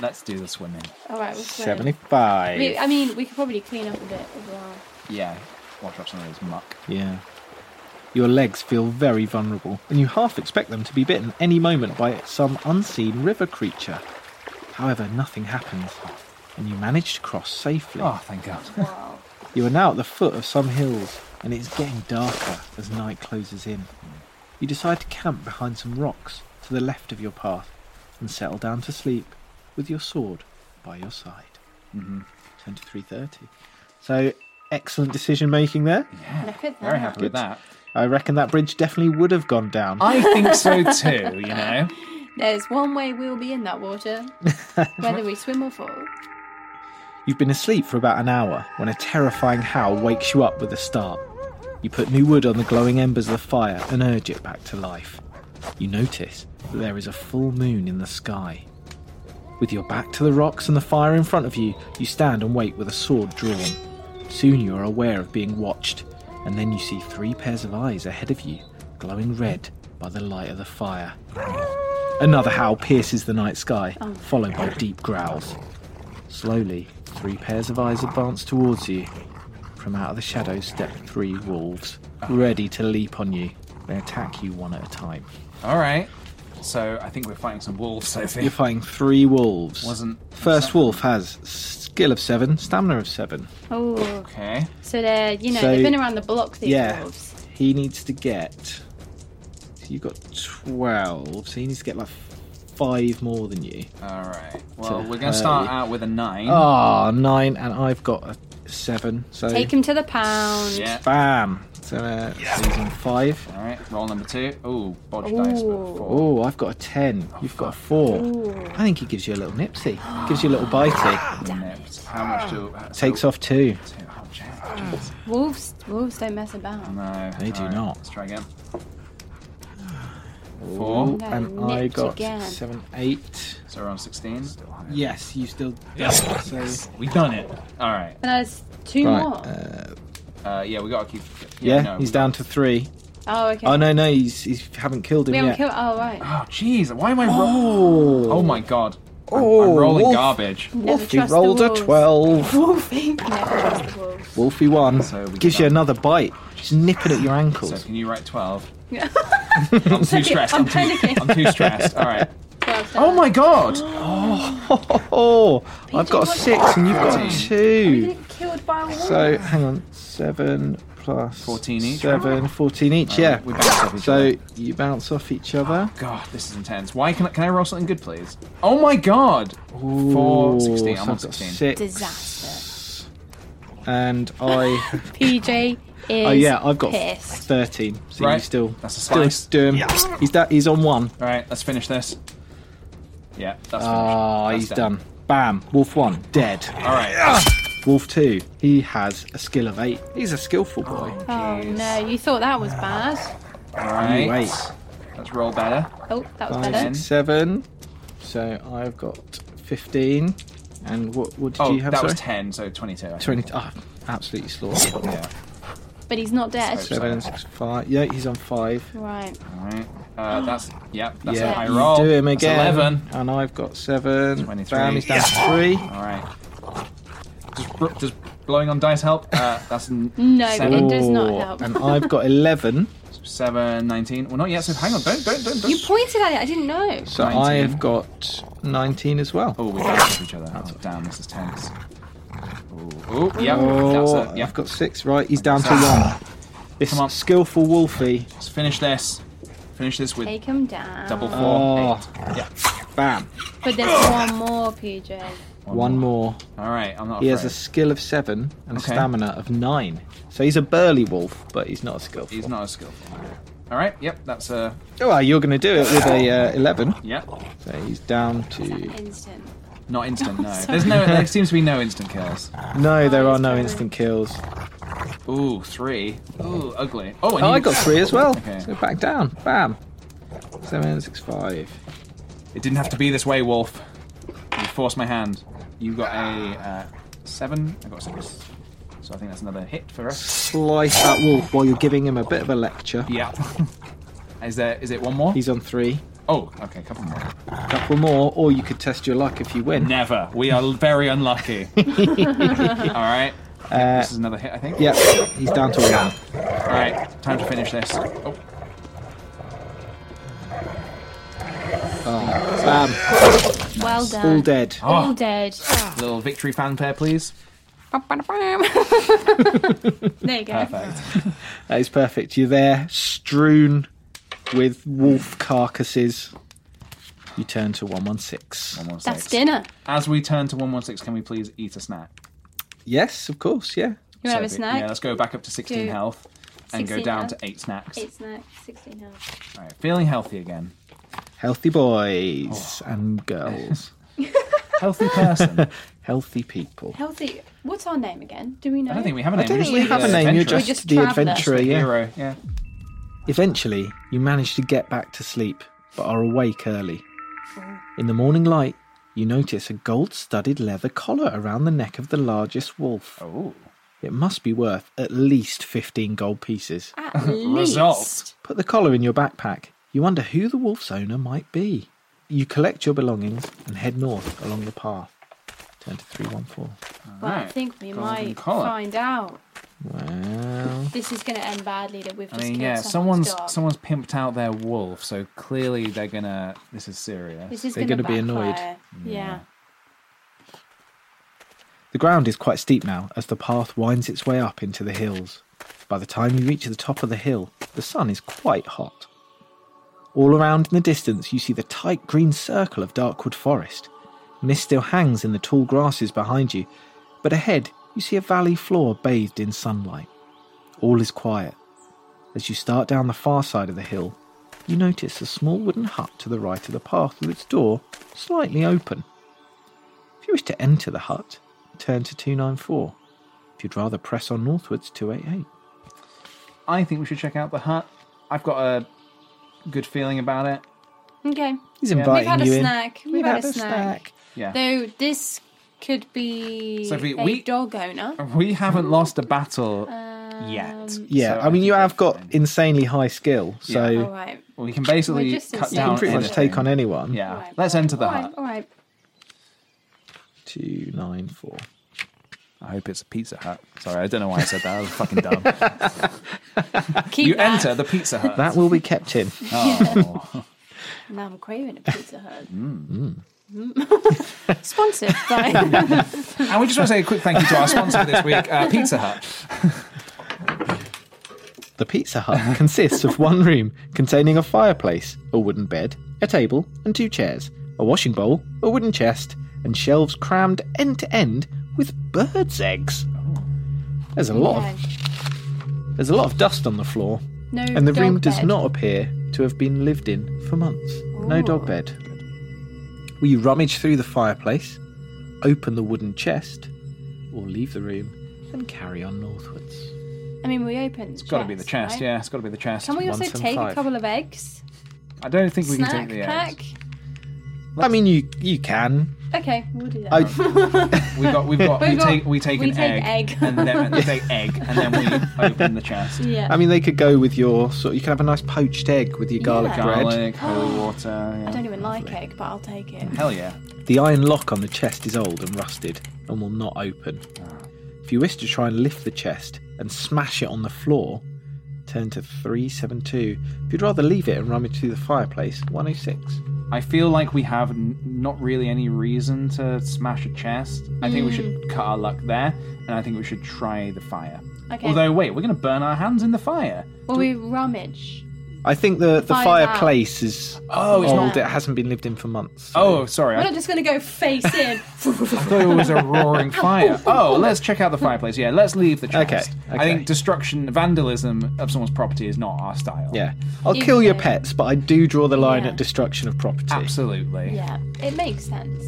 [SPEAKER 3] Let's do the swimming.
[SPEAKER 8] All right, we'll swim.
[SPEAKER 6] 75.
[SPEAKER 8] We, I mean, we could probably clean up a bit as well.
[SPEAKER 3] Yeah. Wash up some of this muck.
[SPEAKER 6] Yeah. Your legs feel very vulnerable, and you half expect them to be bitten any moment by some unseen river creature. However, nothing happens, and you manage to cross safely.
[SPEAKER 3] Oh, thank God.
[SPEAKER 6] You are now at the foot of some hills, and it's getting darker as night closes in. You decide to camp behind some rocks to the left of your path and settle down to sleep with your sword by your side. Mm-hmm. Turn to 3.30. So, excellent decision making there.
[SPEAKER 8] Look at that.
[SPEAKER 3] Ah, Very happy with that.
[SPEAKER 6] I reckon that bridge definitely would have gone down.
[SPEAKER 3] I think so too. You know.
[SPEAKER 8] There's one way we'll be in that water, whether we swim or fall.
[SPEAKER 6] You've been asleep for about an hour when a terrifying howl wakes you up with a start. You put new wood on the glowing embers of the fire and urge it back to life. You notice that there is a full moon in the sky. With your back to the rocks and the fire in front of you, you stand and wait with a sword drawn. Soon you are aware of being watched, and then you see three pairs of eyes ahead of you, glowing red by the light of the fire. Another howl pierces the night sky, followed by deep growls. Slowly, three pairs of eyes advance towards you. From out of the shadows step three wolves, ready to leap on you. They attack you one at a time.
[SPEAKER 3] All right. So I think we're fighting some wolves, Sophie.
[SPEAKER 6] You're fighting three wolves.
[SPEAKER 3] Wasn't-
[SPEAKER 6] First wolf has skill of seven, stamina of seven.
[SPEAKER 8] Oh,
[SPEAKER 3] Okay.
[SPEAKER 8] so they're you know
[SPEAKER 6] So-
[SPEAKER 8] they've been around the block these
[SPEAKER 6] yeah,
[SPEAKER 8] wolves.
[SPEAKER 6] he needs to get. So you've got twelve, so he needs to get like five more than you.
[SPEAKER 3] All right. Well,
[SPEAKER 6] To
[SPEAKER 3] we're gonna
[SPEAKER 6] hurt
[SPEAKER 3] start
[SPEAKER 6] you.
[SPEAKER 3] out with a nine.
[SPEAKER 6] Ah, nine, and I've got a seven. So
[SPEAKER 8] Take him to the pound.
[SPEAKER 3] Yeah.
[SPEAKER 6] bam. So uh, season five.
[SPEAKER 3] All right. Roll number two. Ooh, bodge dice. But four.
[SPEAKER 6] Oh, I've got a 10. You've got a 4. I think he gives you a little nipsy. Gives you a little bitey.
[SPEAKER 3] Nipped. How much do? uh, so-
[SPEAKER 6] Takes off 2.
[SPEAKER 3] two. Oh, jeez.
[SPEAKER 8] Wolves, wolves don't mess about.
[SPEAKER 3] No.
[SPEAKER 6] They do
[SPEAKER 3] All right,
[SPEAKER 6] not.
[SPEAKER 3] Let's try again. Four.
[SPEAKER 8] No,
[SPEAKER 6] And I
[SPEAKER 8] nipped
[SPEAKER 6] got
[SPEAKER 8] again.
[SPEAKER 6] 7, 8.
[SPEAKER 3] So we're on sixteen.
[SPEAKER 6] Yes, you still. So,
[SPEAKER 3] We done it. All right.
[SPEAKER 8] And there's two
[SPEAKER 6] Right,
[SPEAKER 8] more.
[SPEAKER 3] Uh, yeah, we gotta keep.
[SPEAKER 6] yeah,
[SPEAKER 3] no,
[SPEAKER 6] he's
[SPEAKER 3] we-
[SPEAKER 6] down to 3.
[SPEAKER 8] oh, okay.
[SPEAKER 6] Oh, no, no, he's, he's haven't killed him
[SPEAKER 8] we haven't
[SPEAKER 6] yet.
[SPEAKER 8] killed. Oh, right.
[SPEAKER 3] Oh, jeez. Why am I? Ro- oh my god. I'm, I'm
[SPEAKER 6] Oh,
[SPEAKER 3] rolling
[SPEAKER 6] wolf.
[SPEAKER 3] garbage.
[SPEAKER 8] Never
[SPEAKER 6] He
[SPEAKER 8] trust the
[SPEAKER 6] rolled a
[SPEAKER 8] wolves.
[SPEAKER 6] 12.
[SPEAKER 8] Wolfie, never trust the wolves.
[SPEAKER 6] Wolfie 1.
[SPEAKER 3] So we
[SPEAKER 6] gives
[SPEAKER 3] get
[SPEAKER 6] you
[SPEAKER 3] up.
[SPEAKER 6] another bite. Just nipping at your
[SPEAKER 3] So
[SPEAKER 6] ankles.
[SPEAKER 3] can you write twelve? I'm too stressed.
[SPEAKER 8] I'm
[SPEAKER 3] I'm, too,
[SPEAKER 8] panicking.
[SPEAKER 3] I'm too stressed. All right.
[SPEAKER 8] Twelve
[SPEAKER 3] Oh my god.
[SPEAKER 6] Oh, I've got a 6 and you've got a
[SPEAKER 3] Fourteen.
[SPEAKER 6] 2.
[SPEAKER 8] Get killed by a wolf.
[SPEAKER 6] So hang on, seven plus
[SPEAKER 3] 14 each.
[SPEAKER 6] Seven, 14 each,
[SPEAKER 3] Oh,
[SPEAKER 6] yeah.
[SPEAKER 3] we bounce off each
[SPEAKER 6] so
[SPEAKER 3] other.
[SPEAKER 6] you bounce off each other.
[SPEAKER 3] God, this is intense. Why can I, can I roll something good, please? Oh my god! Four,
[SPEAKER 6] Ooh,
[SPEAKER 3] 16.
[SPEAKER 6] so
[SPEAKER 3] I'm on
[SPEAKER 6] I've got
[SPEAKER 3] 16.
[SPEAKER 6] six.
[SPEAKER 2] Disaster.
[SPEAKER 6] And I.
[SPEAKER 2] PJ is.
[SPEAKER 6] oh, yeah, I've got
[SPEAKER 2] pissed.
[SPEAKER 6] 13. So you
[SPEAKER 3] Right.
[SPEAKER 6] still.
[SPEAKER 3] That's a
[SPEAKER 6] still
[SPEAKER 3] slice.
[SPEAKER 6] do 'em. He's, da- he's on one.
[SPEAKER 3] All right, let's finish this. Yeah, that's finished.
[SPEAKER 6] Ah,
[SPEAKER 3] That's
[SPEAKER 6] he's done. Bam. Wolf one, dead. Ah.
[SPEAKER 3] All right.
[SPEAKER 6] Wolf two, he has a skill of eight. He's a skillful boy.
[SPEAKER 2] Oh no, you thought that was bad.
[SPEAKER 3] All right.
[SPEAKER 6] Wait.
[SPEAKER 3] Let's roll better.
[SPEAKER 2] Oh, that was
[SPEAKER 6] Five,
[SPEAKER 2] better.
[SPEAKER 6] six, seven. So I've got 15. And what, what did
[SPEAKER 3] Oh,
[SPEAKER 6] you have?
[SPEAKER 3] that
[SPEAKER 6] sorry?
[SPEAKER 3] was 10, so 22. I think.
[SPEAKER 6] 20. Oh, absolutely slaughtered.
[SPEAKER 3] Yeah.
[SPEAKER 2] But he's not dead.
[SPEAKER 6] Seven, six, five. Yeah, he's on five.
[SPEAKER 2] Right.
[SPEAKER 3] All right. Uh, that's, yeah, that's
[SPEAKER 6] yeah,
[SPEAKER 3] a high
[SPEAKER 6] you
[SPEAKER 3] roll.
[SPEAKER 6] do him
[SPEAKER 3] That's
[SPEAKER 6] again.
[SPEAKER 3] 11.
[SPEAKER 6] And I've got seven.
[SPEAKER 3] 23.
[SPEAKER 6] Bam, he's down to three.
[SPEAKER 3] All right. Does, br- does blowing on dice help? Uh, that's n-
[SPEAKER 2] No, it
[SPEAKER 3] seven,
[SPEAKER 2] does not
[SPEAKER 6] Ooh,
[SPEAKER 2] help.
[SPEAKER 6] and I've got 11.
[SPEAKER 3] seven, 19. Well, not yet. So hang on. Don't, don't, don't.
[SPEAKER 2] You
[SPEAKER 3] don't.
[SPEAKER 2] pointed at it. I didn't know.
[SPEAKER 6] So I have got 19 as well.
[SPEAKER 3] Oh, we bounced off each other. Oh, damn, this is tense. Oh, yeah,
[SPEAKER 6] Oh,
[SPEAKER 3] that's it. Yeah, Ah.
[SPEAKER 6] I've got six, right? He's down to one. This
[SPEAKER 3] Come on.
[SPEAKER 6] skillful Wolfie.
[SPEAKER 3] let's finish this. Finish this with
[SPEAKER 2] Take him down.
[SPEAKER 3] double four.
[SPEAKER 6] Oh.
[SPEAKER 3] eight. Yeah.
[SPEAKER 6] Bam.
[SPEAKER 2] But there's one more, PJ.
[SPEAKER 6] One, more.
[SPEAKER 3] All right, I'm not
[SPEAKER 6] He has
[SPEAKER 3] afraid.
[SPEAKER 6] a skill of seven and
[SPEAKER 3] Okay.
[SPEAKER 6] a stamina of nine. So he's a burly wolf, but he's not a skillful.
[SPEAKER 3] He's not as skillful. All right, yep, that's a
[SPEAKER 6] Oh, well, you're going to do it with a uh, 11.
[SPEAKER 3] yeah.
[SPEAKER 6] So he's down to.
[SPEAKER 2] Instant.
[SPEAKER 3] Not instant. No,
[SPEAKER 2] sorry.
[SPEAKER 3] there's no. There seems to be no instant kills.
[SPEAKER 6] No, there are no instant kills.
[SPEAKER 3] Ooh, three. Ooh, ugly. Oh, and
[SPEAKER 6] Oh,
[SPEAKER 3] you-
[SPEAKER 6] I got three as well.
[SPEAKER 3] Okay.
[SPEAKER 6] So back down. Bam. Seven, six, five.
[SPEAKER 3] It didn't have to be this way, Wolf. You forced my hand. You got a uh, seven. I got a six. So I think that's another hit for us.
[SPEAKER 6] Slice that wolf while you're giving him a bit of a lecture.
[SPEAKER 3] Yeah. is there? Is it one more?
[SPEAKER 6] He's on three.
[SPEAKER 3] Oh, okay, a couple more.
[SPEAKER 6] Couple more, or you could test your luck if you win.
[SPEAKER 3] Never. We are very unlucky. All right.
[SPEAKER 6] Uh,
[SPEAKER 3] this is another hit, I think.
[SPEAKER 6] Yeah, he's down to one.
[SPEAKER 3] All right. Time to finish this. Oh,
[SPEAKER 6] Bam,
[SPEAKER 2] Well done.
[SPEAKER 6] all dead.
[SPEAKER 2] All dead.
[SPEAKER 3] little victory fanfare, please.
[SPEAKER 2] There you go.
[SPEAKER 3] Perfect.
[SPEAKER 6] That is perfect. You're there, strewn with wolf carcasses. You turn to 116.
[SPEAKER 3] One, one,
[SPEAKER 2] That's
[SPEAKER 3] six.
[SPEAKER 2] dinner.
[SPEAKER 3] As we turn to one one six, can we please eat a snack?
[SPEAKER 6] Yes, of course, yeah.
[SPEAKER 2] You want to have a
[SPEAKER 3] So,
[SPEAKER 2] snack?
[SPEAKER 3] Yeah, let's go back up to sixteen
[SPEAKER 2] Two.
[SPEAKER 3] health and go
[SPEAKER 2] 16
[SPEAKER 3] down to
[SPEAKER 2] health.
[SPEAKER 3] eight snacks.
[SPEAKER 2] Eight snacks, 16 health.
[SPEAKER 3] All right, feeling healthy again.
[SPEAKER 6] Healthy
[SPEAKER 3] Oh.
[SPEAKER 6] boys and girls.
[SPEAKER 3] Healthy person. I
[SPEAKER 6] Healthy people.
[SPEAKER 2] Healthy. What's our name again? Do we know?
[SPEAKER 3] don't think we have a name.
[SPEAKER 6] I don't
[SPEAKER 3] We're
[SPEAKER 6] think we
[SPEAKER 3] just
[SPEAKER 6] have
[SPEAKER 3] the
[SPEAKER 6] a name, you're
[SPEAKER 3] adventurer.
[SPEAKER 6] just,
[SPEAKER 2] just
[SPEAKER 6] the
[SPEAKER 2] travelers.
[SPEAKER 6] adventurer, yeah.
[SPEAKER 3] hero. Yeah.
[SPEAKER 6] Eventually, you manage to get back to sleep, but are awake early. In the morning light, you notice a gold studded leather collar around the neck of the largest wolf.
[SPEAKER 3] Oh.
[SPEAKER 6] It must be worth at least 15 gold pieces.
[SPEAKER 2] At least.
[SPEAKER 3] Result.
[SPEAKER 6] Put the collar in your backpack. You wonder who the wolf's owner might be. You collect your belongings and head north along the path. Turn to 314.
[SPEAKER 2] Well, I
[SPEAKER 3] Right.
[SPEAKER 2] think we
[SPEAKER 3] Golden
[SPEAKER 2] might
[SPEAKER 3] collar.
[SPEAKER 2] find out.
[SPEAKER 6] Well,
[SPEAKER 2] This is going to end badly that we've
[SPEAKER 3] I
[SPEAKER 2] just
[SPEAKER 3] mean,
[SPEAKER 2] killed
[SPEAKER 3] yeah,
[SPEAKER 2] someone's,
[SPEAKER 3] someone's
[SPEAKER 2] dog.
[SPEAKER 3] someone's pimped out their wolf, so clearly they're gonna. This is serious.
[SPEAKER 2] This is
[SPEAKER 6] They're
[SPEAKER 2] going to
[SPEAKER 6] gonna be annoyed.
[SPEAKER 2] Yeah. yeah.
[SPEAKER 6] the ground is quite steep now as the path winds its way up into the hills. By the time you reach the top of the hill, the sun is quite hot. All around in the distance, you see the tight green circle of Darkwood Forest. Mist still hangs in the tall grasses behind you, but ahead you see a valley floor bathed in sunlight. All is quiet. As you start down the far side of the hill, you notice a small wooden hut to the right of the path with its door slightly open. If you wish to enter the hut, turn to 294. If you'd rather press on northwards, 288.
[SPEAKER 3] I think we should check out the hut. I've got a good feeling about it.
[SPEAKER 2] Okay.
[SPEAKER 6] He's
[SPEAKER 3] Yeah.
[SPEAKER 6] inviting
[SPEAKER 2] We've had a
[SPEAKER 6] you in.
[SPEAKER 2] snack. We've,
[SPEAKER 6] You've
[SPEAKER 2] had, a snack.
[SPEAKER 3] Yeah.
[SPEAKER 2] Though this could be
[SPEAKER 3] Sophie,
[SPEAKER 2] a
[SPEAKER 3] we-
[SPEAKER 2] dog owner.
[SPEAKER 3] We haven't lost a battle
[SPEAKER 2] Um,
[SPEAKER 3] yet.
[SPEAKER 6] Yeah,
[SPEAKER 3] So
[SPEAKER 6] I mean,
[SPEAKER 3] think
[SPEAKER 6] you
[SPEAKER 3] we're
[SPEAKER 6] have got
[SPEAKER 3] fine.
[SPEAKER 6] insanely high skill, so
[SPEAKER 3] Yeah.
[SPEAKER 2] All right.
[SPEAKER 3] We can basically
[SPEAKER 2] We're just
[SPEAKER 3] cut
[SPEAKER 2] insane.
[SPEAKER 6] you
[SPEAKER 3] down.
[SPEAKER 6] can pretty much
[SPEAKER 3] anything.
[SPEAKER 6] take on anyone.
[SPEAKER 3] Yeah.
[SPEAKER 2] All right.
[SPEAKER 3] Let's enter the
[SPEAKER 2] All
[SPEAKER 3] hut.
[SPEAKER 2] right. All right.
[SPEAKER 6] 294.
[SPEAKER 3] I hope it's a Pizza Hut. Sorry, I don't know why I said that. I was fucking dumb.
[SPEAKER 2] Keep
[SPEAKER 3] you
[SPEAKER 2] that.
[SPEAKER 3] enter the Pizza Hut.
[SPEAKER 6] That will be kept in.
[SPEAKER 3] Oh.
[SPEAKER 2] Now I'm craving a Pizza Hut. Mm. Sponsored by.
[SPEAKER 3] and we just want to say a quick thank you to our sponsor this week, uh, Pizza Hut.
[SPEAKER 6] The Pizza Hut consists of one room containing a fireplace, a wooden bed, a table, and two chairs, a washing bowl, a wooden chest, and shelves crammed end to end with birds' eggs. There's a lot of there's a lot of dust on the floor,
[SPEAKER 8] No
[SPEAKER 6] and the
[SPEAKER 8] dog
[SPEAKER 6] room does
[SPEAKER 8] bed.
[SPEAKER 6] not appear to have been lived in for months. No
[SPEAKER 8] Oh.
[SPEAKER 6] dog bed. Will you rummage through the fireplace, open the wooden chest, or leave the room and carry on northwards?
[SPEAKER 8] I mean, we opened. It's
[SPEAKER 3] got to be the chest, yeah. It's got to be the chest.
[SPEAKER 8] Can we also take a couple of eggs?
[SPEAKER 3] I don't think we
[SPEAKER 8] Snack
[SPEAKER 3] can take the eggs.
[SPEAKER 8] pack.
[SPEAKER 6] I mean, you you can.
[SPEAKER 8] Okay, we'll do that.
[SPEAKER 3] We got, we've got, we
[SPEAKER 8] We've got-
[SPEAKER 3] take, we take
[SPEAKER 8] we
[SPEAKER 3] an
[SPEAKER 8] take
[SPEAKER 3] egg,
[SPEAKER 8] egg.
[SPEAKER 3] and then we take egg, and then we open the chest.
[SPEAKER 8] Yeah.
[SPEAKER 6] I mean, they could go with your sort. You can have a nice poached egg with your garlic
[SPEAKER 8] Yeah.
[SPEAKER 6] bread.
[SPEAKER 8] Garlic, holy
[SPEAKER 3] water.
[SPEAKER 8] I don't even like egg, but I'll take it.
[SPEAKER 3] yeah.
[SPEAKER 6] The iron lock on the chest is old and rusted and will not open. If you wish to try and lift the chest and smash it on the floor, turn to 372. If you'd rather leave it and rummage through the fireplace, 106.
[SPEAKER 3] I feel like we have n- not really any reason to smash a chest. I think we
[SPEAKER 8] Mm.
[SPEAKER 3] should cut our luck there, and I think we should try the fire.
[SPEAKER 8] Okay.
[SPEAKER 3] Although, wait, we're going to burn our hands in the fire.
[SPEAKER 8] Well, we rummage.
[SPEAKER 6] I think the, the
[SPEAKER 8] Fire's
[SPEAKER 6] fireplace is
[SPEAKER 3] Oh, it's
[SPEAKER 6] old.
[SPEAKER 3] not-
[SPEAKER 6] It hasn't been lived in for months.
[SPEAKER 3] Oh, sorry.
[SPEAKER 8] We're
[SPEAKER 3] I
[SPEAKER 8] not just going to go face in.
[SPEAKER 3] thought it was a roaring fire. Oh, let's check out the fireplace. Yeah, let's leave the chest.
[SPEAKER 6] Okay,
[SPEAKER 3] I think destruction, vandalism of someone's property is not our style.
[SPEAKER 6] Yeah. I'll kill your pets, but I do draw the line at destruction of property.
[SPEAKER 3] Absolutely.
[SPEAKER 8] yeah, it makes sense.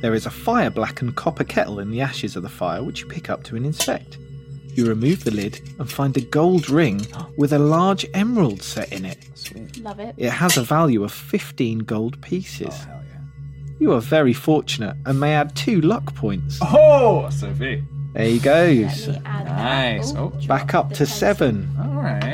[SPEAKER 6] There is a fire blackened copper kettle in the ashes of the fire, which you pick up to and inspect. You remove the lid and find a gold ring with a large emerald set in it.
[SPEAKER 8] Love it.
[SPEAKER 6] It has a value of 15 gold pieces.
[SPEAKER 3] Oh,
[SPEAKER 6] You are very fortunate and may add two luck points.
[SPEAKER 3] Oh, Sophie.
[SPEAKER 6] There you goes.
[SPEAKER 3] Nice. Oh,
[SPEAKER 6] Back up to seven.
[SPEAKER 3] all right.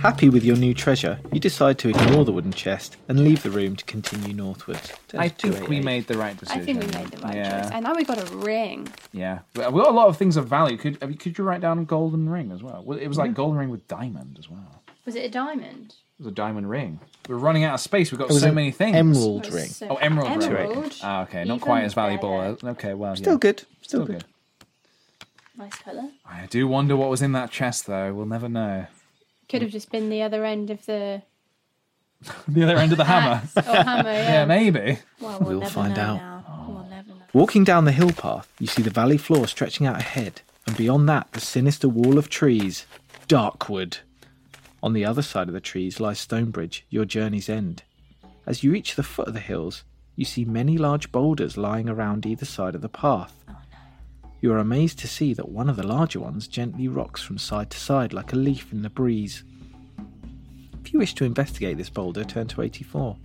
[SPEAKER 6] Happy with your new treasure, you decide to ignore the wooden chest and leave the room to continue northward.
[SPEAKER 3] I think we made the right
[SPEAKER 8] I
[SPEAKER 3] decision.
[SPEAKER 8] think we made the right
[SPEAKER 3] yeah.
[SPEAKER 8] choice. And now we got a ring.
[SPEAKER 3] Yeah, we we got a lot of things of value. Could have you- could you write down golden ring as well? Well, It was like
[SPEAKER 8] Yeah.
[SPEAKER 3] golden ring with diamond as well.
[SPEAKER 8] Was it a diamond?
[SPEAKER 3] It was a diamond ring. We're running out of space. We've got
[SPEAKER 6] It was
[SPEAKER 3] so
[SPEAKER 6] an
[SPEAKER 3] many things.
[SPEAKER 6] emerald It was ring. so-
[SPEAKER 3] Oh, emerald, ring.
[SPEAKER 8] Emerald.
[SPEAKER 3] Ah, okay, not
[SPEAKER 8] Even
[SPEAKER 3] quite as valuable. as- Okay, well,
[SPEAKER 6] Still
[SPEAKER 3] yeah.
[SPEAKER 6] good.
[SPEAKER 3] Still good.
[SPEAKER 8] Nice colour.
[SPEAKER 3] I do wonder what was in that chest, though. We'll never know.
[SPEAKER 8] Could have just been the other end of the.
[SPEAKER 3] the other end of the hammer.
[SPEAKER 8] Axe or hammer, yeah.
[SPEAKER 3] maybe.
[SPEAKER 8] Well, we'll,
[SPEAKER 6] We'll
[SPEAKER 8] never
[SPEAKER 6] find
[SPEAKER 8] know
[SPEAKER 6] out.
[SPEAKER 8] Now.
[SPEAKER 3] Oh.
[SPEAKER 8] We'll never know.
[SPEAKER 6] Walking down the hill path, you see the valley floor stretching out ahead, and beyond that, the sinister wall of trees, Darkwood. On the other side of the trees lies Stonebridge, your journey's end. As you reach the foot of the hills, you see many large boulders lying around either side of the path. You are amazed to see that one of the larger ones gently rocks from side to side like a leaf in the breeze. If you wish to investigate this boulder, turn to 84.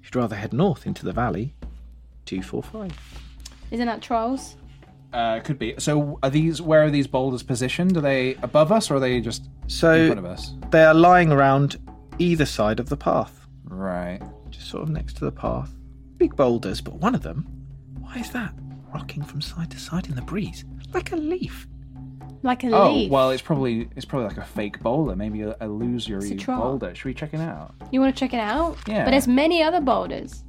[SPEAKER 6] If you'd rather head north into the valley, 245.
[SPEAKER 8] Isn't that trolls?
[SPEAKER 3] Uh, could be. So, are these? Where are these boulders positioned? Are they above us, or are they just
[SPEAKER 6] So-
[SPEAKER 3] in front of us?
[SPEAKER 6] They are lying around either side of the path,
[SPEAKER 3] Right.
[SPEAKER 6] just sort of next to the path. Big boulders, but one of them, why is that? Rocking from side to side in the breeze, like a leaf.
[SPEAKER 8] Like a
[SPEAKER 3] Oh
[SPEAKER 8] leaf.
[SPEAKER 3] well, it's probably it's probably like a fake boulder, maybe a, a illusory
[SPEAKER 8] troll.
[SPEAKER 3] boulder. Should we check it out?
[SPEAKER 8] You want to check it out?
[SPEAKER 3] Yeah.
[SPEAKER 8] But there's many other boulders.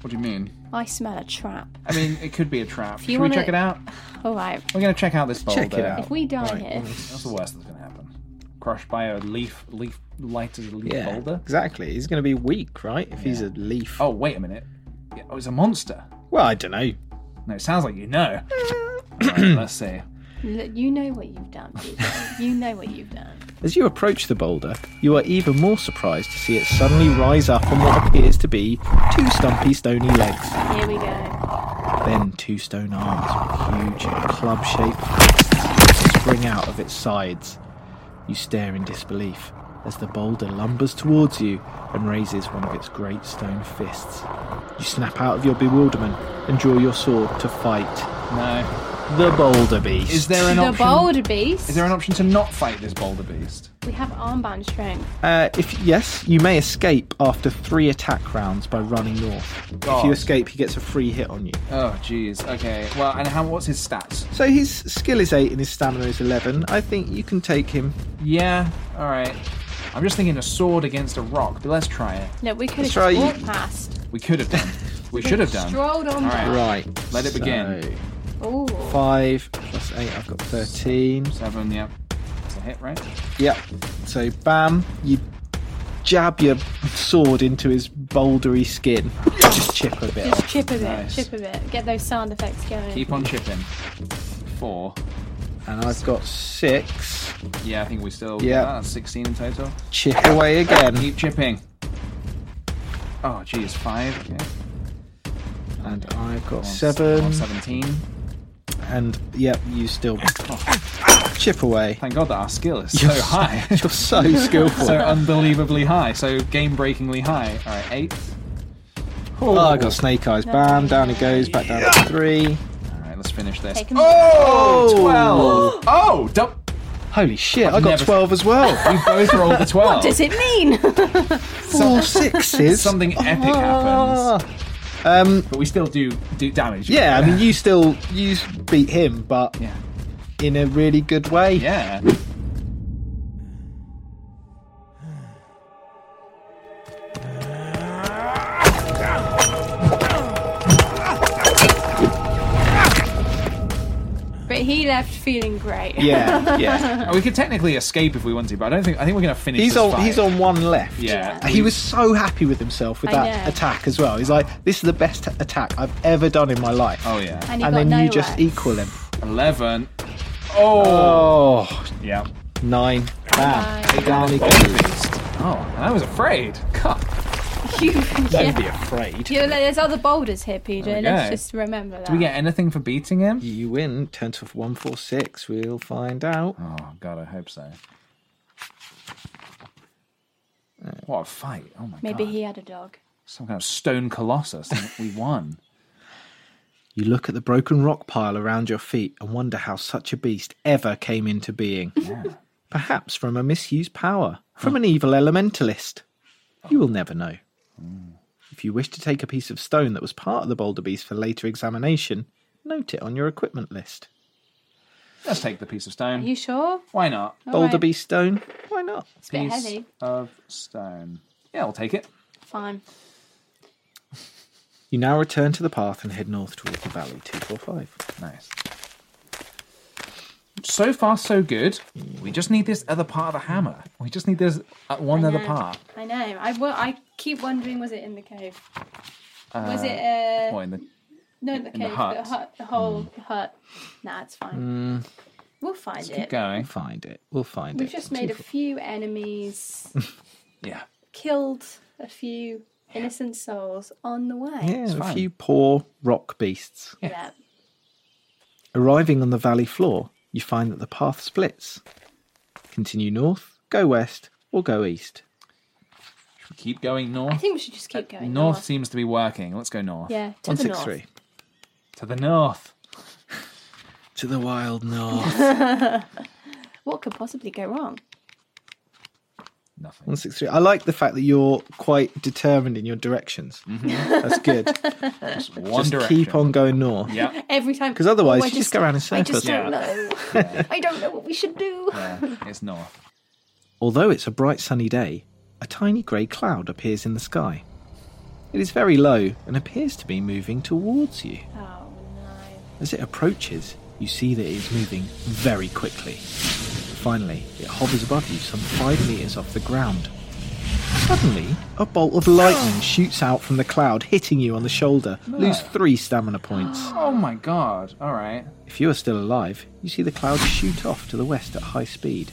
[SPEAKER 3] What do you mean?
[SPEAKER 8] I smell a trap.
[SPEAKER 3] I mean, it could be a trap.
[SPEAKER 8] If
[SPEAKER 3] Should
[SPEAKER 8] you
[SPEAKER 3] we
[SPEAKER 8] wanna-
[SPEAKER 3] check it out?
[SPEAKER 8] All right.
[SPEAKER 3] We're gonna check out this boulder.
[SPEAKER 6] Check it out.
[SPEAKER 8] If we die here,
[SPEAKER 3] That's the worst that's gonna happen. Crushed by a leaf, leaf light as a leaf boulder.
[SPEAKER 6] exactly. He's going to be weak, right? If he's a leaf.
[SPEAKER 3] Oh wait a minute. Yeah, oh, it's a monster.
[SPEAKER 6] Well, I don't know.
[SPEAKER 3] No, it sounds like you know. Alright, let's see.
[SPEAKER 8] look, you know what you've done. Peter. you know what you've done.
[SPEAKER 6] As you approach the boulder, you are even more surprised to see it suddenly rise up on what appears to be two stumpy stony legs.
[SPEAKER 8] Here we go.
[SPEAKER 6] Then two stone arms with huge club shaped fists spring out of its sides. You stare in disbelief as the boulder lumbers towards you and raises one of its great stone fists. You snap out of your bewilderment and draw your sword to fight
[SPEAKER 3] No.
[SPEAKER 6] the boulder beast.
[SPEAKER 3] Is there an
[SPEAKER 8] the
[SPEAKER 3] option?
[SPEAKER 8] boulder beast.
[SPEAKER 3] Is there an option to not fight this boulder beast?
[SPEAKER 8] We have armband strength.
[SPEAKER 6] Uh, if yes, you may escape after three attack rounds by running north. If
[SPEAKER 3] God.
[SPEAKER 6] you escape, he gets a free hit on you.
[SPEAKER 3] Oh jeez. Okay. Well, and how? What's his stats?
[SPEAKER 6] So his skill is eight and his stamina is eleven. I think you can take him.
[SPEAKER 3] Yeah. All right. I'm just thinking a sword against a rock, but let's try it.
[SPEAKER 8] No, we could have
[SPEAKER 6] Let's try
[SPEAKER 8] just
[SPEAKER 6] you-
[SPEAKER 8] walked past.
[SPEAKER 3] We could have done. We should have done.
[SPEAKER 8] Strolled on
[SPEAKER 3] All right.
[SPEAKER 6] Right.
[SPEAKER 3] Let it begin.
[SPEAKER 6] so-
[SPEAKER 8] Oh.
[SPEAKER 6] Five plus eight, I've got thirteen.
[SPEAKER 3] Seven, yep. hit, right?
[SPEAKER 6] Yep. So, bam, you jab your sword into his bouldery skin. Just chip a bit.
[SPEAKER 2] Just
[SPEAKER 6] off.
[SPEAKER 2] chip a bit, chip a bit. Get those sound effects going.
[SPEAKER 3] Keep on chipping. Four.
[SPEAKER 6] And I've got six.
[SPEAKER 3] Yeah, I think we still.
[SPEAKER 6] Yeah.
[SPEAKER 3] Yeah. that's 16 in total.
[SPEAKER 6] Chip away again.
[SPEAKER 3] Keep chipping. Oh, geez, five. Okay.
[SPEAKER 6] And I've got
[SPEAKER 3] Well, s-
[SPEAKER 6] seven.
[SPEAKER 3] well, 17.
[SPEAKER 6] And, yep, you still chip away.
[SPEAKER 3] Thank God that our skill is
[SPEAKER 6] You're
[SPEAKER 3] so
[SPEAKER 6] s-
[SPEAKER 3] high.
[SPEAKER 6] you're so skillful.
[SPEAKER 3] so uh, unbelievably high. So game breakingly high. All right, eight.
[SPEAKER 6] Oh, I got snake eyes. Bam, down it goes. Back down to three.
[SPEAKER 3] All right, let's finish this.
[SPEAKER 6] Take 'em.
[SPEAKER 3] Oh,
[SPEAKER 6] Oh!
[SPEAKER 3] 12. Oh, dump.
[SPEAKER 6] Holy shit,
[SPEAKER 3] I've
[SPEAKER 6] I got
[SPEAKER 3] never-
[SPEAKER 6] 12 as well.
[SPEAKER 3] We both rolled the 12.
[SPEAKER 2] What does it mean?
[SPEAKER 6] Four sixes.
[SPEAKER 3] Something epic
[SPEAKER 6] Ah.
[SPEAKER 3] happens.
[SPEAKER 6] Um,
[SPEAKER 3] But we still do do damage.
[SPEAKER 6] yeah, I mean, you still you beat him, but
[SPEAKER 3] Yeah.
[SPEAKER 6] in a really good way.
[SPEAKER 3] Yeah.
[SPEAKER 2] but he left feeling great.
[SPEAKER 3] Oh, we could technically escape if we want to, but I don't think I think we're gonna finish.
[SPEAKER 6] He's
[SPEAKER 3] this
[SPEAKER 6] on,
[SPEAKER 3] fight.
[SPEAKER 6] he's on one left.
[SPEAKER 3] Yeah.
[SPEAKER 6] He was so happy with himself with
[SPEAKER 2] I
[SPEAKER 6] that
[SPEAKER 2] know.
[SPEAKER 6] attack as well. He's like, this is the best attack I've ever done in my life.
[SPEAKER 3] Oh yeah.
[SPEAKER 2] And he
[SPEAKER 6] and
[SPEAKER 2] got
[SPEAKER 6] then you
[SPEAKER 2] nowhere.
[SPEAKER 6] just equal him.
[SPEAKER 3] Eleven. Oh.
[SPEAKER 6] Oh,
[SPEAKER 3] Yeah.
[SPEAKER 6] nine. Bam. Down he goes.
[SPEAKER 3] Oh, and I was afraid. God,
[SPEAKER 2] You,
[SPEAKER 6] Don't
[SPEAKER 2] yeah.
[SPEAKER 6] be afraid.
[SPEAKER 2] You- there's other boulders here, PJ.
[SPEAKER 3] we
[SPEAKER 2] Let's
[SPEAKER 3] go.
[SPEAKER 2] just remember that.
[SPEAKER 3] do we get anything for beating him?
[SPEAKER 6] You win 10 to 146. We'll find out.
[SPEAKER 3] Oh God, I hope so. What a fight! Oh my
[SPEAKER 2] Maybe
[SPEAKER 3] God.
[SPEAKER 2] he had a dog.
[SPEAKER 3] Some kind of stone colossus. and we won.
[SPEAKER 6] You look at the broken rock pile around your feet and wonder how such a beast ever came into being. Perhaps from a misused power, from an evil elementalist. You will never know.
[SPEAKER 2] Hmm.
[SPEAKER 6] If you wish to take a piece of stone that was part of the boulder beast for later examination, note it on your equipment list.
[SPEAKER 3] Let's take the piece of
[SPEAKER 2] Are
[SPEAKER 3] stone.
[SPEAKER 2] you sure?
[SPEAKER 3] Why not?
[SPEAKER 2] All
[SPEAKER 6] boulder
[SPEAKER 2] right.
[SPEAKER 6] beast stone? Why not?
[SPEAKER 2] It's a bit
[SPEAKER 3] Piece
[SPEAKER 2] heavy.
[SPEAKER 3] of stone. Yeah, I'll take it.
[SPEAKER 2] Fine.
[SPEAKER 6] You now return to the path and head north towards the valley 245.
[SPEAKER 3] Nice. So far, so good. We just need this other part of the hammer. We just need this uh, one
[SPEAKER 2] I
[SPEAKER 3] other
[SPEAKER 2] know.
[SPEAKER 3] part.
[SPEAKER 2] I know. I, wo- I keep wondering, was it in the cave?
[SPEAKER 3] Uh,
[SPEAKER 2] Was it? Uh,
[SPEAKER 3] what, in the-
[SPEAKER 2] no, not the
[SPEAKER 3] in the
[SPEAKER 2] cave.
[SPEAKER 3] hut?
[SPEAKER 2] hut, the whole hut. Nah, it's fine. We'll find
[SPEAKER 3] Keep
[SPEAKER 2] it.
[SPEAKER 3] going.
[SPEAKER 6] Find it. We'll find
[SPEAKER 2] We've
[SPEAKER 6] it.
[SPEAKER 2] just made a few enemies,
[SPEAKER 3] Yeah.
[SPEAKER 2] killed a few innocent souls on the way.
[SPEAKER 6] Yeah, a
[SPEAKER 3] fine.
[SPEAKER 6] few poor rock beasts.
[SPEAKER 2] Yeah.
[SPEAKER 6] Arriving on the valley floor, you find that the path splits. Continue north, go west, or go east.
[SPEAKER 3] Should we keep going north?
[SPEAKER 2] I think we should just keep going.
[SPEAKER 3] north,
[SPEAKER 2] north.
[SPEAKER 3] seems to be working. Let's go north.
[SPEAKER 2] Yeah, to the north.
[SPEAKER 6] 163.
[SPEAKER 3] To the north.
[SPEAKER 6] To the wild north.
[SPEAKER 2] What could possibly go wrong?
[SPEAKER 3] Nothing.
[SPEAKER 6] 163. I like the fact that you're quite determined in your directions.
[SPEAKER 2] Mm-hmm.
[SPEAKER 6] That's good.
[SPEAKER 3] Just one
[SPEAKER 6] just
[SPEAKER 3] direction.
[SPEAKER 6] keep on going north.
[SPEAKER 3] Yeah.
[SPEAKER 2] Every time. Oh,
[SPEAKER 6] 'Cause otherwise
[SPEAKER 2] I
[SPEAKER 6] you just go around in
[SPEAKER 2] I just
[SPEAKER 6] circles.
[SPEAKER 2] don't know. I don't know what we should do.
[SPEAKER 3] yeah. Uh, It's north.
[SPEAKER 6] Although it's a bright sunny day, a tiny grey cloud appears in the sky. It is very low and appears to be moving towards you.
[SPEAKER 2] Oh,
[SPEAKER 6] As it approaches, you see that it is moving very quickly. Finally, it hovers above you some five metres off the ground. Suddenly, a bolt of lightning shoots out from the cloud, hitting you on the shoulder. Lose three stamina points.
[SPEAKER 3] Oh my god. All right.
[SPEAKER 6] If you are still alive, you see the cloud shoot off to the west at high speed.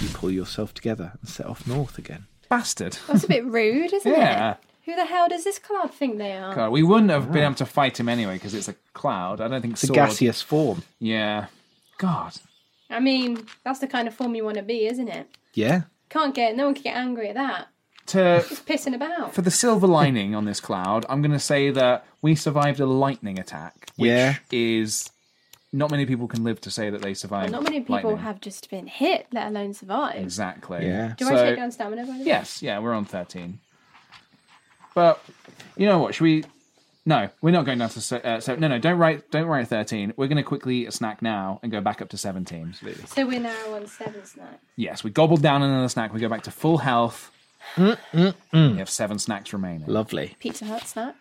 [SPEAKER 6] You pull yourself together and set off north again.
[SPEAKER 3] Bastard.
[SPEAKER 2] That's a bit rude, isn't
[SPEAKER 3] Yeah.
[SPEAKER 2] it? Who the hell does this cloud think they are?
[SPEAKER 3] God, we wouldn't have been able to fight him anyway because it's a cloud. I don't think
[SPEAKER 6] It's a
[SPEAKER 3] sword-
[SPEAKER 6] gaseous form.
[SPEAKER 3] Yeah. God.
[SPEAKER 2] I mean, that's the kind of form you want to be, isn't it?
[SPEAKER 6] Yeah.
[SPEAKER 2] Can't get no one can get angry at that.
[SPEAKER 3] To
[SPEAKER 2] It's pissing about.
[SPEAKER 3] for the silver
[SPEAKER 6] Hmm.
[SPEAKER 3] lining on this cloud, I'm going to say that we survived a lightning attack, which
[SPEAKER 6] Yeah.
[SPEAKER 3] is not many people can live to say that they survived.
[SPEAKER 2] Not many people
[SPEAKER 3] lightning.
[SPEAKER 2] have just been hit, let alone survived.
[SPEAKER 3] exactly.
[SPEAKER 6] Yeah.
[SPEAKER 2] Do I
[SPEAKER 3] So-
[SPEAKER 2] take down stamina? By the way?
[SPEAKER 3] Yes, yeah, we're on thirteen. But you know what? Should we? No, we're not going down to se- uh, so. No, no, don't write. Don't write thirteen. We're going to quickly eat a snack now and go back up to seventeen. Absolutely.
[SPEAKER 2] So we're now on seven snack.
[SPEAKER 3] Yes, we gobbled down another snack.
[SPEAKER 6] Mm,
[SPEAKER 3] We go back to full health. We have seven snacks remaining.
[SPEAKER 6] Lovely.
[SPEAKER 2] Pizza Hut snack.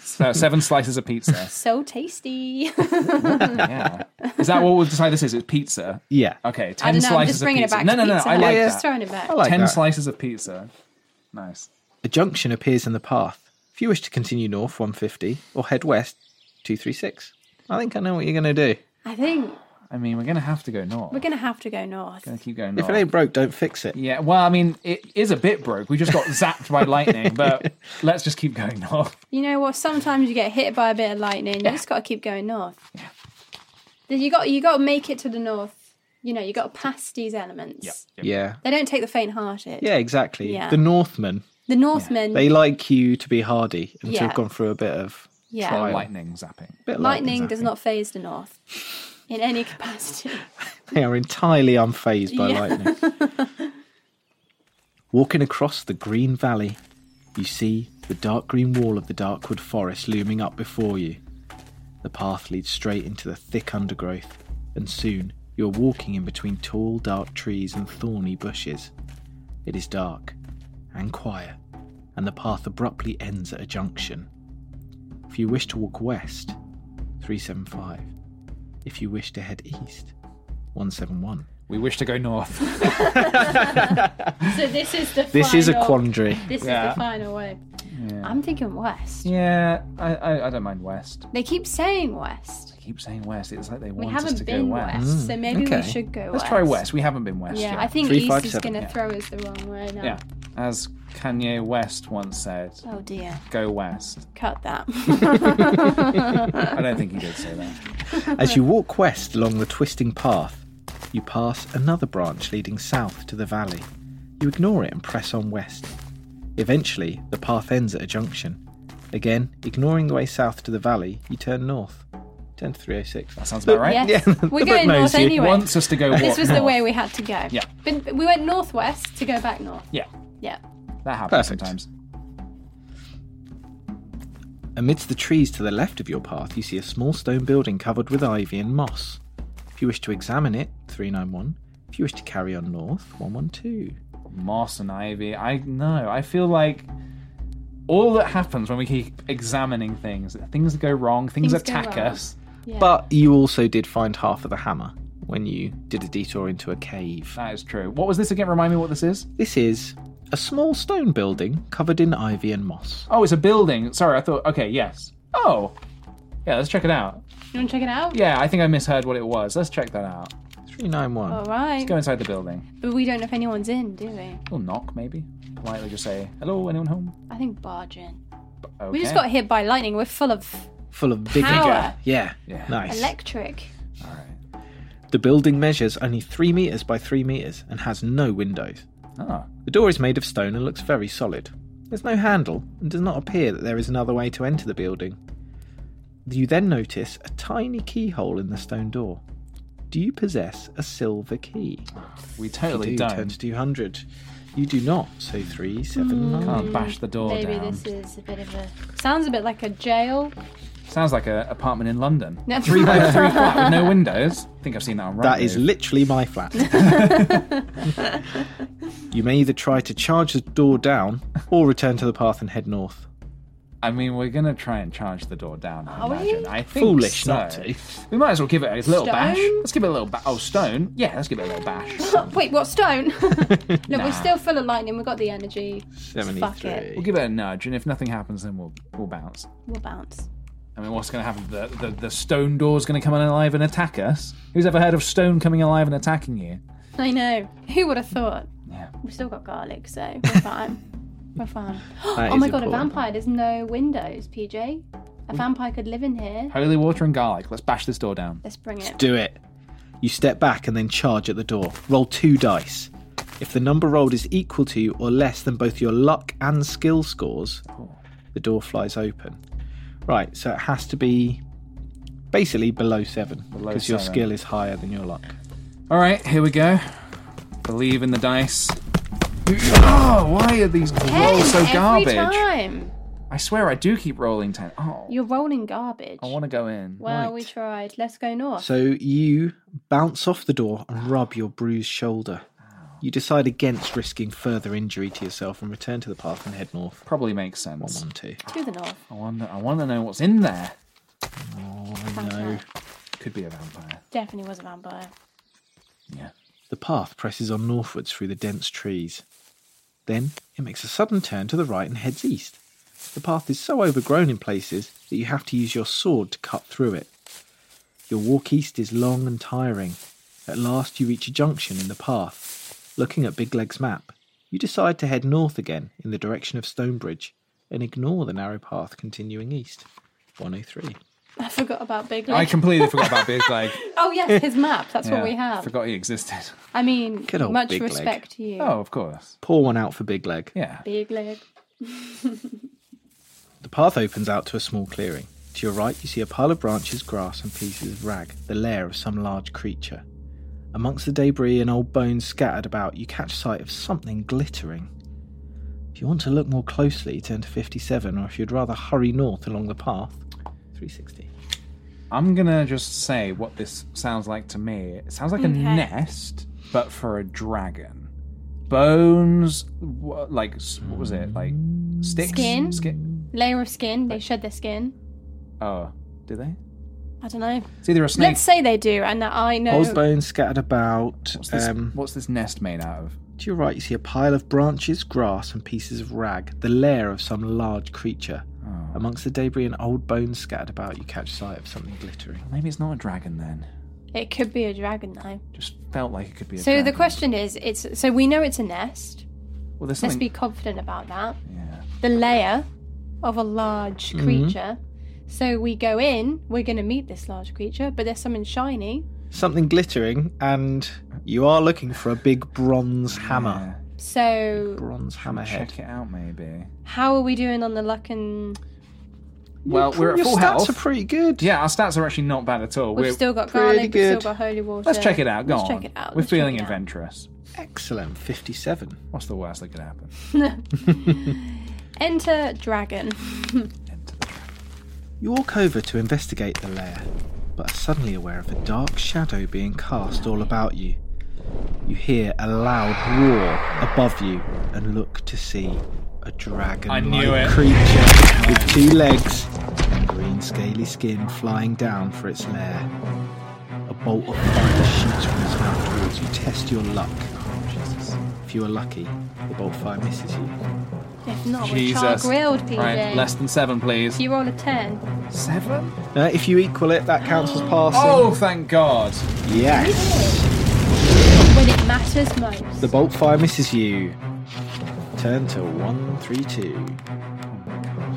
[SPEAKER 3] So seven slices of pizza.
[SPEAKER 2] So tasty.
[SPEAKER 3] yeah. Is that what we'll decide this is? It's pizza.
[SPEAKER 6] Yeah.
[SPEAKER 3] Okay.
[SPEAKER 2] I
[SPEAKER 3] Ten
[SPEAKER 2] don't know. I'm
[SPEAKER 3] slices
[SPEAKER 2] just
[SPEAKER 3] of
[SPEAKER 2] bringing
[SPEAKER 3] pizza.
[SPEAKER 2] it back.
[SPEAKER 3] no,
[SPEAKER 2] to
[SPEAKER 3] no, no,
[SPEAKER 2] pizza
[SPEAKER 3] I
[SPEAKER 2] Hut.
[SPEAKER 3] like
[SPEAKER 2] Just
[SPEAKER 3] that.
[SPEAKER 2] throwing it back.
[SPEAKER 3] Ten
[SPEAKER 6] that.
[SPEAKER 3] slices of pizza. Nice.
[SPEAKER 6] A junction appears in the path. If you wish to continue north 150 or head west 236. I think I know what you're going to do.
[SPEAKER 2] I think
[SPEAKER 3] I mean, we're gonna have to go north.
[SPEAKER 2] we're gonna have to go north.
[SPEAKER 3] Gonna keep going
[SPEAKER 6] If
[SPEAKER 3] north.
[SPEAKER 6] it ain't broke, don't fix it.
[SPEAKER 3] yeah. Well, I mean, it is a bit broke. We just got zapped by lightning, but let's just keep going north.
[SPEAKER 2] You know what? Sometimes you get hit by a bit of lightning. You just got to keep going north. Then You got you got to make it to the north. You know, you got to pass these elements.
[SPEAKER 6] Yeah.
[SPEAKER 2] They don't take the faint-hearted.
[SPEAKER 6] Yeah, exactly.
[SPEAKER 2] Yeah.
[SPEAKER 6] The Northmen.
[SPEAKER 2] The Northmen.
[SPEAKER 6] They like you to be hardy and to
[SPEAKER 2] Yeah.
[SPEAKER 6] have gone through a bit of
[SPEAKER 2] Yeah.
[SPEAKER 6] trial.
[SPEAKER 3] Lightning zapping.
[SPEAKER 6] Bit of
[SPEAKER 2] lightning
[SPEAKER 6] lightning
[SPEAKER 2] does not phase the north in any capacity.
[SPEAKER 6] They are entirely unfazed by
[SPEAKER 2] Yeah.
[SPEAKER 6] lightning. Walking across the green valley, you see the dark green wall of the Darkwood Forest looming up before you. The path leads straight into the thick undergrowth, and soon you are walking in between tall, dark trees and thorny bushes. It is dark and quiet, and the path abruptly ends at a junction. If you wish to walk west, 375. If you wish to head east, 171.
[SPEAKER 3] We wish to go north.
[SPEAKER 2] so this is the.
[SPEAKER 6] This is a
[SPEAKER 2] final-
[SPEAKER 6] quandary.
[SPEAKER 2] This
[SPEAKER 3] Yeah.
[SPEAKER 2] is the final way.
[SPEAKER 3] Yeah.
[SPEAKER 2] I'm thinking west.
[SPEAKER 3] yeah. I, I I don't mind west.
[SPEAKER 2] They keep saying west.
[SPEAKER 3] They keep saying west. It's like they
[SPEAKER 2] We
[SPEAKER 3] want us
[SPEAKER 2] haven't
[SPEAKER 3] to
[SPEAKER 2] been
[SPEAKER 3] go west.
[SPEAKER 2] west, Mm. so maybe we should go
[SPEAKER 3] Let's try
[SPEAKER 2] west.
[SPEAKER 3] west. We haven't been west.
[SPEAKER 2] yeah,
[SPEAKER 3] yet.
[SPEAKER 2] I think east is going to throw us the wrong way now.
[SPEAKER 3] Yeah. As Kanye West once said,
[SPEAKER 2] Oh dear.
[SPEAKER 3] go west.
[SPEAKER 2] Cut that.
[SPEAKER 3] I don't think he did say that.
[SPEAKER 6] As you walk west along the twisting path, you pass another branch leading south to the valley. You ignore it and press on west. Eventually, the path ends at a junction. Again, ignoring the way south to the valley, you turn north. Turn to 306. That
[SPEAKER 3] sounds about right.
[SPEAKER 2] Yes. We're going north anyway.
[SPEAKER 3] Wants us to go
[SPEAKER 2] This
[SPEAKER 3] what
[SPEAKER 2] was the
[SPEAKER 3] north?
[SPEAKER 2] way we had to go.
[SPEAKER 3] Yeah.
[SPEAKER 2] But but we went northwest to go back north.
[SPEAKER 3] Yeah.
[SPEAKER 2] Yeah.
[SPEAKER 3] That happens
[SPEAKER 6] Perfect.
[SPEAKER 3] sometimes.
[SPEAKER 6] Amidst the trees to the left of your path, you see a small stone building covered with ivy and moss. If you wish to examine it, 391. If you wish to carry on north, 112.
[SPEAKER 3] Moss and ivy. I know. I feel like all that happens when we keep examining things, things go wrong, things,
[SPEAKER 6] Things go
[SPEAKER 3] attack
[SPEAKER 6] wrong.
[SPEAKER 3] us.
[SPEAKER 6] But you also did find half of the hammer when you did a detour into a cave.
[SPEAKER 3] That is true. What was this again? Remind me what this is.
[SPEAKER 6] This is a small stone building covered in ivy and moss.
[SPEAKER 3] Oh, it's a building. Sorry, I thought. Okay, yes. Oh, yeah. Let's check it out.
[SPEAKER 2] You want to check it out?
[SPEAKER 3] Yeah, I think I misheard what it was. Let's check that out.
[SPEAKER 6] 391.
[SPEAKER 2] All right.
[SPEAKER 3] Let's go inside the building.
[SPEAKER 2] But we don't know if anyone's in, do we?
[SPEAKER 3] We'll knock, maybe. Politely just say, hello, anyone home?
[SPEAKER 2] I think barge in.
[SPEAKER 3] Okay.
[SPEAKER 2] We just got hit by lightning. We're full of
[SPEAKER 6] Full of
[SPEAKER 2] vigor. Power.
[SPEAKER 6] Yeah. Nice.
[SPEAKER 2] electric.
[SPEAKER 6] the building measures only 3 metres by 3 metres and has no windows.
[SPEAKER 3] Ah.
[SPEAKER 6] The door is made of stone and looks very solid. There's no handle and does not appear that there is another way to enter the building. You then notice a tiny keyhole in the stone door. Do you possess a silver key?
[SPEAKER 3] We totally
[SPEAKER 6] you do,
[SPEAKER 3] don't.
[SPEAKER 6] Turn to 200. You do not, so 379.
[SPEAKER 3] Can't bash the door
[SPEAKER 2] Mm, Maybe
[SPEAKER 3] down.
[SPEAKER 2] this is a bit of a. Sounds a bit like a jail.
[SPEAKER 3] Sounds like an apartment in London.
[SPEAKER 2] No.
[SPEAKER 3] Three by three flat with no windows. I think I've seen that on
[SPEAKER 6] That
[SPEAKER 3] Rightmove.
[SPEAKER 6] is literally my flat. you may either try to charge the door down or return to the path and head north.
[SPEAKER 3] I mean, we're gonna try and charge the door down. I
[SPEAKER 6] Are we?
[SPEAKER 3] imagine. I think
[SPEAKER 6] Foolish
[SPEAKER 3] so.
[SPEAKER 6] not to.
[SPEAKER 3] We might as well give it a little bash.
[SPEAKER 2] Stone?
[SPEAKER 3] Let's give it a little bash. Oh, stone. Yeah, let's give it a little bash.
[SPEAKER 2] Oh, Wait, what stone? Look,
[SPEAKER 3] Nah.
[SPEAKER 2] we're still full of lightning. We've got the energy. Fuck it.
[SPEAKER 3] We'll give it a nudge, and if nothing happens, then we'll we'll bounce.
[SPEAKER 2] We'll bounce.
[SPEAKER 3] I mean, what's going to happen? The, the the stone door's going to come alive and attack us. Who's ever heard of stone coming alive and attacking you?
[SPEAKER 2] I know. Who would have thought?
[SPEAKER 3] Yeah.
[SPEAKER 2] We've still got garlic, so we're fine. we're fine.
[SPEAKER 3] That
[SPEAKER 2] oh my
[SPEAKER 3] is
[SPEAKER 2] god, a
[SPEAKER 3] important. Mm.
[SPEAKER 2] vampire. There's no windows, PJ. A vampire could live in here.
[SPEAKER 3] Holy water and garlic. Let's bash this door down.
[SPEAKER 2] Let's bring it.
[SPEAKER 6] Do it. You step back and then charge at the door. Roll two dice. If the number rolled is equal to or less than both your luck and skill scores, the door flies open. Right, so it has to be basically below seven because your
[SPEAKER 3] seven.
[SPEAKER 6] skill is higher than your luck.
[SPEAKER 3] All right, here we go. Believe in the dice. Oh, why are these rolls so
[SPEAKER 2] every
[SPEAKER 3] garbage?
[SPEAKER 2] time.
[SPEAKER 3] I swear I do keep rolling ten. Oh,
[SPEAKER 2] You're rolling garbage.
[SPEAKER 3] I want to go in.
[SPEAKER 2] Well, we tried. Let's go north.
[SPEAKER 6] So you bounce off the door and rub your bruised shoulder. You decide against risking further injury to yourself and return to the path and head north.
[SPEAKER 3] Probably makes sense.
[SPEAKER 6] One, one, two.
[SPEAKER 2] To the north.
[SPEAKER 3] I wonder. I want to know what's in there.
[SPEAKER 6] Oh, I know.
[SPEAKER 3] Could be a vampire.
[SPEAKER 2] Definitely was a vampire.
[SPEAKER 3] Yeah.
[SPEAKER 6] The path presses on northwards through the dense trees. Then it makes a sudden turn to the right and heads east. The path is so overgrown in places that you have to use your sword to cut through it. Your walk east is long and tiring. At last, you reach a junction in the path. Looking at Big Leg's map, you decide to head north again in the direction of Stonebridge and ignore the narrow path continuing east. 103.
[SPEAKER 2] I forgot about Big Leg.
[SPEAKER 3] I completely forgot about Big Leg.
[SPEAKER 2] Oh yes, his map. That's
[SPEAKER 3] Yeah,
[SPEAKER 2] what we have.
[SPEAKER 3] Forgot he existed.
[SPEAKER 2] I mean,
[SPEAKER 6] Good old
[SPEAKER 2] much
[SPEAKER 6] Big Leg.
[SPEAKER 2] respect to you.
[SPEAKER 3] Oh, of course.
[SPEAKER 6] Pour one out for Big Leg.
[SPEAKER 3] Yeah.
[SPEAKER 2] Big leg.
[SPEAKER 6] The path opens out to a small clearing. To your right, you see a pile of branches, grass, and pieces of rag, the lair of some large creature. Amongst the debris and old bones scattered about, you catch sight of something glittering. If you want to look more closely, turn to 57, or if you'd rather hurry north along the path, 360.
[SPEAKER 3] I'm gonna just say what this sounds like to me. It sounds like a
[SPEAKER 2] Okay.
[SPEAKER 3] nest, but for a dragon. Bones, wha- like s- what was it? Like sticks,
[SPEAKER 2] Skin?
[SPEAKER 3] Skin.
[SPEAKER 2] Layer of skin. They shed their skin.
[SPEAKER 3] Oh, do they?
[SPEAKER 2] I don't know.
[SPEAKER 3] It's either a snake.
[SPEAKER 2] Let's say they do, and that I know.
[SPEAKER 6] Old bones scattered about.
[SPEAKER 3] What's this,
[SPEAKER 6] um,
[SPEAKER 3] what's this nest made out of?
[SPEAKER 6] To your right, you see a pile of branches, grass, and pieces of rag, the lair of some large creature.
[SPEAKER 3] Oh.
[SPEAKER 6] Amongst the debris and old bones scattered about, you catch sight of something glittering.
[SPEAKER 3] Maybe it's not a dragon then.
[SPEAKER 2] It could be a dragon though.
[SPEAKER 3] Just felt like it could be a
[SPEAKER 2] So
[SPEAKER 3] dragon.
[SPEAKER 2] the question is, it's so we know it's a nest.
[SPEAKER 3] Well, there's
[SPEAKER 2] Let's
[SPEAKER 3] something.
[SPEAKER 2] be confident about that.
[SPEAKER 3] Yeah.
[SPEAKER 2] The layer of a large
[SPEAKER 3] Mm-hmm.
[SPEAKER 6] Mhm.
[SPEAKER 2] creature. So we go in. We're going to meet this large creature, but there's something shiny.
[SPEAKER 6] something glittering, and you are looking for a big bronze hammer.
[SPEAKER 2] So
[SPEAKER 6] Bronze hammerhead.
[SPEAKER 3] Check it out, maybe.
[SPEAKER 2] how are we doing on the luck and?
[SPEAKER 3] Well,
[SPEAKER 6] Your-
[SPEAKER 3] we're at
[SPEAKER 6] your
[SPEAKER 3] full
[SPEAKER 6] stats
[SPEAKER 3] health.
[SPEAKER 6] are pretty good.
[SPEAKER 3] yeah, our stats are actually not bad at all.
[SPEAKER 2] We've
[SPEAKER 3] We're-
[SPEAKER 2] still got
[SPEAKER 6] pretty
[SPEAKER 2] garlic. We've
[SPEAKER 6] good.
[SPEAKER 2] still got holy water.
[SPEAKER 3] Let's check it out. Go
[SPEAKER 2] Let's
[SPEAKER 3] on.
[SPEAKER 2] check it out.
[SPEAKER 3] We're
[SPEAKER 2] Let's check
[SPEAKER 3] feeling
[SPEAKER 2] it out.
[SPEAKER 3] adventurous.
[SPEAKER 6] Excellent. Fifty-seven.
[SPEAKER 3] What's the worst that could happen?
[SPEAKER 2] Enter dragon.
[SPEAKER 6] You walk over to investigate the lair, but are suddenly aware of a dark shadow being cast all about you. You hear a loud roar above you and look to see a
[SPEAKER 3] I knew it.
[SPEAKER 6] dragon-like creature with two legs and green scaly skin flying down for its lair. A bolt of fire shoots from its mouth towards you. Test your luck. If you are lucky, the bolt fire misses you.
[SPEAKER 2] If not, we're char
[SPEAKER 3] Jesus.
[SPEAKER 2] grilled, PJ.
[SPEAKER 3] Right, less than seven,
[SPEAKER 2] If
[SPEAKER 3] please.
[SPEAKER 2] you roll a ten,
[SPEAKER 3] Seven?
[SPEAKER 6] Uh, if you equal it, that counts as passing.
[SPEAKER 3] Oh, thank God.
[SPEAKER 6] Yes.
[SPEAKER 2] when it matters most.
[SPEAKER 6] The bolt fire misses you. Turn to 132.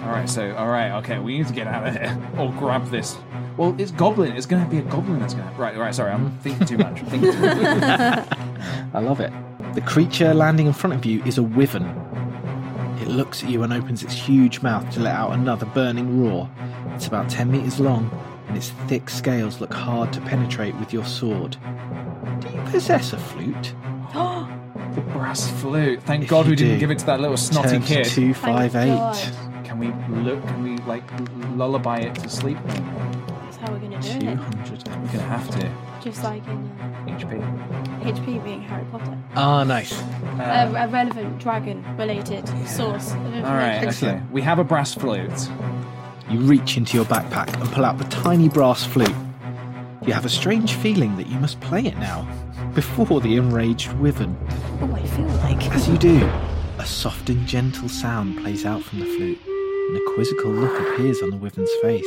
[SPEAKER 3] All right, so, all right, okay, we need to get out of here. Or grab this. Well, it's goblin. It's going to be a goblin that's going to. Right, right, sorry, I'm thinking too much. I'm thinking too much.
[SPEAKER 6] I love it. The creature landing in front of you is a wyvern. It looks at you and opens its huge mouth to let out another burning roar. It's about 10 metres long, and its thick scales look hard to penetrate with your sword. Do you possess a flute?
[SPEAKER 3] The brass flute. Thank
[SPEAKER 6] If
[SPEAKER 3] God
[SPEAKER 6] you
[SPEAKER 3] we didn't
[SPEAKER 6] do,
[SPEAKER 3] give it to that little snotty
[SPEAKER 6] Turn to
[SPEAKER 3] kid.
[SPEAKER 2] Thank
[SPEAKER 6] 258.
[SPEAKER 2] God.
[SPEAKER 3] Can we look? Can we, like, lullaby it to sleep? We're going
[SPEAKER 2] That's how we're gonna do it.
[SPEAKER 6] 200.
[SPEAKER 3] to have to.
[SPEAKER 2] Just like in uh,
[SPEAKER 3] HP.
[SPEAKER 2] HP being Harry Potter.
[SPEAKER 6] Ah, nice.
[SPEAKER 3] Uh,
[SPEAKER 2] a, a relevant dragon-related source of information.
[SPEAKER 3] All right,
[SPEAKER 6] Excellent.
[SPEAKER 3] okay. We have a brass flute.
[SPEAKER 6] You reach into your backpack and pull out the tiny brass flute. You have a strange feeling that you must play it now, before the enraged wyvern.
[SPEAKER 2] Oh, I feel like
[SPEAKER 6] As you do, a soft and gentle sound plays out from the flute, and a quizzical look appears on the wyvern's face.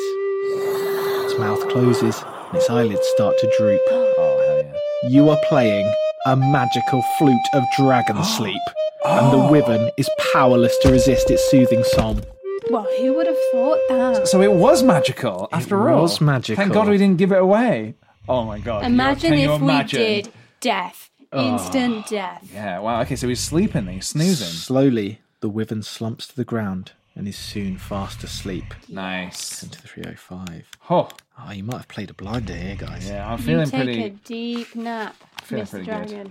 [SPEAKER 6] Its mouth closes, and its eyelids start to droop.
[SPEAKER 3] Oh, hell yeah.
[SPEAKER 6] You are playing a magical flute of dragon sleep, and the wyvern is powerless to resist its soothing song.
[SPEAKER 2] well, who would have thought that?
[SPEAKER 3] So it was magical after all.
[SPEAKER 6] was magical.
[SPEAKER 3] Thank God we didn't give it away. Oh my God. you-
[SPEAKER 2] Imagine
[SPEAKER 3] can you
[SPEAKER 2] if
[SPEAKER 3] imagine? Oh.
[SPEAKER 2] we did death, instant death.
[SPEAKER 3] Yeah, wow. Okay, so he's sleeping, he's snoozing.
[SPEAKER 6] Slowly, the wyvern slumps to the ground and is soon fast asleep.
[SPEAKER 3] Nice.
[SPEAKER 6] Into the 305.
[SPEAKER 3] Oh,
[SPEAKER 6] Ah, you might have played a blinder here, guys.
[SPEAKER 3] yeah, I'm
[SPEAKER 2] You
[SPEAKER 3] feeling
[SPEAKER 2] take
[SPEAKER 3] pretty.
[SPEAKER 2] a deep nap,
[SPEAKER 3] feeling
[SPEAKER 2] Mr.
[SPEAKER 3] pretty good.
[SPEAKER 2] Dragon.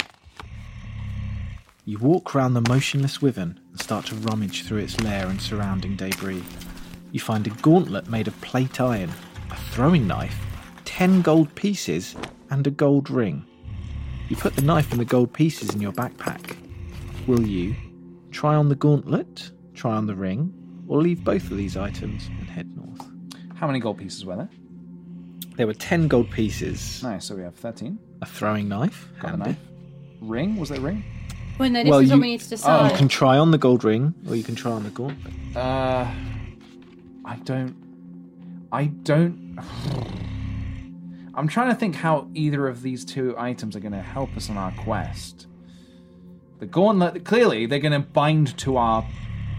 [SPEAKER 6] You walk round the motionless wyvern and start to rummage through its lair and surrounding debris. You find a gauntlet made of plate iron, a throwing knife, ten gold pieces, and a gold ring. You put the knife and the gold pieces in your backpack. Will you try on the gauntlet, try on the ring, or leave both of these items and head north?
[SPEAKER 3] How many gold pieces were there?
[SPEAKER 6] There were 10 gold pieces.
[SPEAKER 3] Nice, so we have 13.
[SPEAKER 6] A throwing knife.
[SPEAKER 3] Got a knife. Ring? Was there a ring?
[SPEAKER 2] Well, no, this is what we need to
[SPEAKER 3] Oh,
[SPEAKER 2] decide.
[SPEAKER 6] you can try on the gold ring, or you can try on the gauntlet.
[SPEAKER 3] Uh, I don't. I don't. I'm trying to think how either of these two items are going to help us on our quest. The gauntlet, clearly, they're going to bind to our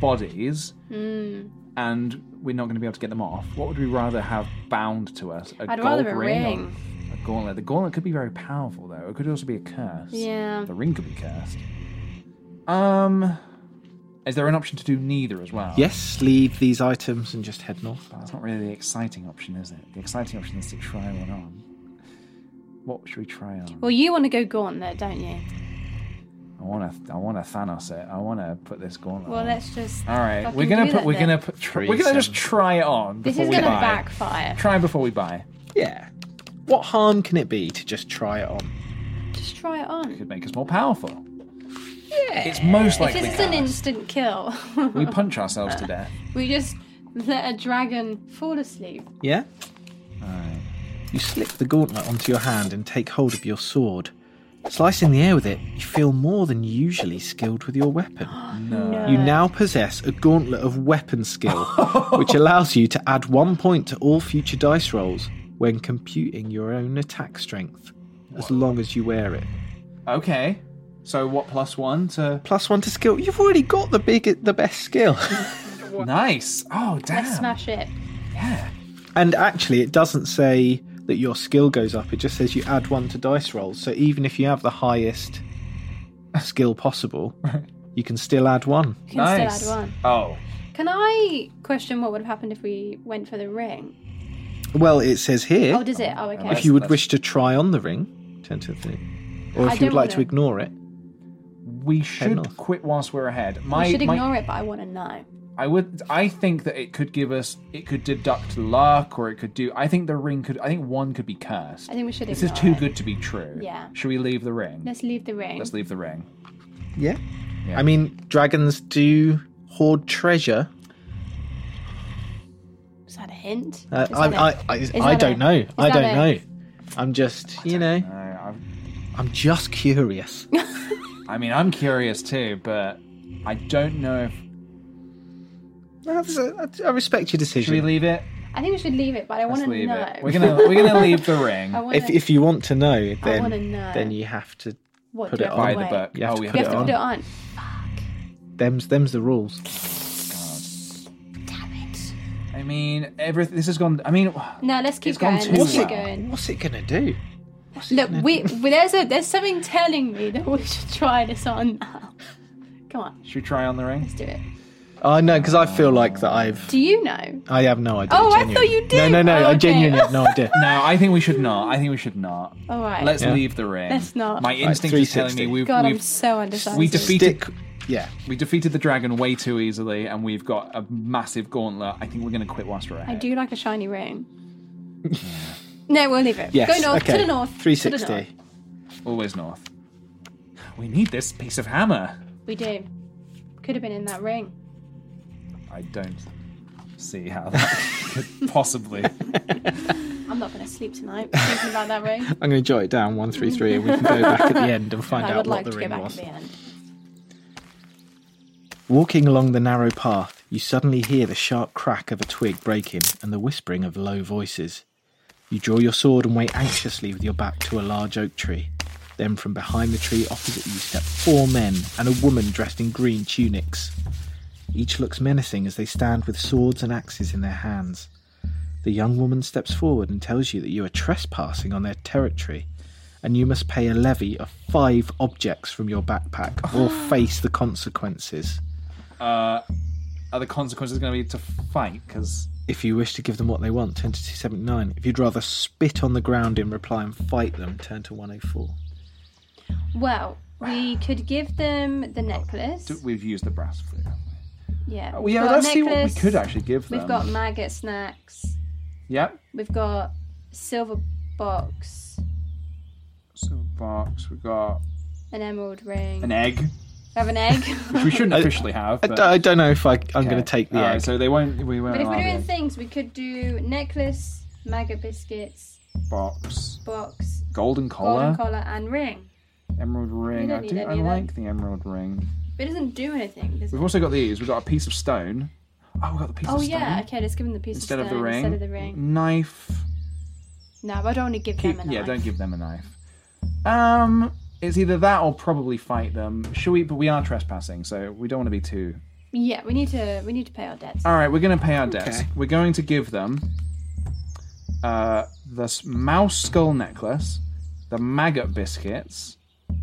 [SPEAKER 3] bodies,
[SPEAKER 2] Mm.
[SPEAKER 3] and we're not going to be able to get them off. What would we rather have bound to us? A
[SPEAKER 2] I'd
[SPEAKER 3] gold
[SPEAKER 2] rather a
[SPEAKER 3] ring, or
[SPEAKER 2] ring.
[SPEAKER 3] a gauntlet. The gauntlet could be very powerful, though. It could also be a curse.
[SPEAKER 2] Yeah.
[SPEAKER 3] The ring could be cursed. Um, is there an option to do neither as well?
[SPEAKER 6] Yes, leave these items and just head north.
[SPEAKER 3] That's not really the exciting option, is it? The exciting option is to try one on. What should we try on?
[SPEAKER 2] Well, you want to go gauntlet, don't you?
[SPEAKER 3] I want to. I want to Thanos it. I want to put this gauntlet.
[SPEAKER 2] Well,
[SPEAKER 3] on.
[SPEAKER 2] let's just.
[SPEAKER 3] All right, we're
[SPEAKER 2] fucking
[SPEAKER 3] gonna
[SPEAKER 2] do
[SPEAKER 3] put.
[SPEAKER 2] that
[SPEAKER 3] we're
[SPEAKER 2] then.
[SPEAKER 3] gonna put. Tr- we're gonna just try it on.
[SPEAKER 2] This
[SPEAKER 3] before
[SPEAKER 2] is
[SPEAKER 3] we
[SPEAKER 2] gonna
[SPEAKER 3] buy.
[SPEAKER 2] backfire.
[SPEAKER 3] Try before we buy.
[SPEAKER 6] Yeah. What harm can it be to just try it on?
[SPEAKER 2] Just try it on.
[SPEAKER 3] Could make us more powerful.
[SPEAKER 2] Yeah.
[SPEAKER 3] It's most likely
[SPEAKER 2] This is an
[SPEAKER 3] cursed.
[SPEAKER 2] instant kill.
[SPEAKER 3] We
[SPEAKER 2] Oh.
[SPEAKER 3] punch ourselves to death.
[SPEAKER 2] we just let a dragon fall asleep.
[SPEAKER 6] Yeah? You slip the gauntlet onto your hand and take hold of your sword. Slicing the air with it, you feel more than usually skilled with your weapon.
[SPEAKER 3] No.
[SPEAKER 6] You now possess a gauntlet of weapon skill, which allows you to add one point to all future dice rolls when computing your own attack strength, as long as you wear it.
[SPEAKER 3] Okay. So what? Plus one to.
[SPEAKER 6] Plus one to skill. You've already got the big, the best skill.
[SPEAKER 3] Nice. Oh damn.
[SPEAKER 2] Let's smash it.
[SPEAKER 6] And actually, it doesn't say that your skill goes up. It just says you add one to dice rolls. So even if you have the highest skill possible, you can still add one.
[SPEAKER 2] You can still add one.
[SPEAKER 3] Oh.
[SPEAKER 2] Can I question what would have happened if we went for the ring?
[SPEAKER 6] Well, it says here.
[SPEAKER 2] Oh, does it? Oh, okay.
[SPEAKER 6] If you would wish to try on the ring, turn to the thing, or
[SPEAKER 2] I
[SPEAKER 6] if you would
[SPEAKER 2] don't
[SPEAKER 6] like
[SPEAKER 2] wanna-
[SPEAKER 6] to ignore it.
[SPEAKER 3] We should quit whilst we're ahead. My,
[SPEAKER 2] we should
[SPEAKER 3] my-
[SPEAKER 2] ignore it, but I want to know.
[SPEAKER 3] I would. I think that it could give us. It could deduct luck, or it could do. I think the ring could. I think one could be cursed.
[SPEAKER 2] I think we should
[SPEAKER 3] This is
[SPEAKER 2] ignore
[SPEAKER 3] too
[SPEAKER 2] it.
[SPEAKER 3] good to be true.
[SPEAKER 2] Yeah.
[SPEAKER 3] Should we leave the ring?
[SPEAKER 2] Let's leave the ring.
[SPEAKER 3] Let's leave the ring.
[SPEAKER 6] Yeah.
[SPEAKER 3] Yeah.
[SPEAKER 6] I mean, dragons do hoard treasure.
[SPEAKER 2] Is that a hint?
[SPEAKER 6] Uh,
[SPEAKER 2] Is
[SPEAKER 6] I,
[SPEAKER 2] that
[SPEAKER 6] I,
[SPEAKER 2] it?
[SPEAKER 6] I,
[SPEAKER 2] Is
[SPEAKER 6] I
[SPEAKER 2] that
[SPEAKER 6] don't
[SPEAKER 2] it?
[SPEAKER 6] know.
[SPEAKER 2] Is
[SPEAKER 6] I
[SPEAKER 2] that
[SPEAKER 6] don't
[SPEAKER 2] it?
[SPEAKER 6] know. I'm just, you know, I'm just curious.
[SPEAKER 3] I mean, I'm curious too, but I don't know if
[SPEAKER 6] That's a- I respect
[SPEAKER 3] should we
[SPEAKER 6] your decision.
[SPEAKER 3] leave it.
[SPEAKER 2] I think we should leave it, but I want
[SPEAKER 3] Let's
[SPEAKER 2] to
[SPEAKER 3] leave
[SPEAKER 2] know.
[SPEAKER 3] it. We're gonna we're gonna leave the ring.
[SPEAKER 2] I wanna,
[SPEAKER 6] If, if you want to know, then
[SPEAKER 2] wanna know.
[SPEAKER 6] then you have to
[SPEAKER 2] What,
[SPEAKER 6] put
[SPEAKER 2] do
[SPEAKER 6] it
[SPEAKER 2] we have
[SPEAKER 6] on.
[SPEAKER 2] to Buy the wait? book.
[SPEAKER 6] You have
[SPEAKER 3] Oh,
[SPEAKER 6] to
[SPEAKER 3] we
[SPEAKER 6] put
[SPEAKER 2] we
[SPEAKER 6] it
[SPEAKER 2] have to
[SPEAKER 6] on.
[SPEAKER 2] put it on.
[SPEAKER 6] Them's them's the rules.
[SPEAKER 3] I mean, everything. This has gone. I mean,
[SPEAKER 2] No, let's keep
[SPEAKER 3] It's gone
[SPEAKER 2] going.
[SPEAKER 3] too
[SPEAKER 2] Let's keep
[SPEAKER 3] well.
[SPEAKER 2] going.
[SPEAKER 6] What's it gonna do?
[SPEAKER 2] Look, we, we there's a there's something telling me that we should try this on now. Come on,
[SPEAKER 3] should we try on the ring?
[SPEAKER 2] let's do it.
[SPEAKER 6] I know because Uh, I feel like that I've
[SPEAKER 2] Do you know?
[SPEAKER 6] I have no idea.
[SPEAKER 2] Oh, I
[SPEAKER 6] genuinely.
[SPEAKER 2] thought you did.
[SPEAKER 6] No, no, no.
[SPEAKER 2] Oh,
[SPEAKER 6] I
[SPEAKER 2] okay.
[SPEAKER 6] genuinely have no idea.
[SPEAKER 3] No, I think we should not. I think we should not.
[SPEAKER 2] All right.
[SPEAKER 3] Let's
[SPEAKER 6] Yeah.
[SPEAKER 3] leave the ring.
[SPEAKER 2] Let's not.
[SPEAKER 3] My instinct is telling
[SPEAKER 6] 360.
[SPEAKER 3] me we've
[SPEAKER 2] God, I'm
[SPEAKER 3] we've
[SPEAKER 2] so undecided.
[SPEAKER 3] we defeated
[SPEAKER 6] Stick. Yeah.
[SPEAKER 3] we defeated the dragon way too easily, and we've got a massive gauntlet. I think we're going to quit whilst we're ahead.
[SPEAKER 2] I do like a shiny ring. no, we'll leave it.
[SPEAKER 6] Yes.
[SPEAKER 2] Go north
[SPEAKER 6] okay.
[SPEAKER 2] to the north.
[SPEAKER 6] Three
[SPEAKER 2] To the north.
[SPEAKER 6] sixty.
[SPEAKER 3] Always north. We need this piece of hammer.
[SPEAKER 2] We do. Could have been in that ring.
[SPEAKER 3] I don't see how that could possibly.
[SPEAKER 2] I'm not going to sleep tonight thinking about that ring.
[SPEAKER 6] I'm going to jot it down one three three, and we can go back at the end and find
[SPEAKER 2] I
[SPEAKER 6] out
[SPEAKER 2] would
[SPEAKER 6] what
[SPEAKER 2] like
[SPEAKER 6] the
[SPEAKER 2] to go
[SPEAKER 6] ring
[SPEAKER 2] back
[SPEAKER 6] was.
[SPEAKER 2] at the end.
[SPEAKER 6] Walking along the narrow path, you suddenly hear the sharp crack of a twig breaking and the whispering of low voices. You draw your sword and wait anxiously with your back to a large oak tree. Then, from behind the tree opposite you, step four men and a woman dressed in green tunics. Each looks menacing as they stand with swords and axes in their hands. The young woman steps forward and tells you that you are trespassing on their territory and you must pay a levy of five objects from your backpack or face the consequences.
[SPEAKER 3] Are the consequences going to be to fight? Because
[SPEAKER 6] If you wish to give them what they want, turn to 279. If you'd rather spit on the ground in reply and fight them, turn to 104.
[SPEAKER 2] Well, we could give them the necklace.
[SPEAKER 3] we've used the brass flute. haven't we?
[SPEAKER 2] yeah.
[SPEAKER 3] Oh,
[SPEAKER 2] we've
[SPEAKER 3] yeah,
[SPEAKER 2] got
[SPEAKER 3] let's see what we
[SPEAKER 2] necklace,
[SPEAKER 3] could actually give them.
[SPEAKER 2] We've got maggot snacks.
[SPEAKER 3] Yep.
[SPEAKER 2] We've got silver box.
[SPEAKER 3] Silver box. We got
[SPEAKER 2] An emerald ring.
[SPEAKER 3] an e- egg,
[SPEAKER 2] We have an egg.
[SPEAKER 3] which we shouldn't officially have.
[SPEAKER 6] I
[SPEAKER 3] but-
[SPEAKER 6] don't- I don't know if I, I'm going
[SPEAKER 3] Okay.
[SPEAKER 6] to take the
[SPEAKER 3] Alright,
[SPEAKER 6] egg.
[SPEAKER 3] So they won't. We won't.
[SPEAKER 2] But if we're
[SPEAKER 3] allow
[SPEAKER 2] doing
[SPEAKER 3] the
[SPEAKER 2] things, we could do necklace, maggot biscuits,
[SPEAKER 3] box,
[SPEAKER 2] box,
[SPEAKER 3] golden collar,
[SPEAKER 2] golden collar, and ring.
[SPEAKER 3] emerald ring.
[SPEAKER 2] don't
[SPEAKER 3] I
[SPEAKER 2] need
[SPEAKER 3] do.
[SPEAKER 2] any
[SPEAKER 3] I
[SPEAKER 2] of them.
[SPEAKER 3] like the emerald ring.
[SPEAKER 2] But it doesn't do anything, does
[SPEAKER 3] We've
[SPEAKER 2] it?
[SPEAKER 3] also got these. We've got a piece of stone. Oh, we got the piece
[SPEAKER 2] Oh
[SPEAKER 3] of stone.
[SPEAKER 2] yeah, okay, let's give them the piece
[SPEAKER 3] Instead
[SPEAKER 2] of
[SPEAKER 3] of
[SPEAKER 2] stone
[SPEAKER 3] the ring.
[SPEAKER 2] instead of the ring.
[SPEAKER 3] Knife.
[SPEAKER 2] No, but I don't want to give
[SPEAKER 3] Keep,
[SPEAKER 2] them a
[SPEAKER 3] yeah,
[SPEAKER 2] knife.
[SPEAKER 3] don't give them a knife. Um, it's either that or probably fight them. Should we? But we are trespassing, so we don't want to be too.
[SPEAKER 2] Yeah, we need to we need to pay our debts.
[SPEAKER 3] All right, we're going to pay our debts.
[SPEAKER 2] Okay.
[SPEAKER 3] We're going to give them uh, the s- mouse skull necklace, the maggot biscuits,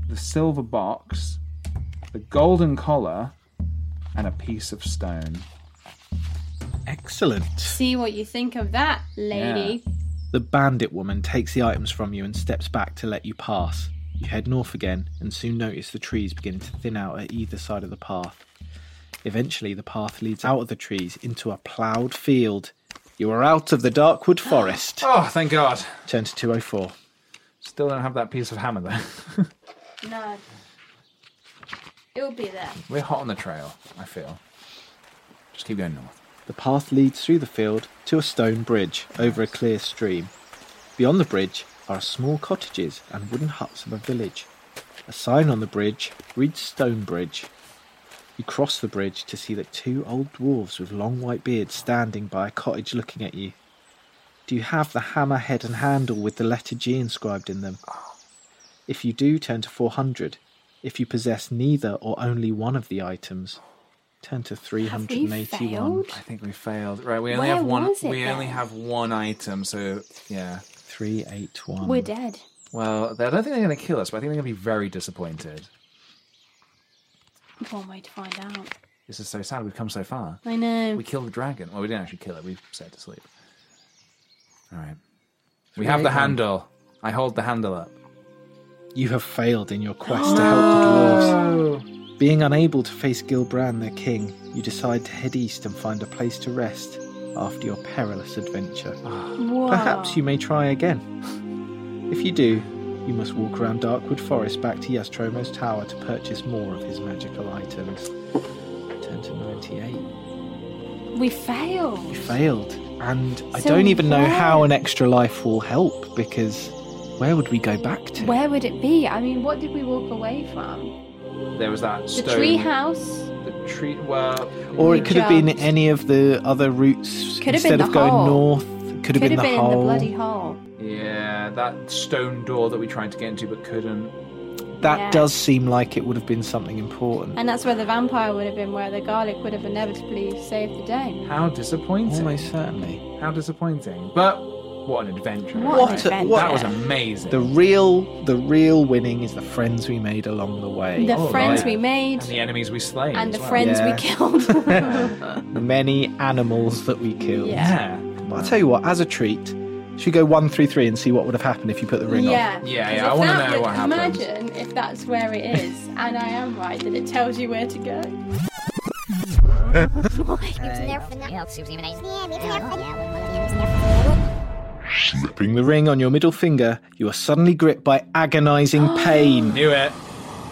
[SPEAKER 3] the silver box, the golden collar, and a piece of stone.
[SPEAKER 6] Excellent.
[SPEAKER 2] See what you think of that, lady.
[SPEAKER 6] The bandit woman takes the items from you and steps back to let you pass. You head north again and soon notice the trees beginning to thin out at either side of the path. Eventually, the path leads out of the trees into a ploughed field. You are out of the Darkwood Forest.
[SPEAKER 3] Oh, thank God.
[SPEAKER 6] Turn to 204.
[SPEAKER 3] Still don't have that piece of hammer though.
[SPEAKER 2] No. It'll be there.
[SPEAKER 3] We're hot on the trail, I feel. Just keep going north.
[SPEAKER 6] The path leads through the field to a stone bridge over a clear stream. Beyond the bridge are small cottages and wooden huts of a village. A sign on the bridge reads Stone Bridge. You cross the bridge to see that two old dwarves with long white beards standing by a cottage looking at you. Do you have the hammer head and handle with the letter G inscribed in them? If you do, turn to 400. If you possess neither or only one of the items, turn to 381.
[SPEAKER 3] I think we failed. Right, we only
[SPEAKER 2] Where
[SPEAKER 3] have one.
[SPEAKER 2] was it
[SPEAKER 3] we only
[SPEAKER 2] then?
[SPEAKER 3] have one item, so yeah.
[SPEAKER 6] Three eight one.
[SPEAKER 2] We're dead.
[SPEAKER 3] Well, I don't think they're going to kill us, but I think they're going to be very disappointed.
[SPEAKER 2] One way to find out.
[SPEAKER 3] This is so sad. We've come so far.
[SPEAKER 2] I know.
[SPEAKER 3] We killed the dragon. Well, we didn't actually kill it. We set it to sleep. All right. We have the handle. I hold the handle up.
[SPEAKER 6] You have failed in your quest to help the dwarves. Being unable to face Gilbrand, their king, you decide to head east and find a place to rest after your perilous adventure.
[SPEAKER 2] Whoa.
[SPEAKER 6] Perhaps you may try again. If you do, you must walk around Darkwood Forest back to Yastromo's tower to purchase more of his magical items. Turn to 98.
[SPEAKER 2] We failed.
[SPEAKER 6] You failed, and I
[SPEAKER 2] So
[SPEAKER 6] don't even know
[SPEAKER 2] where-
[SPEAKER 6] how an extra life will help because where would we go back to?
[SPEAKER 2] Where would it be? I mean, what did we walk away from?
[SPEAKER 3] There was that
[SPEAKER 2] The
[SPEAKER 3] stone.
[SPEAKER 2] tree house.
[SPEAKER 3] The tree. Well.
[SPEAKER 6] Or
[SPEAKER 2] We
[SPEAKER 6] it could have been
[SPEAKER 2] jumped.
[SPEAKER 6] any of the other routes
[SPEAKER 2] Could have been
[SPEAKER 6] instead
[SPEAKER 2] the
[SPEAKER 6] of going
[SPEAKER 2] hole.
[SPEAKER 6] north. Could have been the
[SPEAKER 2] in the
[SPEAKER 6] hole.
[SPEAKER 2] bloody hole.
[SPEAKER 3] Yeah, that stone door that we tried to get into but couldn't.
[SPEAKER 6] That
[SPEAKER 2] Yeah.
[SPEAKER 6] does seem like it would have been something important.
[SPEAKER 2] And that's where the vampire would have been, where the garlic would have inevitably saved the day.
[SPEAKER 3] How disappointing.
[SPEAKER 6] Almost certainly.
[SPEAKER 3] How disappointing. But what an adventure.
[SPEAKER 2] What What an a- adventure. what
[SPEAKER 3] that
[SPEAKER 2] a-
[SPEAKER 3] was amazing.
[SPEAKER 6] The real, the real winning is the friends we made along the way.
[SPEAKER 2] The
[SPEAKER 3] Oh,
[SPEAKER 2] friends
[SPEAKER 3] right.
[SPEAKER 2] we made
[SPEAKER 3] and the enemies we slayed.
[SPEAKER 2] and
[SPEAKER 3] as
[SPEAKER 2] the
[SPEAKER 3] well.
[SPEAKER 2] friends
[SPEAKER 6] Yeah.
[SPEAKER 2] we killed.
[SPEAKER 6] The many animals that we killed.
[SPEAKER 3] Yeah.
[SPEAKER 6] But I'll tell you what, as a treat, should we go one through three and see what would have happened if you put the ring on?
[SPEAKER 2] yeah.
[SPEAKER 3] Yeah,
[SPEAKER 2] 'Cause
[SPEAKER 3] yeah,
[SPEAKER 2] if
[SPEAKER 3] I wanna
[SPEAKER 2] that
[SPEAKER 3] know
[SPEAKER 2] would-
[SPEAKER 3] what happens.
[SPEAKER 2] Imagine if that's where it is, and I am right that it tells you where to go.
[SPEAKER 6] Slipping the ring on your middle finger, you are suddenly gripped by agonizing pain.
[SPEAKER 3] Knew it.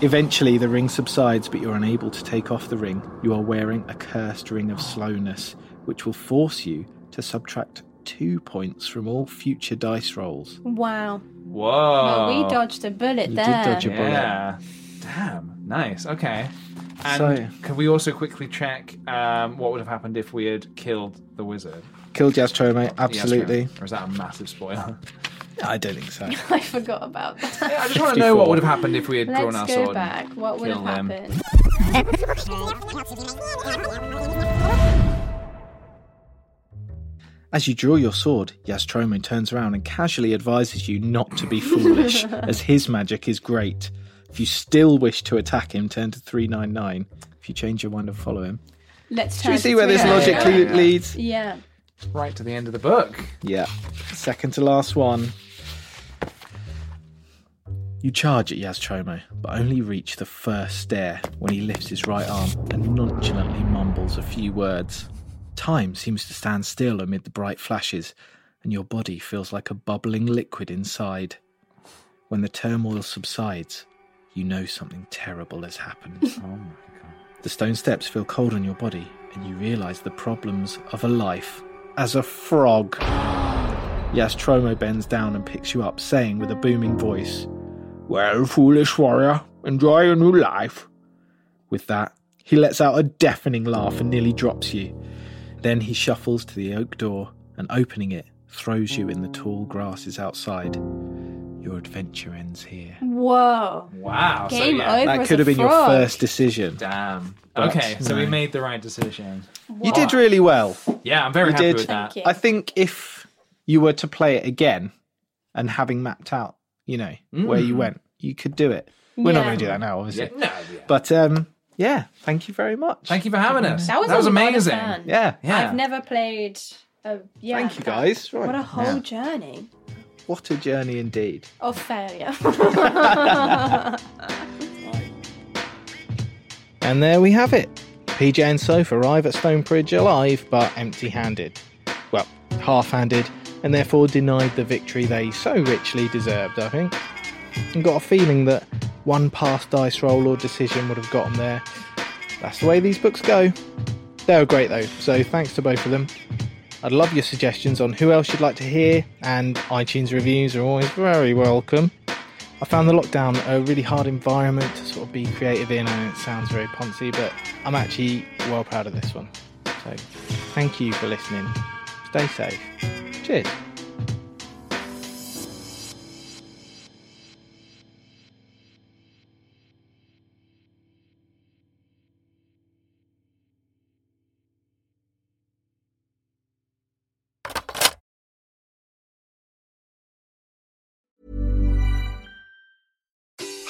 [SPEAKER 6] Eventually, the ring subsides, but you're unable to take off the ring. You are wearing a cursed ring of slowness, which will force you to subtract two points from all future dice rolls.
[SPEAKER 2] Wow.
[SPEAKER 3] Whoa.
[SPEAKER 2] Well,
[SPEAKER 3] Ah.
[SPEAKER 2] we dodged a bullet
[SPEAKER 6] You did
[SPEAKER 2] there.
[SPEAKER 6] dodge a bullet.
[SPEAKER 3] Yeah. Damn. Nice. Okay. And
[SPEAKER 6] So-
[SPEAKER 3] can we also quickly check um, what would have happened if we had killed the wizard?
[SPEAKER 6] Kill Jastrome,
[SPEAKER 3] The
[SPEAKER 6] absolutely.
[SPEAKER 3] Astro- Or is that a massive spoiler?
[SPEAKER 6] I don't think so.
[SPEAKER 2] I forgot about that.
[SPEAKER 3] I just want to know
[SPEAKER 6] 54.
[SPEAKER 3] what would have happened if we had drawn our
[SPEAKER 2] Let's
[SPEAKER 3] sword.
[SPEAKER 2] go
[SPEAKER 3] and
[SPEAKER 2] back. What would have
[SPEAKER 3] killed them.
[SPEAKER 2] happened?
[SPEAKER 6] As you draw your sword, Yastromon turns around and casually advises you not to be foolish, as his magic is great. If you still wish to attack him, turn to 399. If you change your mind and follow him.
[SPEAKER 2] Let's
[SPEAKER 6] Should
[SPEAKER 2] try
[SPEAKER 6] we see where this logically leads?
[SPEAKER 2] Yeah.
[SPEAKER 3] Right to the end of the book.
[SPEAKER 6] Yeah. Second to last one. You charge at Yaztromo, but only reach the first stair when he lifts his right arm and nonchalantly mumbles a few words. Time seems to stand still amid the bright flashes, and your body feels like a bubbling liquid inside. When the turmoil subsides, you know something terrible has happened. oh my god. The stone steps feel cold on your body, and you realize the problems of a life as a frog. Yastromo bends down and picks you up, saying with a booming voice,
[SPEAKER 12] Well, foolish warrior, enjoy your new life.
[SPEAKER 6] With that, he lets out a deafening laugh and nearly drops you. Then he shuffles to the oak door and, opening it, throws you in the tall grasses outside. Your adventure ends here.
[SPEAKER 13] Whoa.
[SPEAKER 3] Wow. so
[SPEAKER 13] Game
[SPEAKER 3] yeah.
[SPEAKER 13] over.
[SPEAKER 6] that
[SPEAKER 13] as
[SPEAKER 6] could
[SPEAKER 13] a
[SPEAKER 6] have been
[SPEAKER 13] frog.
[SPEAKER 6] your first decision.
[SPEAKER 3] Damn.
[SPEAKER 6] But
[SPEAKER 3] okay, so we
[SPEAKER 6] no.
[SPEAKER 3] made the right decision.
[SPEAKER 6] You did really well.
[SPEAKER 3] Yeah, I'm very
[SPEAKER 6] you
[SPEAKER 3] happy
[SPEAKER 6] did.
[SPEAKER 3] with that.
[SPEAKER 6] I think if you were to play it again and having mapped out, you know, where you
[SPEAKER 3] Mm.
[SPEAKER 6] went, you could do it. We're not
[SPEAKER 3] Yeah.
[SPEAKER 6] going to do that now, obviously.
[SPEAKER 3] Yeah, no, yeah.
[SPEAKER 6] But um, yeah, thank you very much.
[SPEAKER 3] Thank you for having us.
[SPEAKER 2] That was, a lot of
[SPEAKER 3] amazing.
[SPEAKER 2] fun.
[SPEAKER 6] Yeah. Yeah.
[SPEAKER 2] I've never played. A, yeah,
[SPEAKER 6] Thank you,
[SPEAKER 2] that-
[SPEAKER 6] guys. Right.
[SPEAKER 2] What a whole
[SPEAKER 6] Yeah.
[SPEAKER 2] journey
[SPEAKER 6] What a journey indeed.
[SPEAKER 2] of failure.
[SPEAKER 6] And there we have it. PJ and Soph arrive at Stonebridge alive but empty handed. Well, half handed, and therefore denied the victory they so richly deserved, I think. And got a feeling that one past dice roll or decision would have got them there. That's the way these books go. They were great though, so thanks to both of them. I'd love your suggestions on who else you'd like to hear, and iTunes reviews are always very welcome. I found the lockdown a really hard environment to sort of be creative in, and it sounds very poncy, but I'm actually well proud of this one. So thank you for listening. Stay safe. Cheers.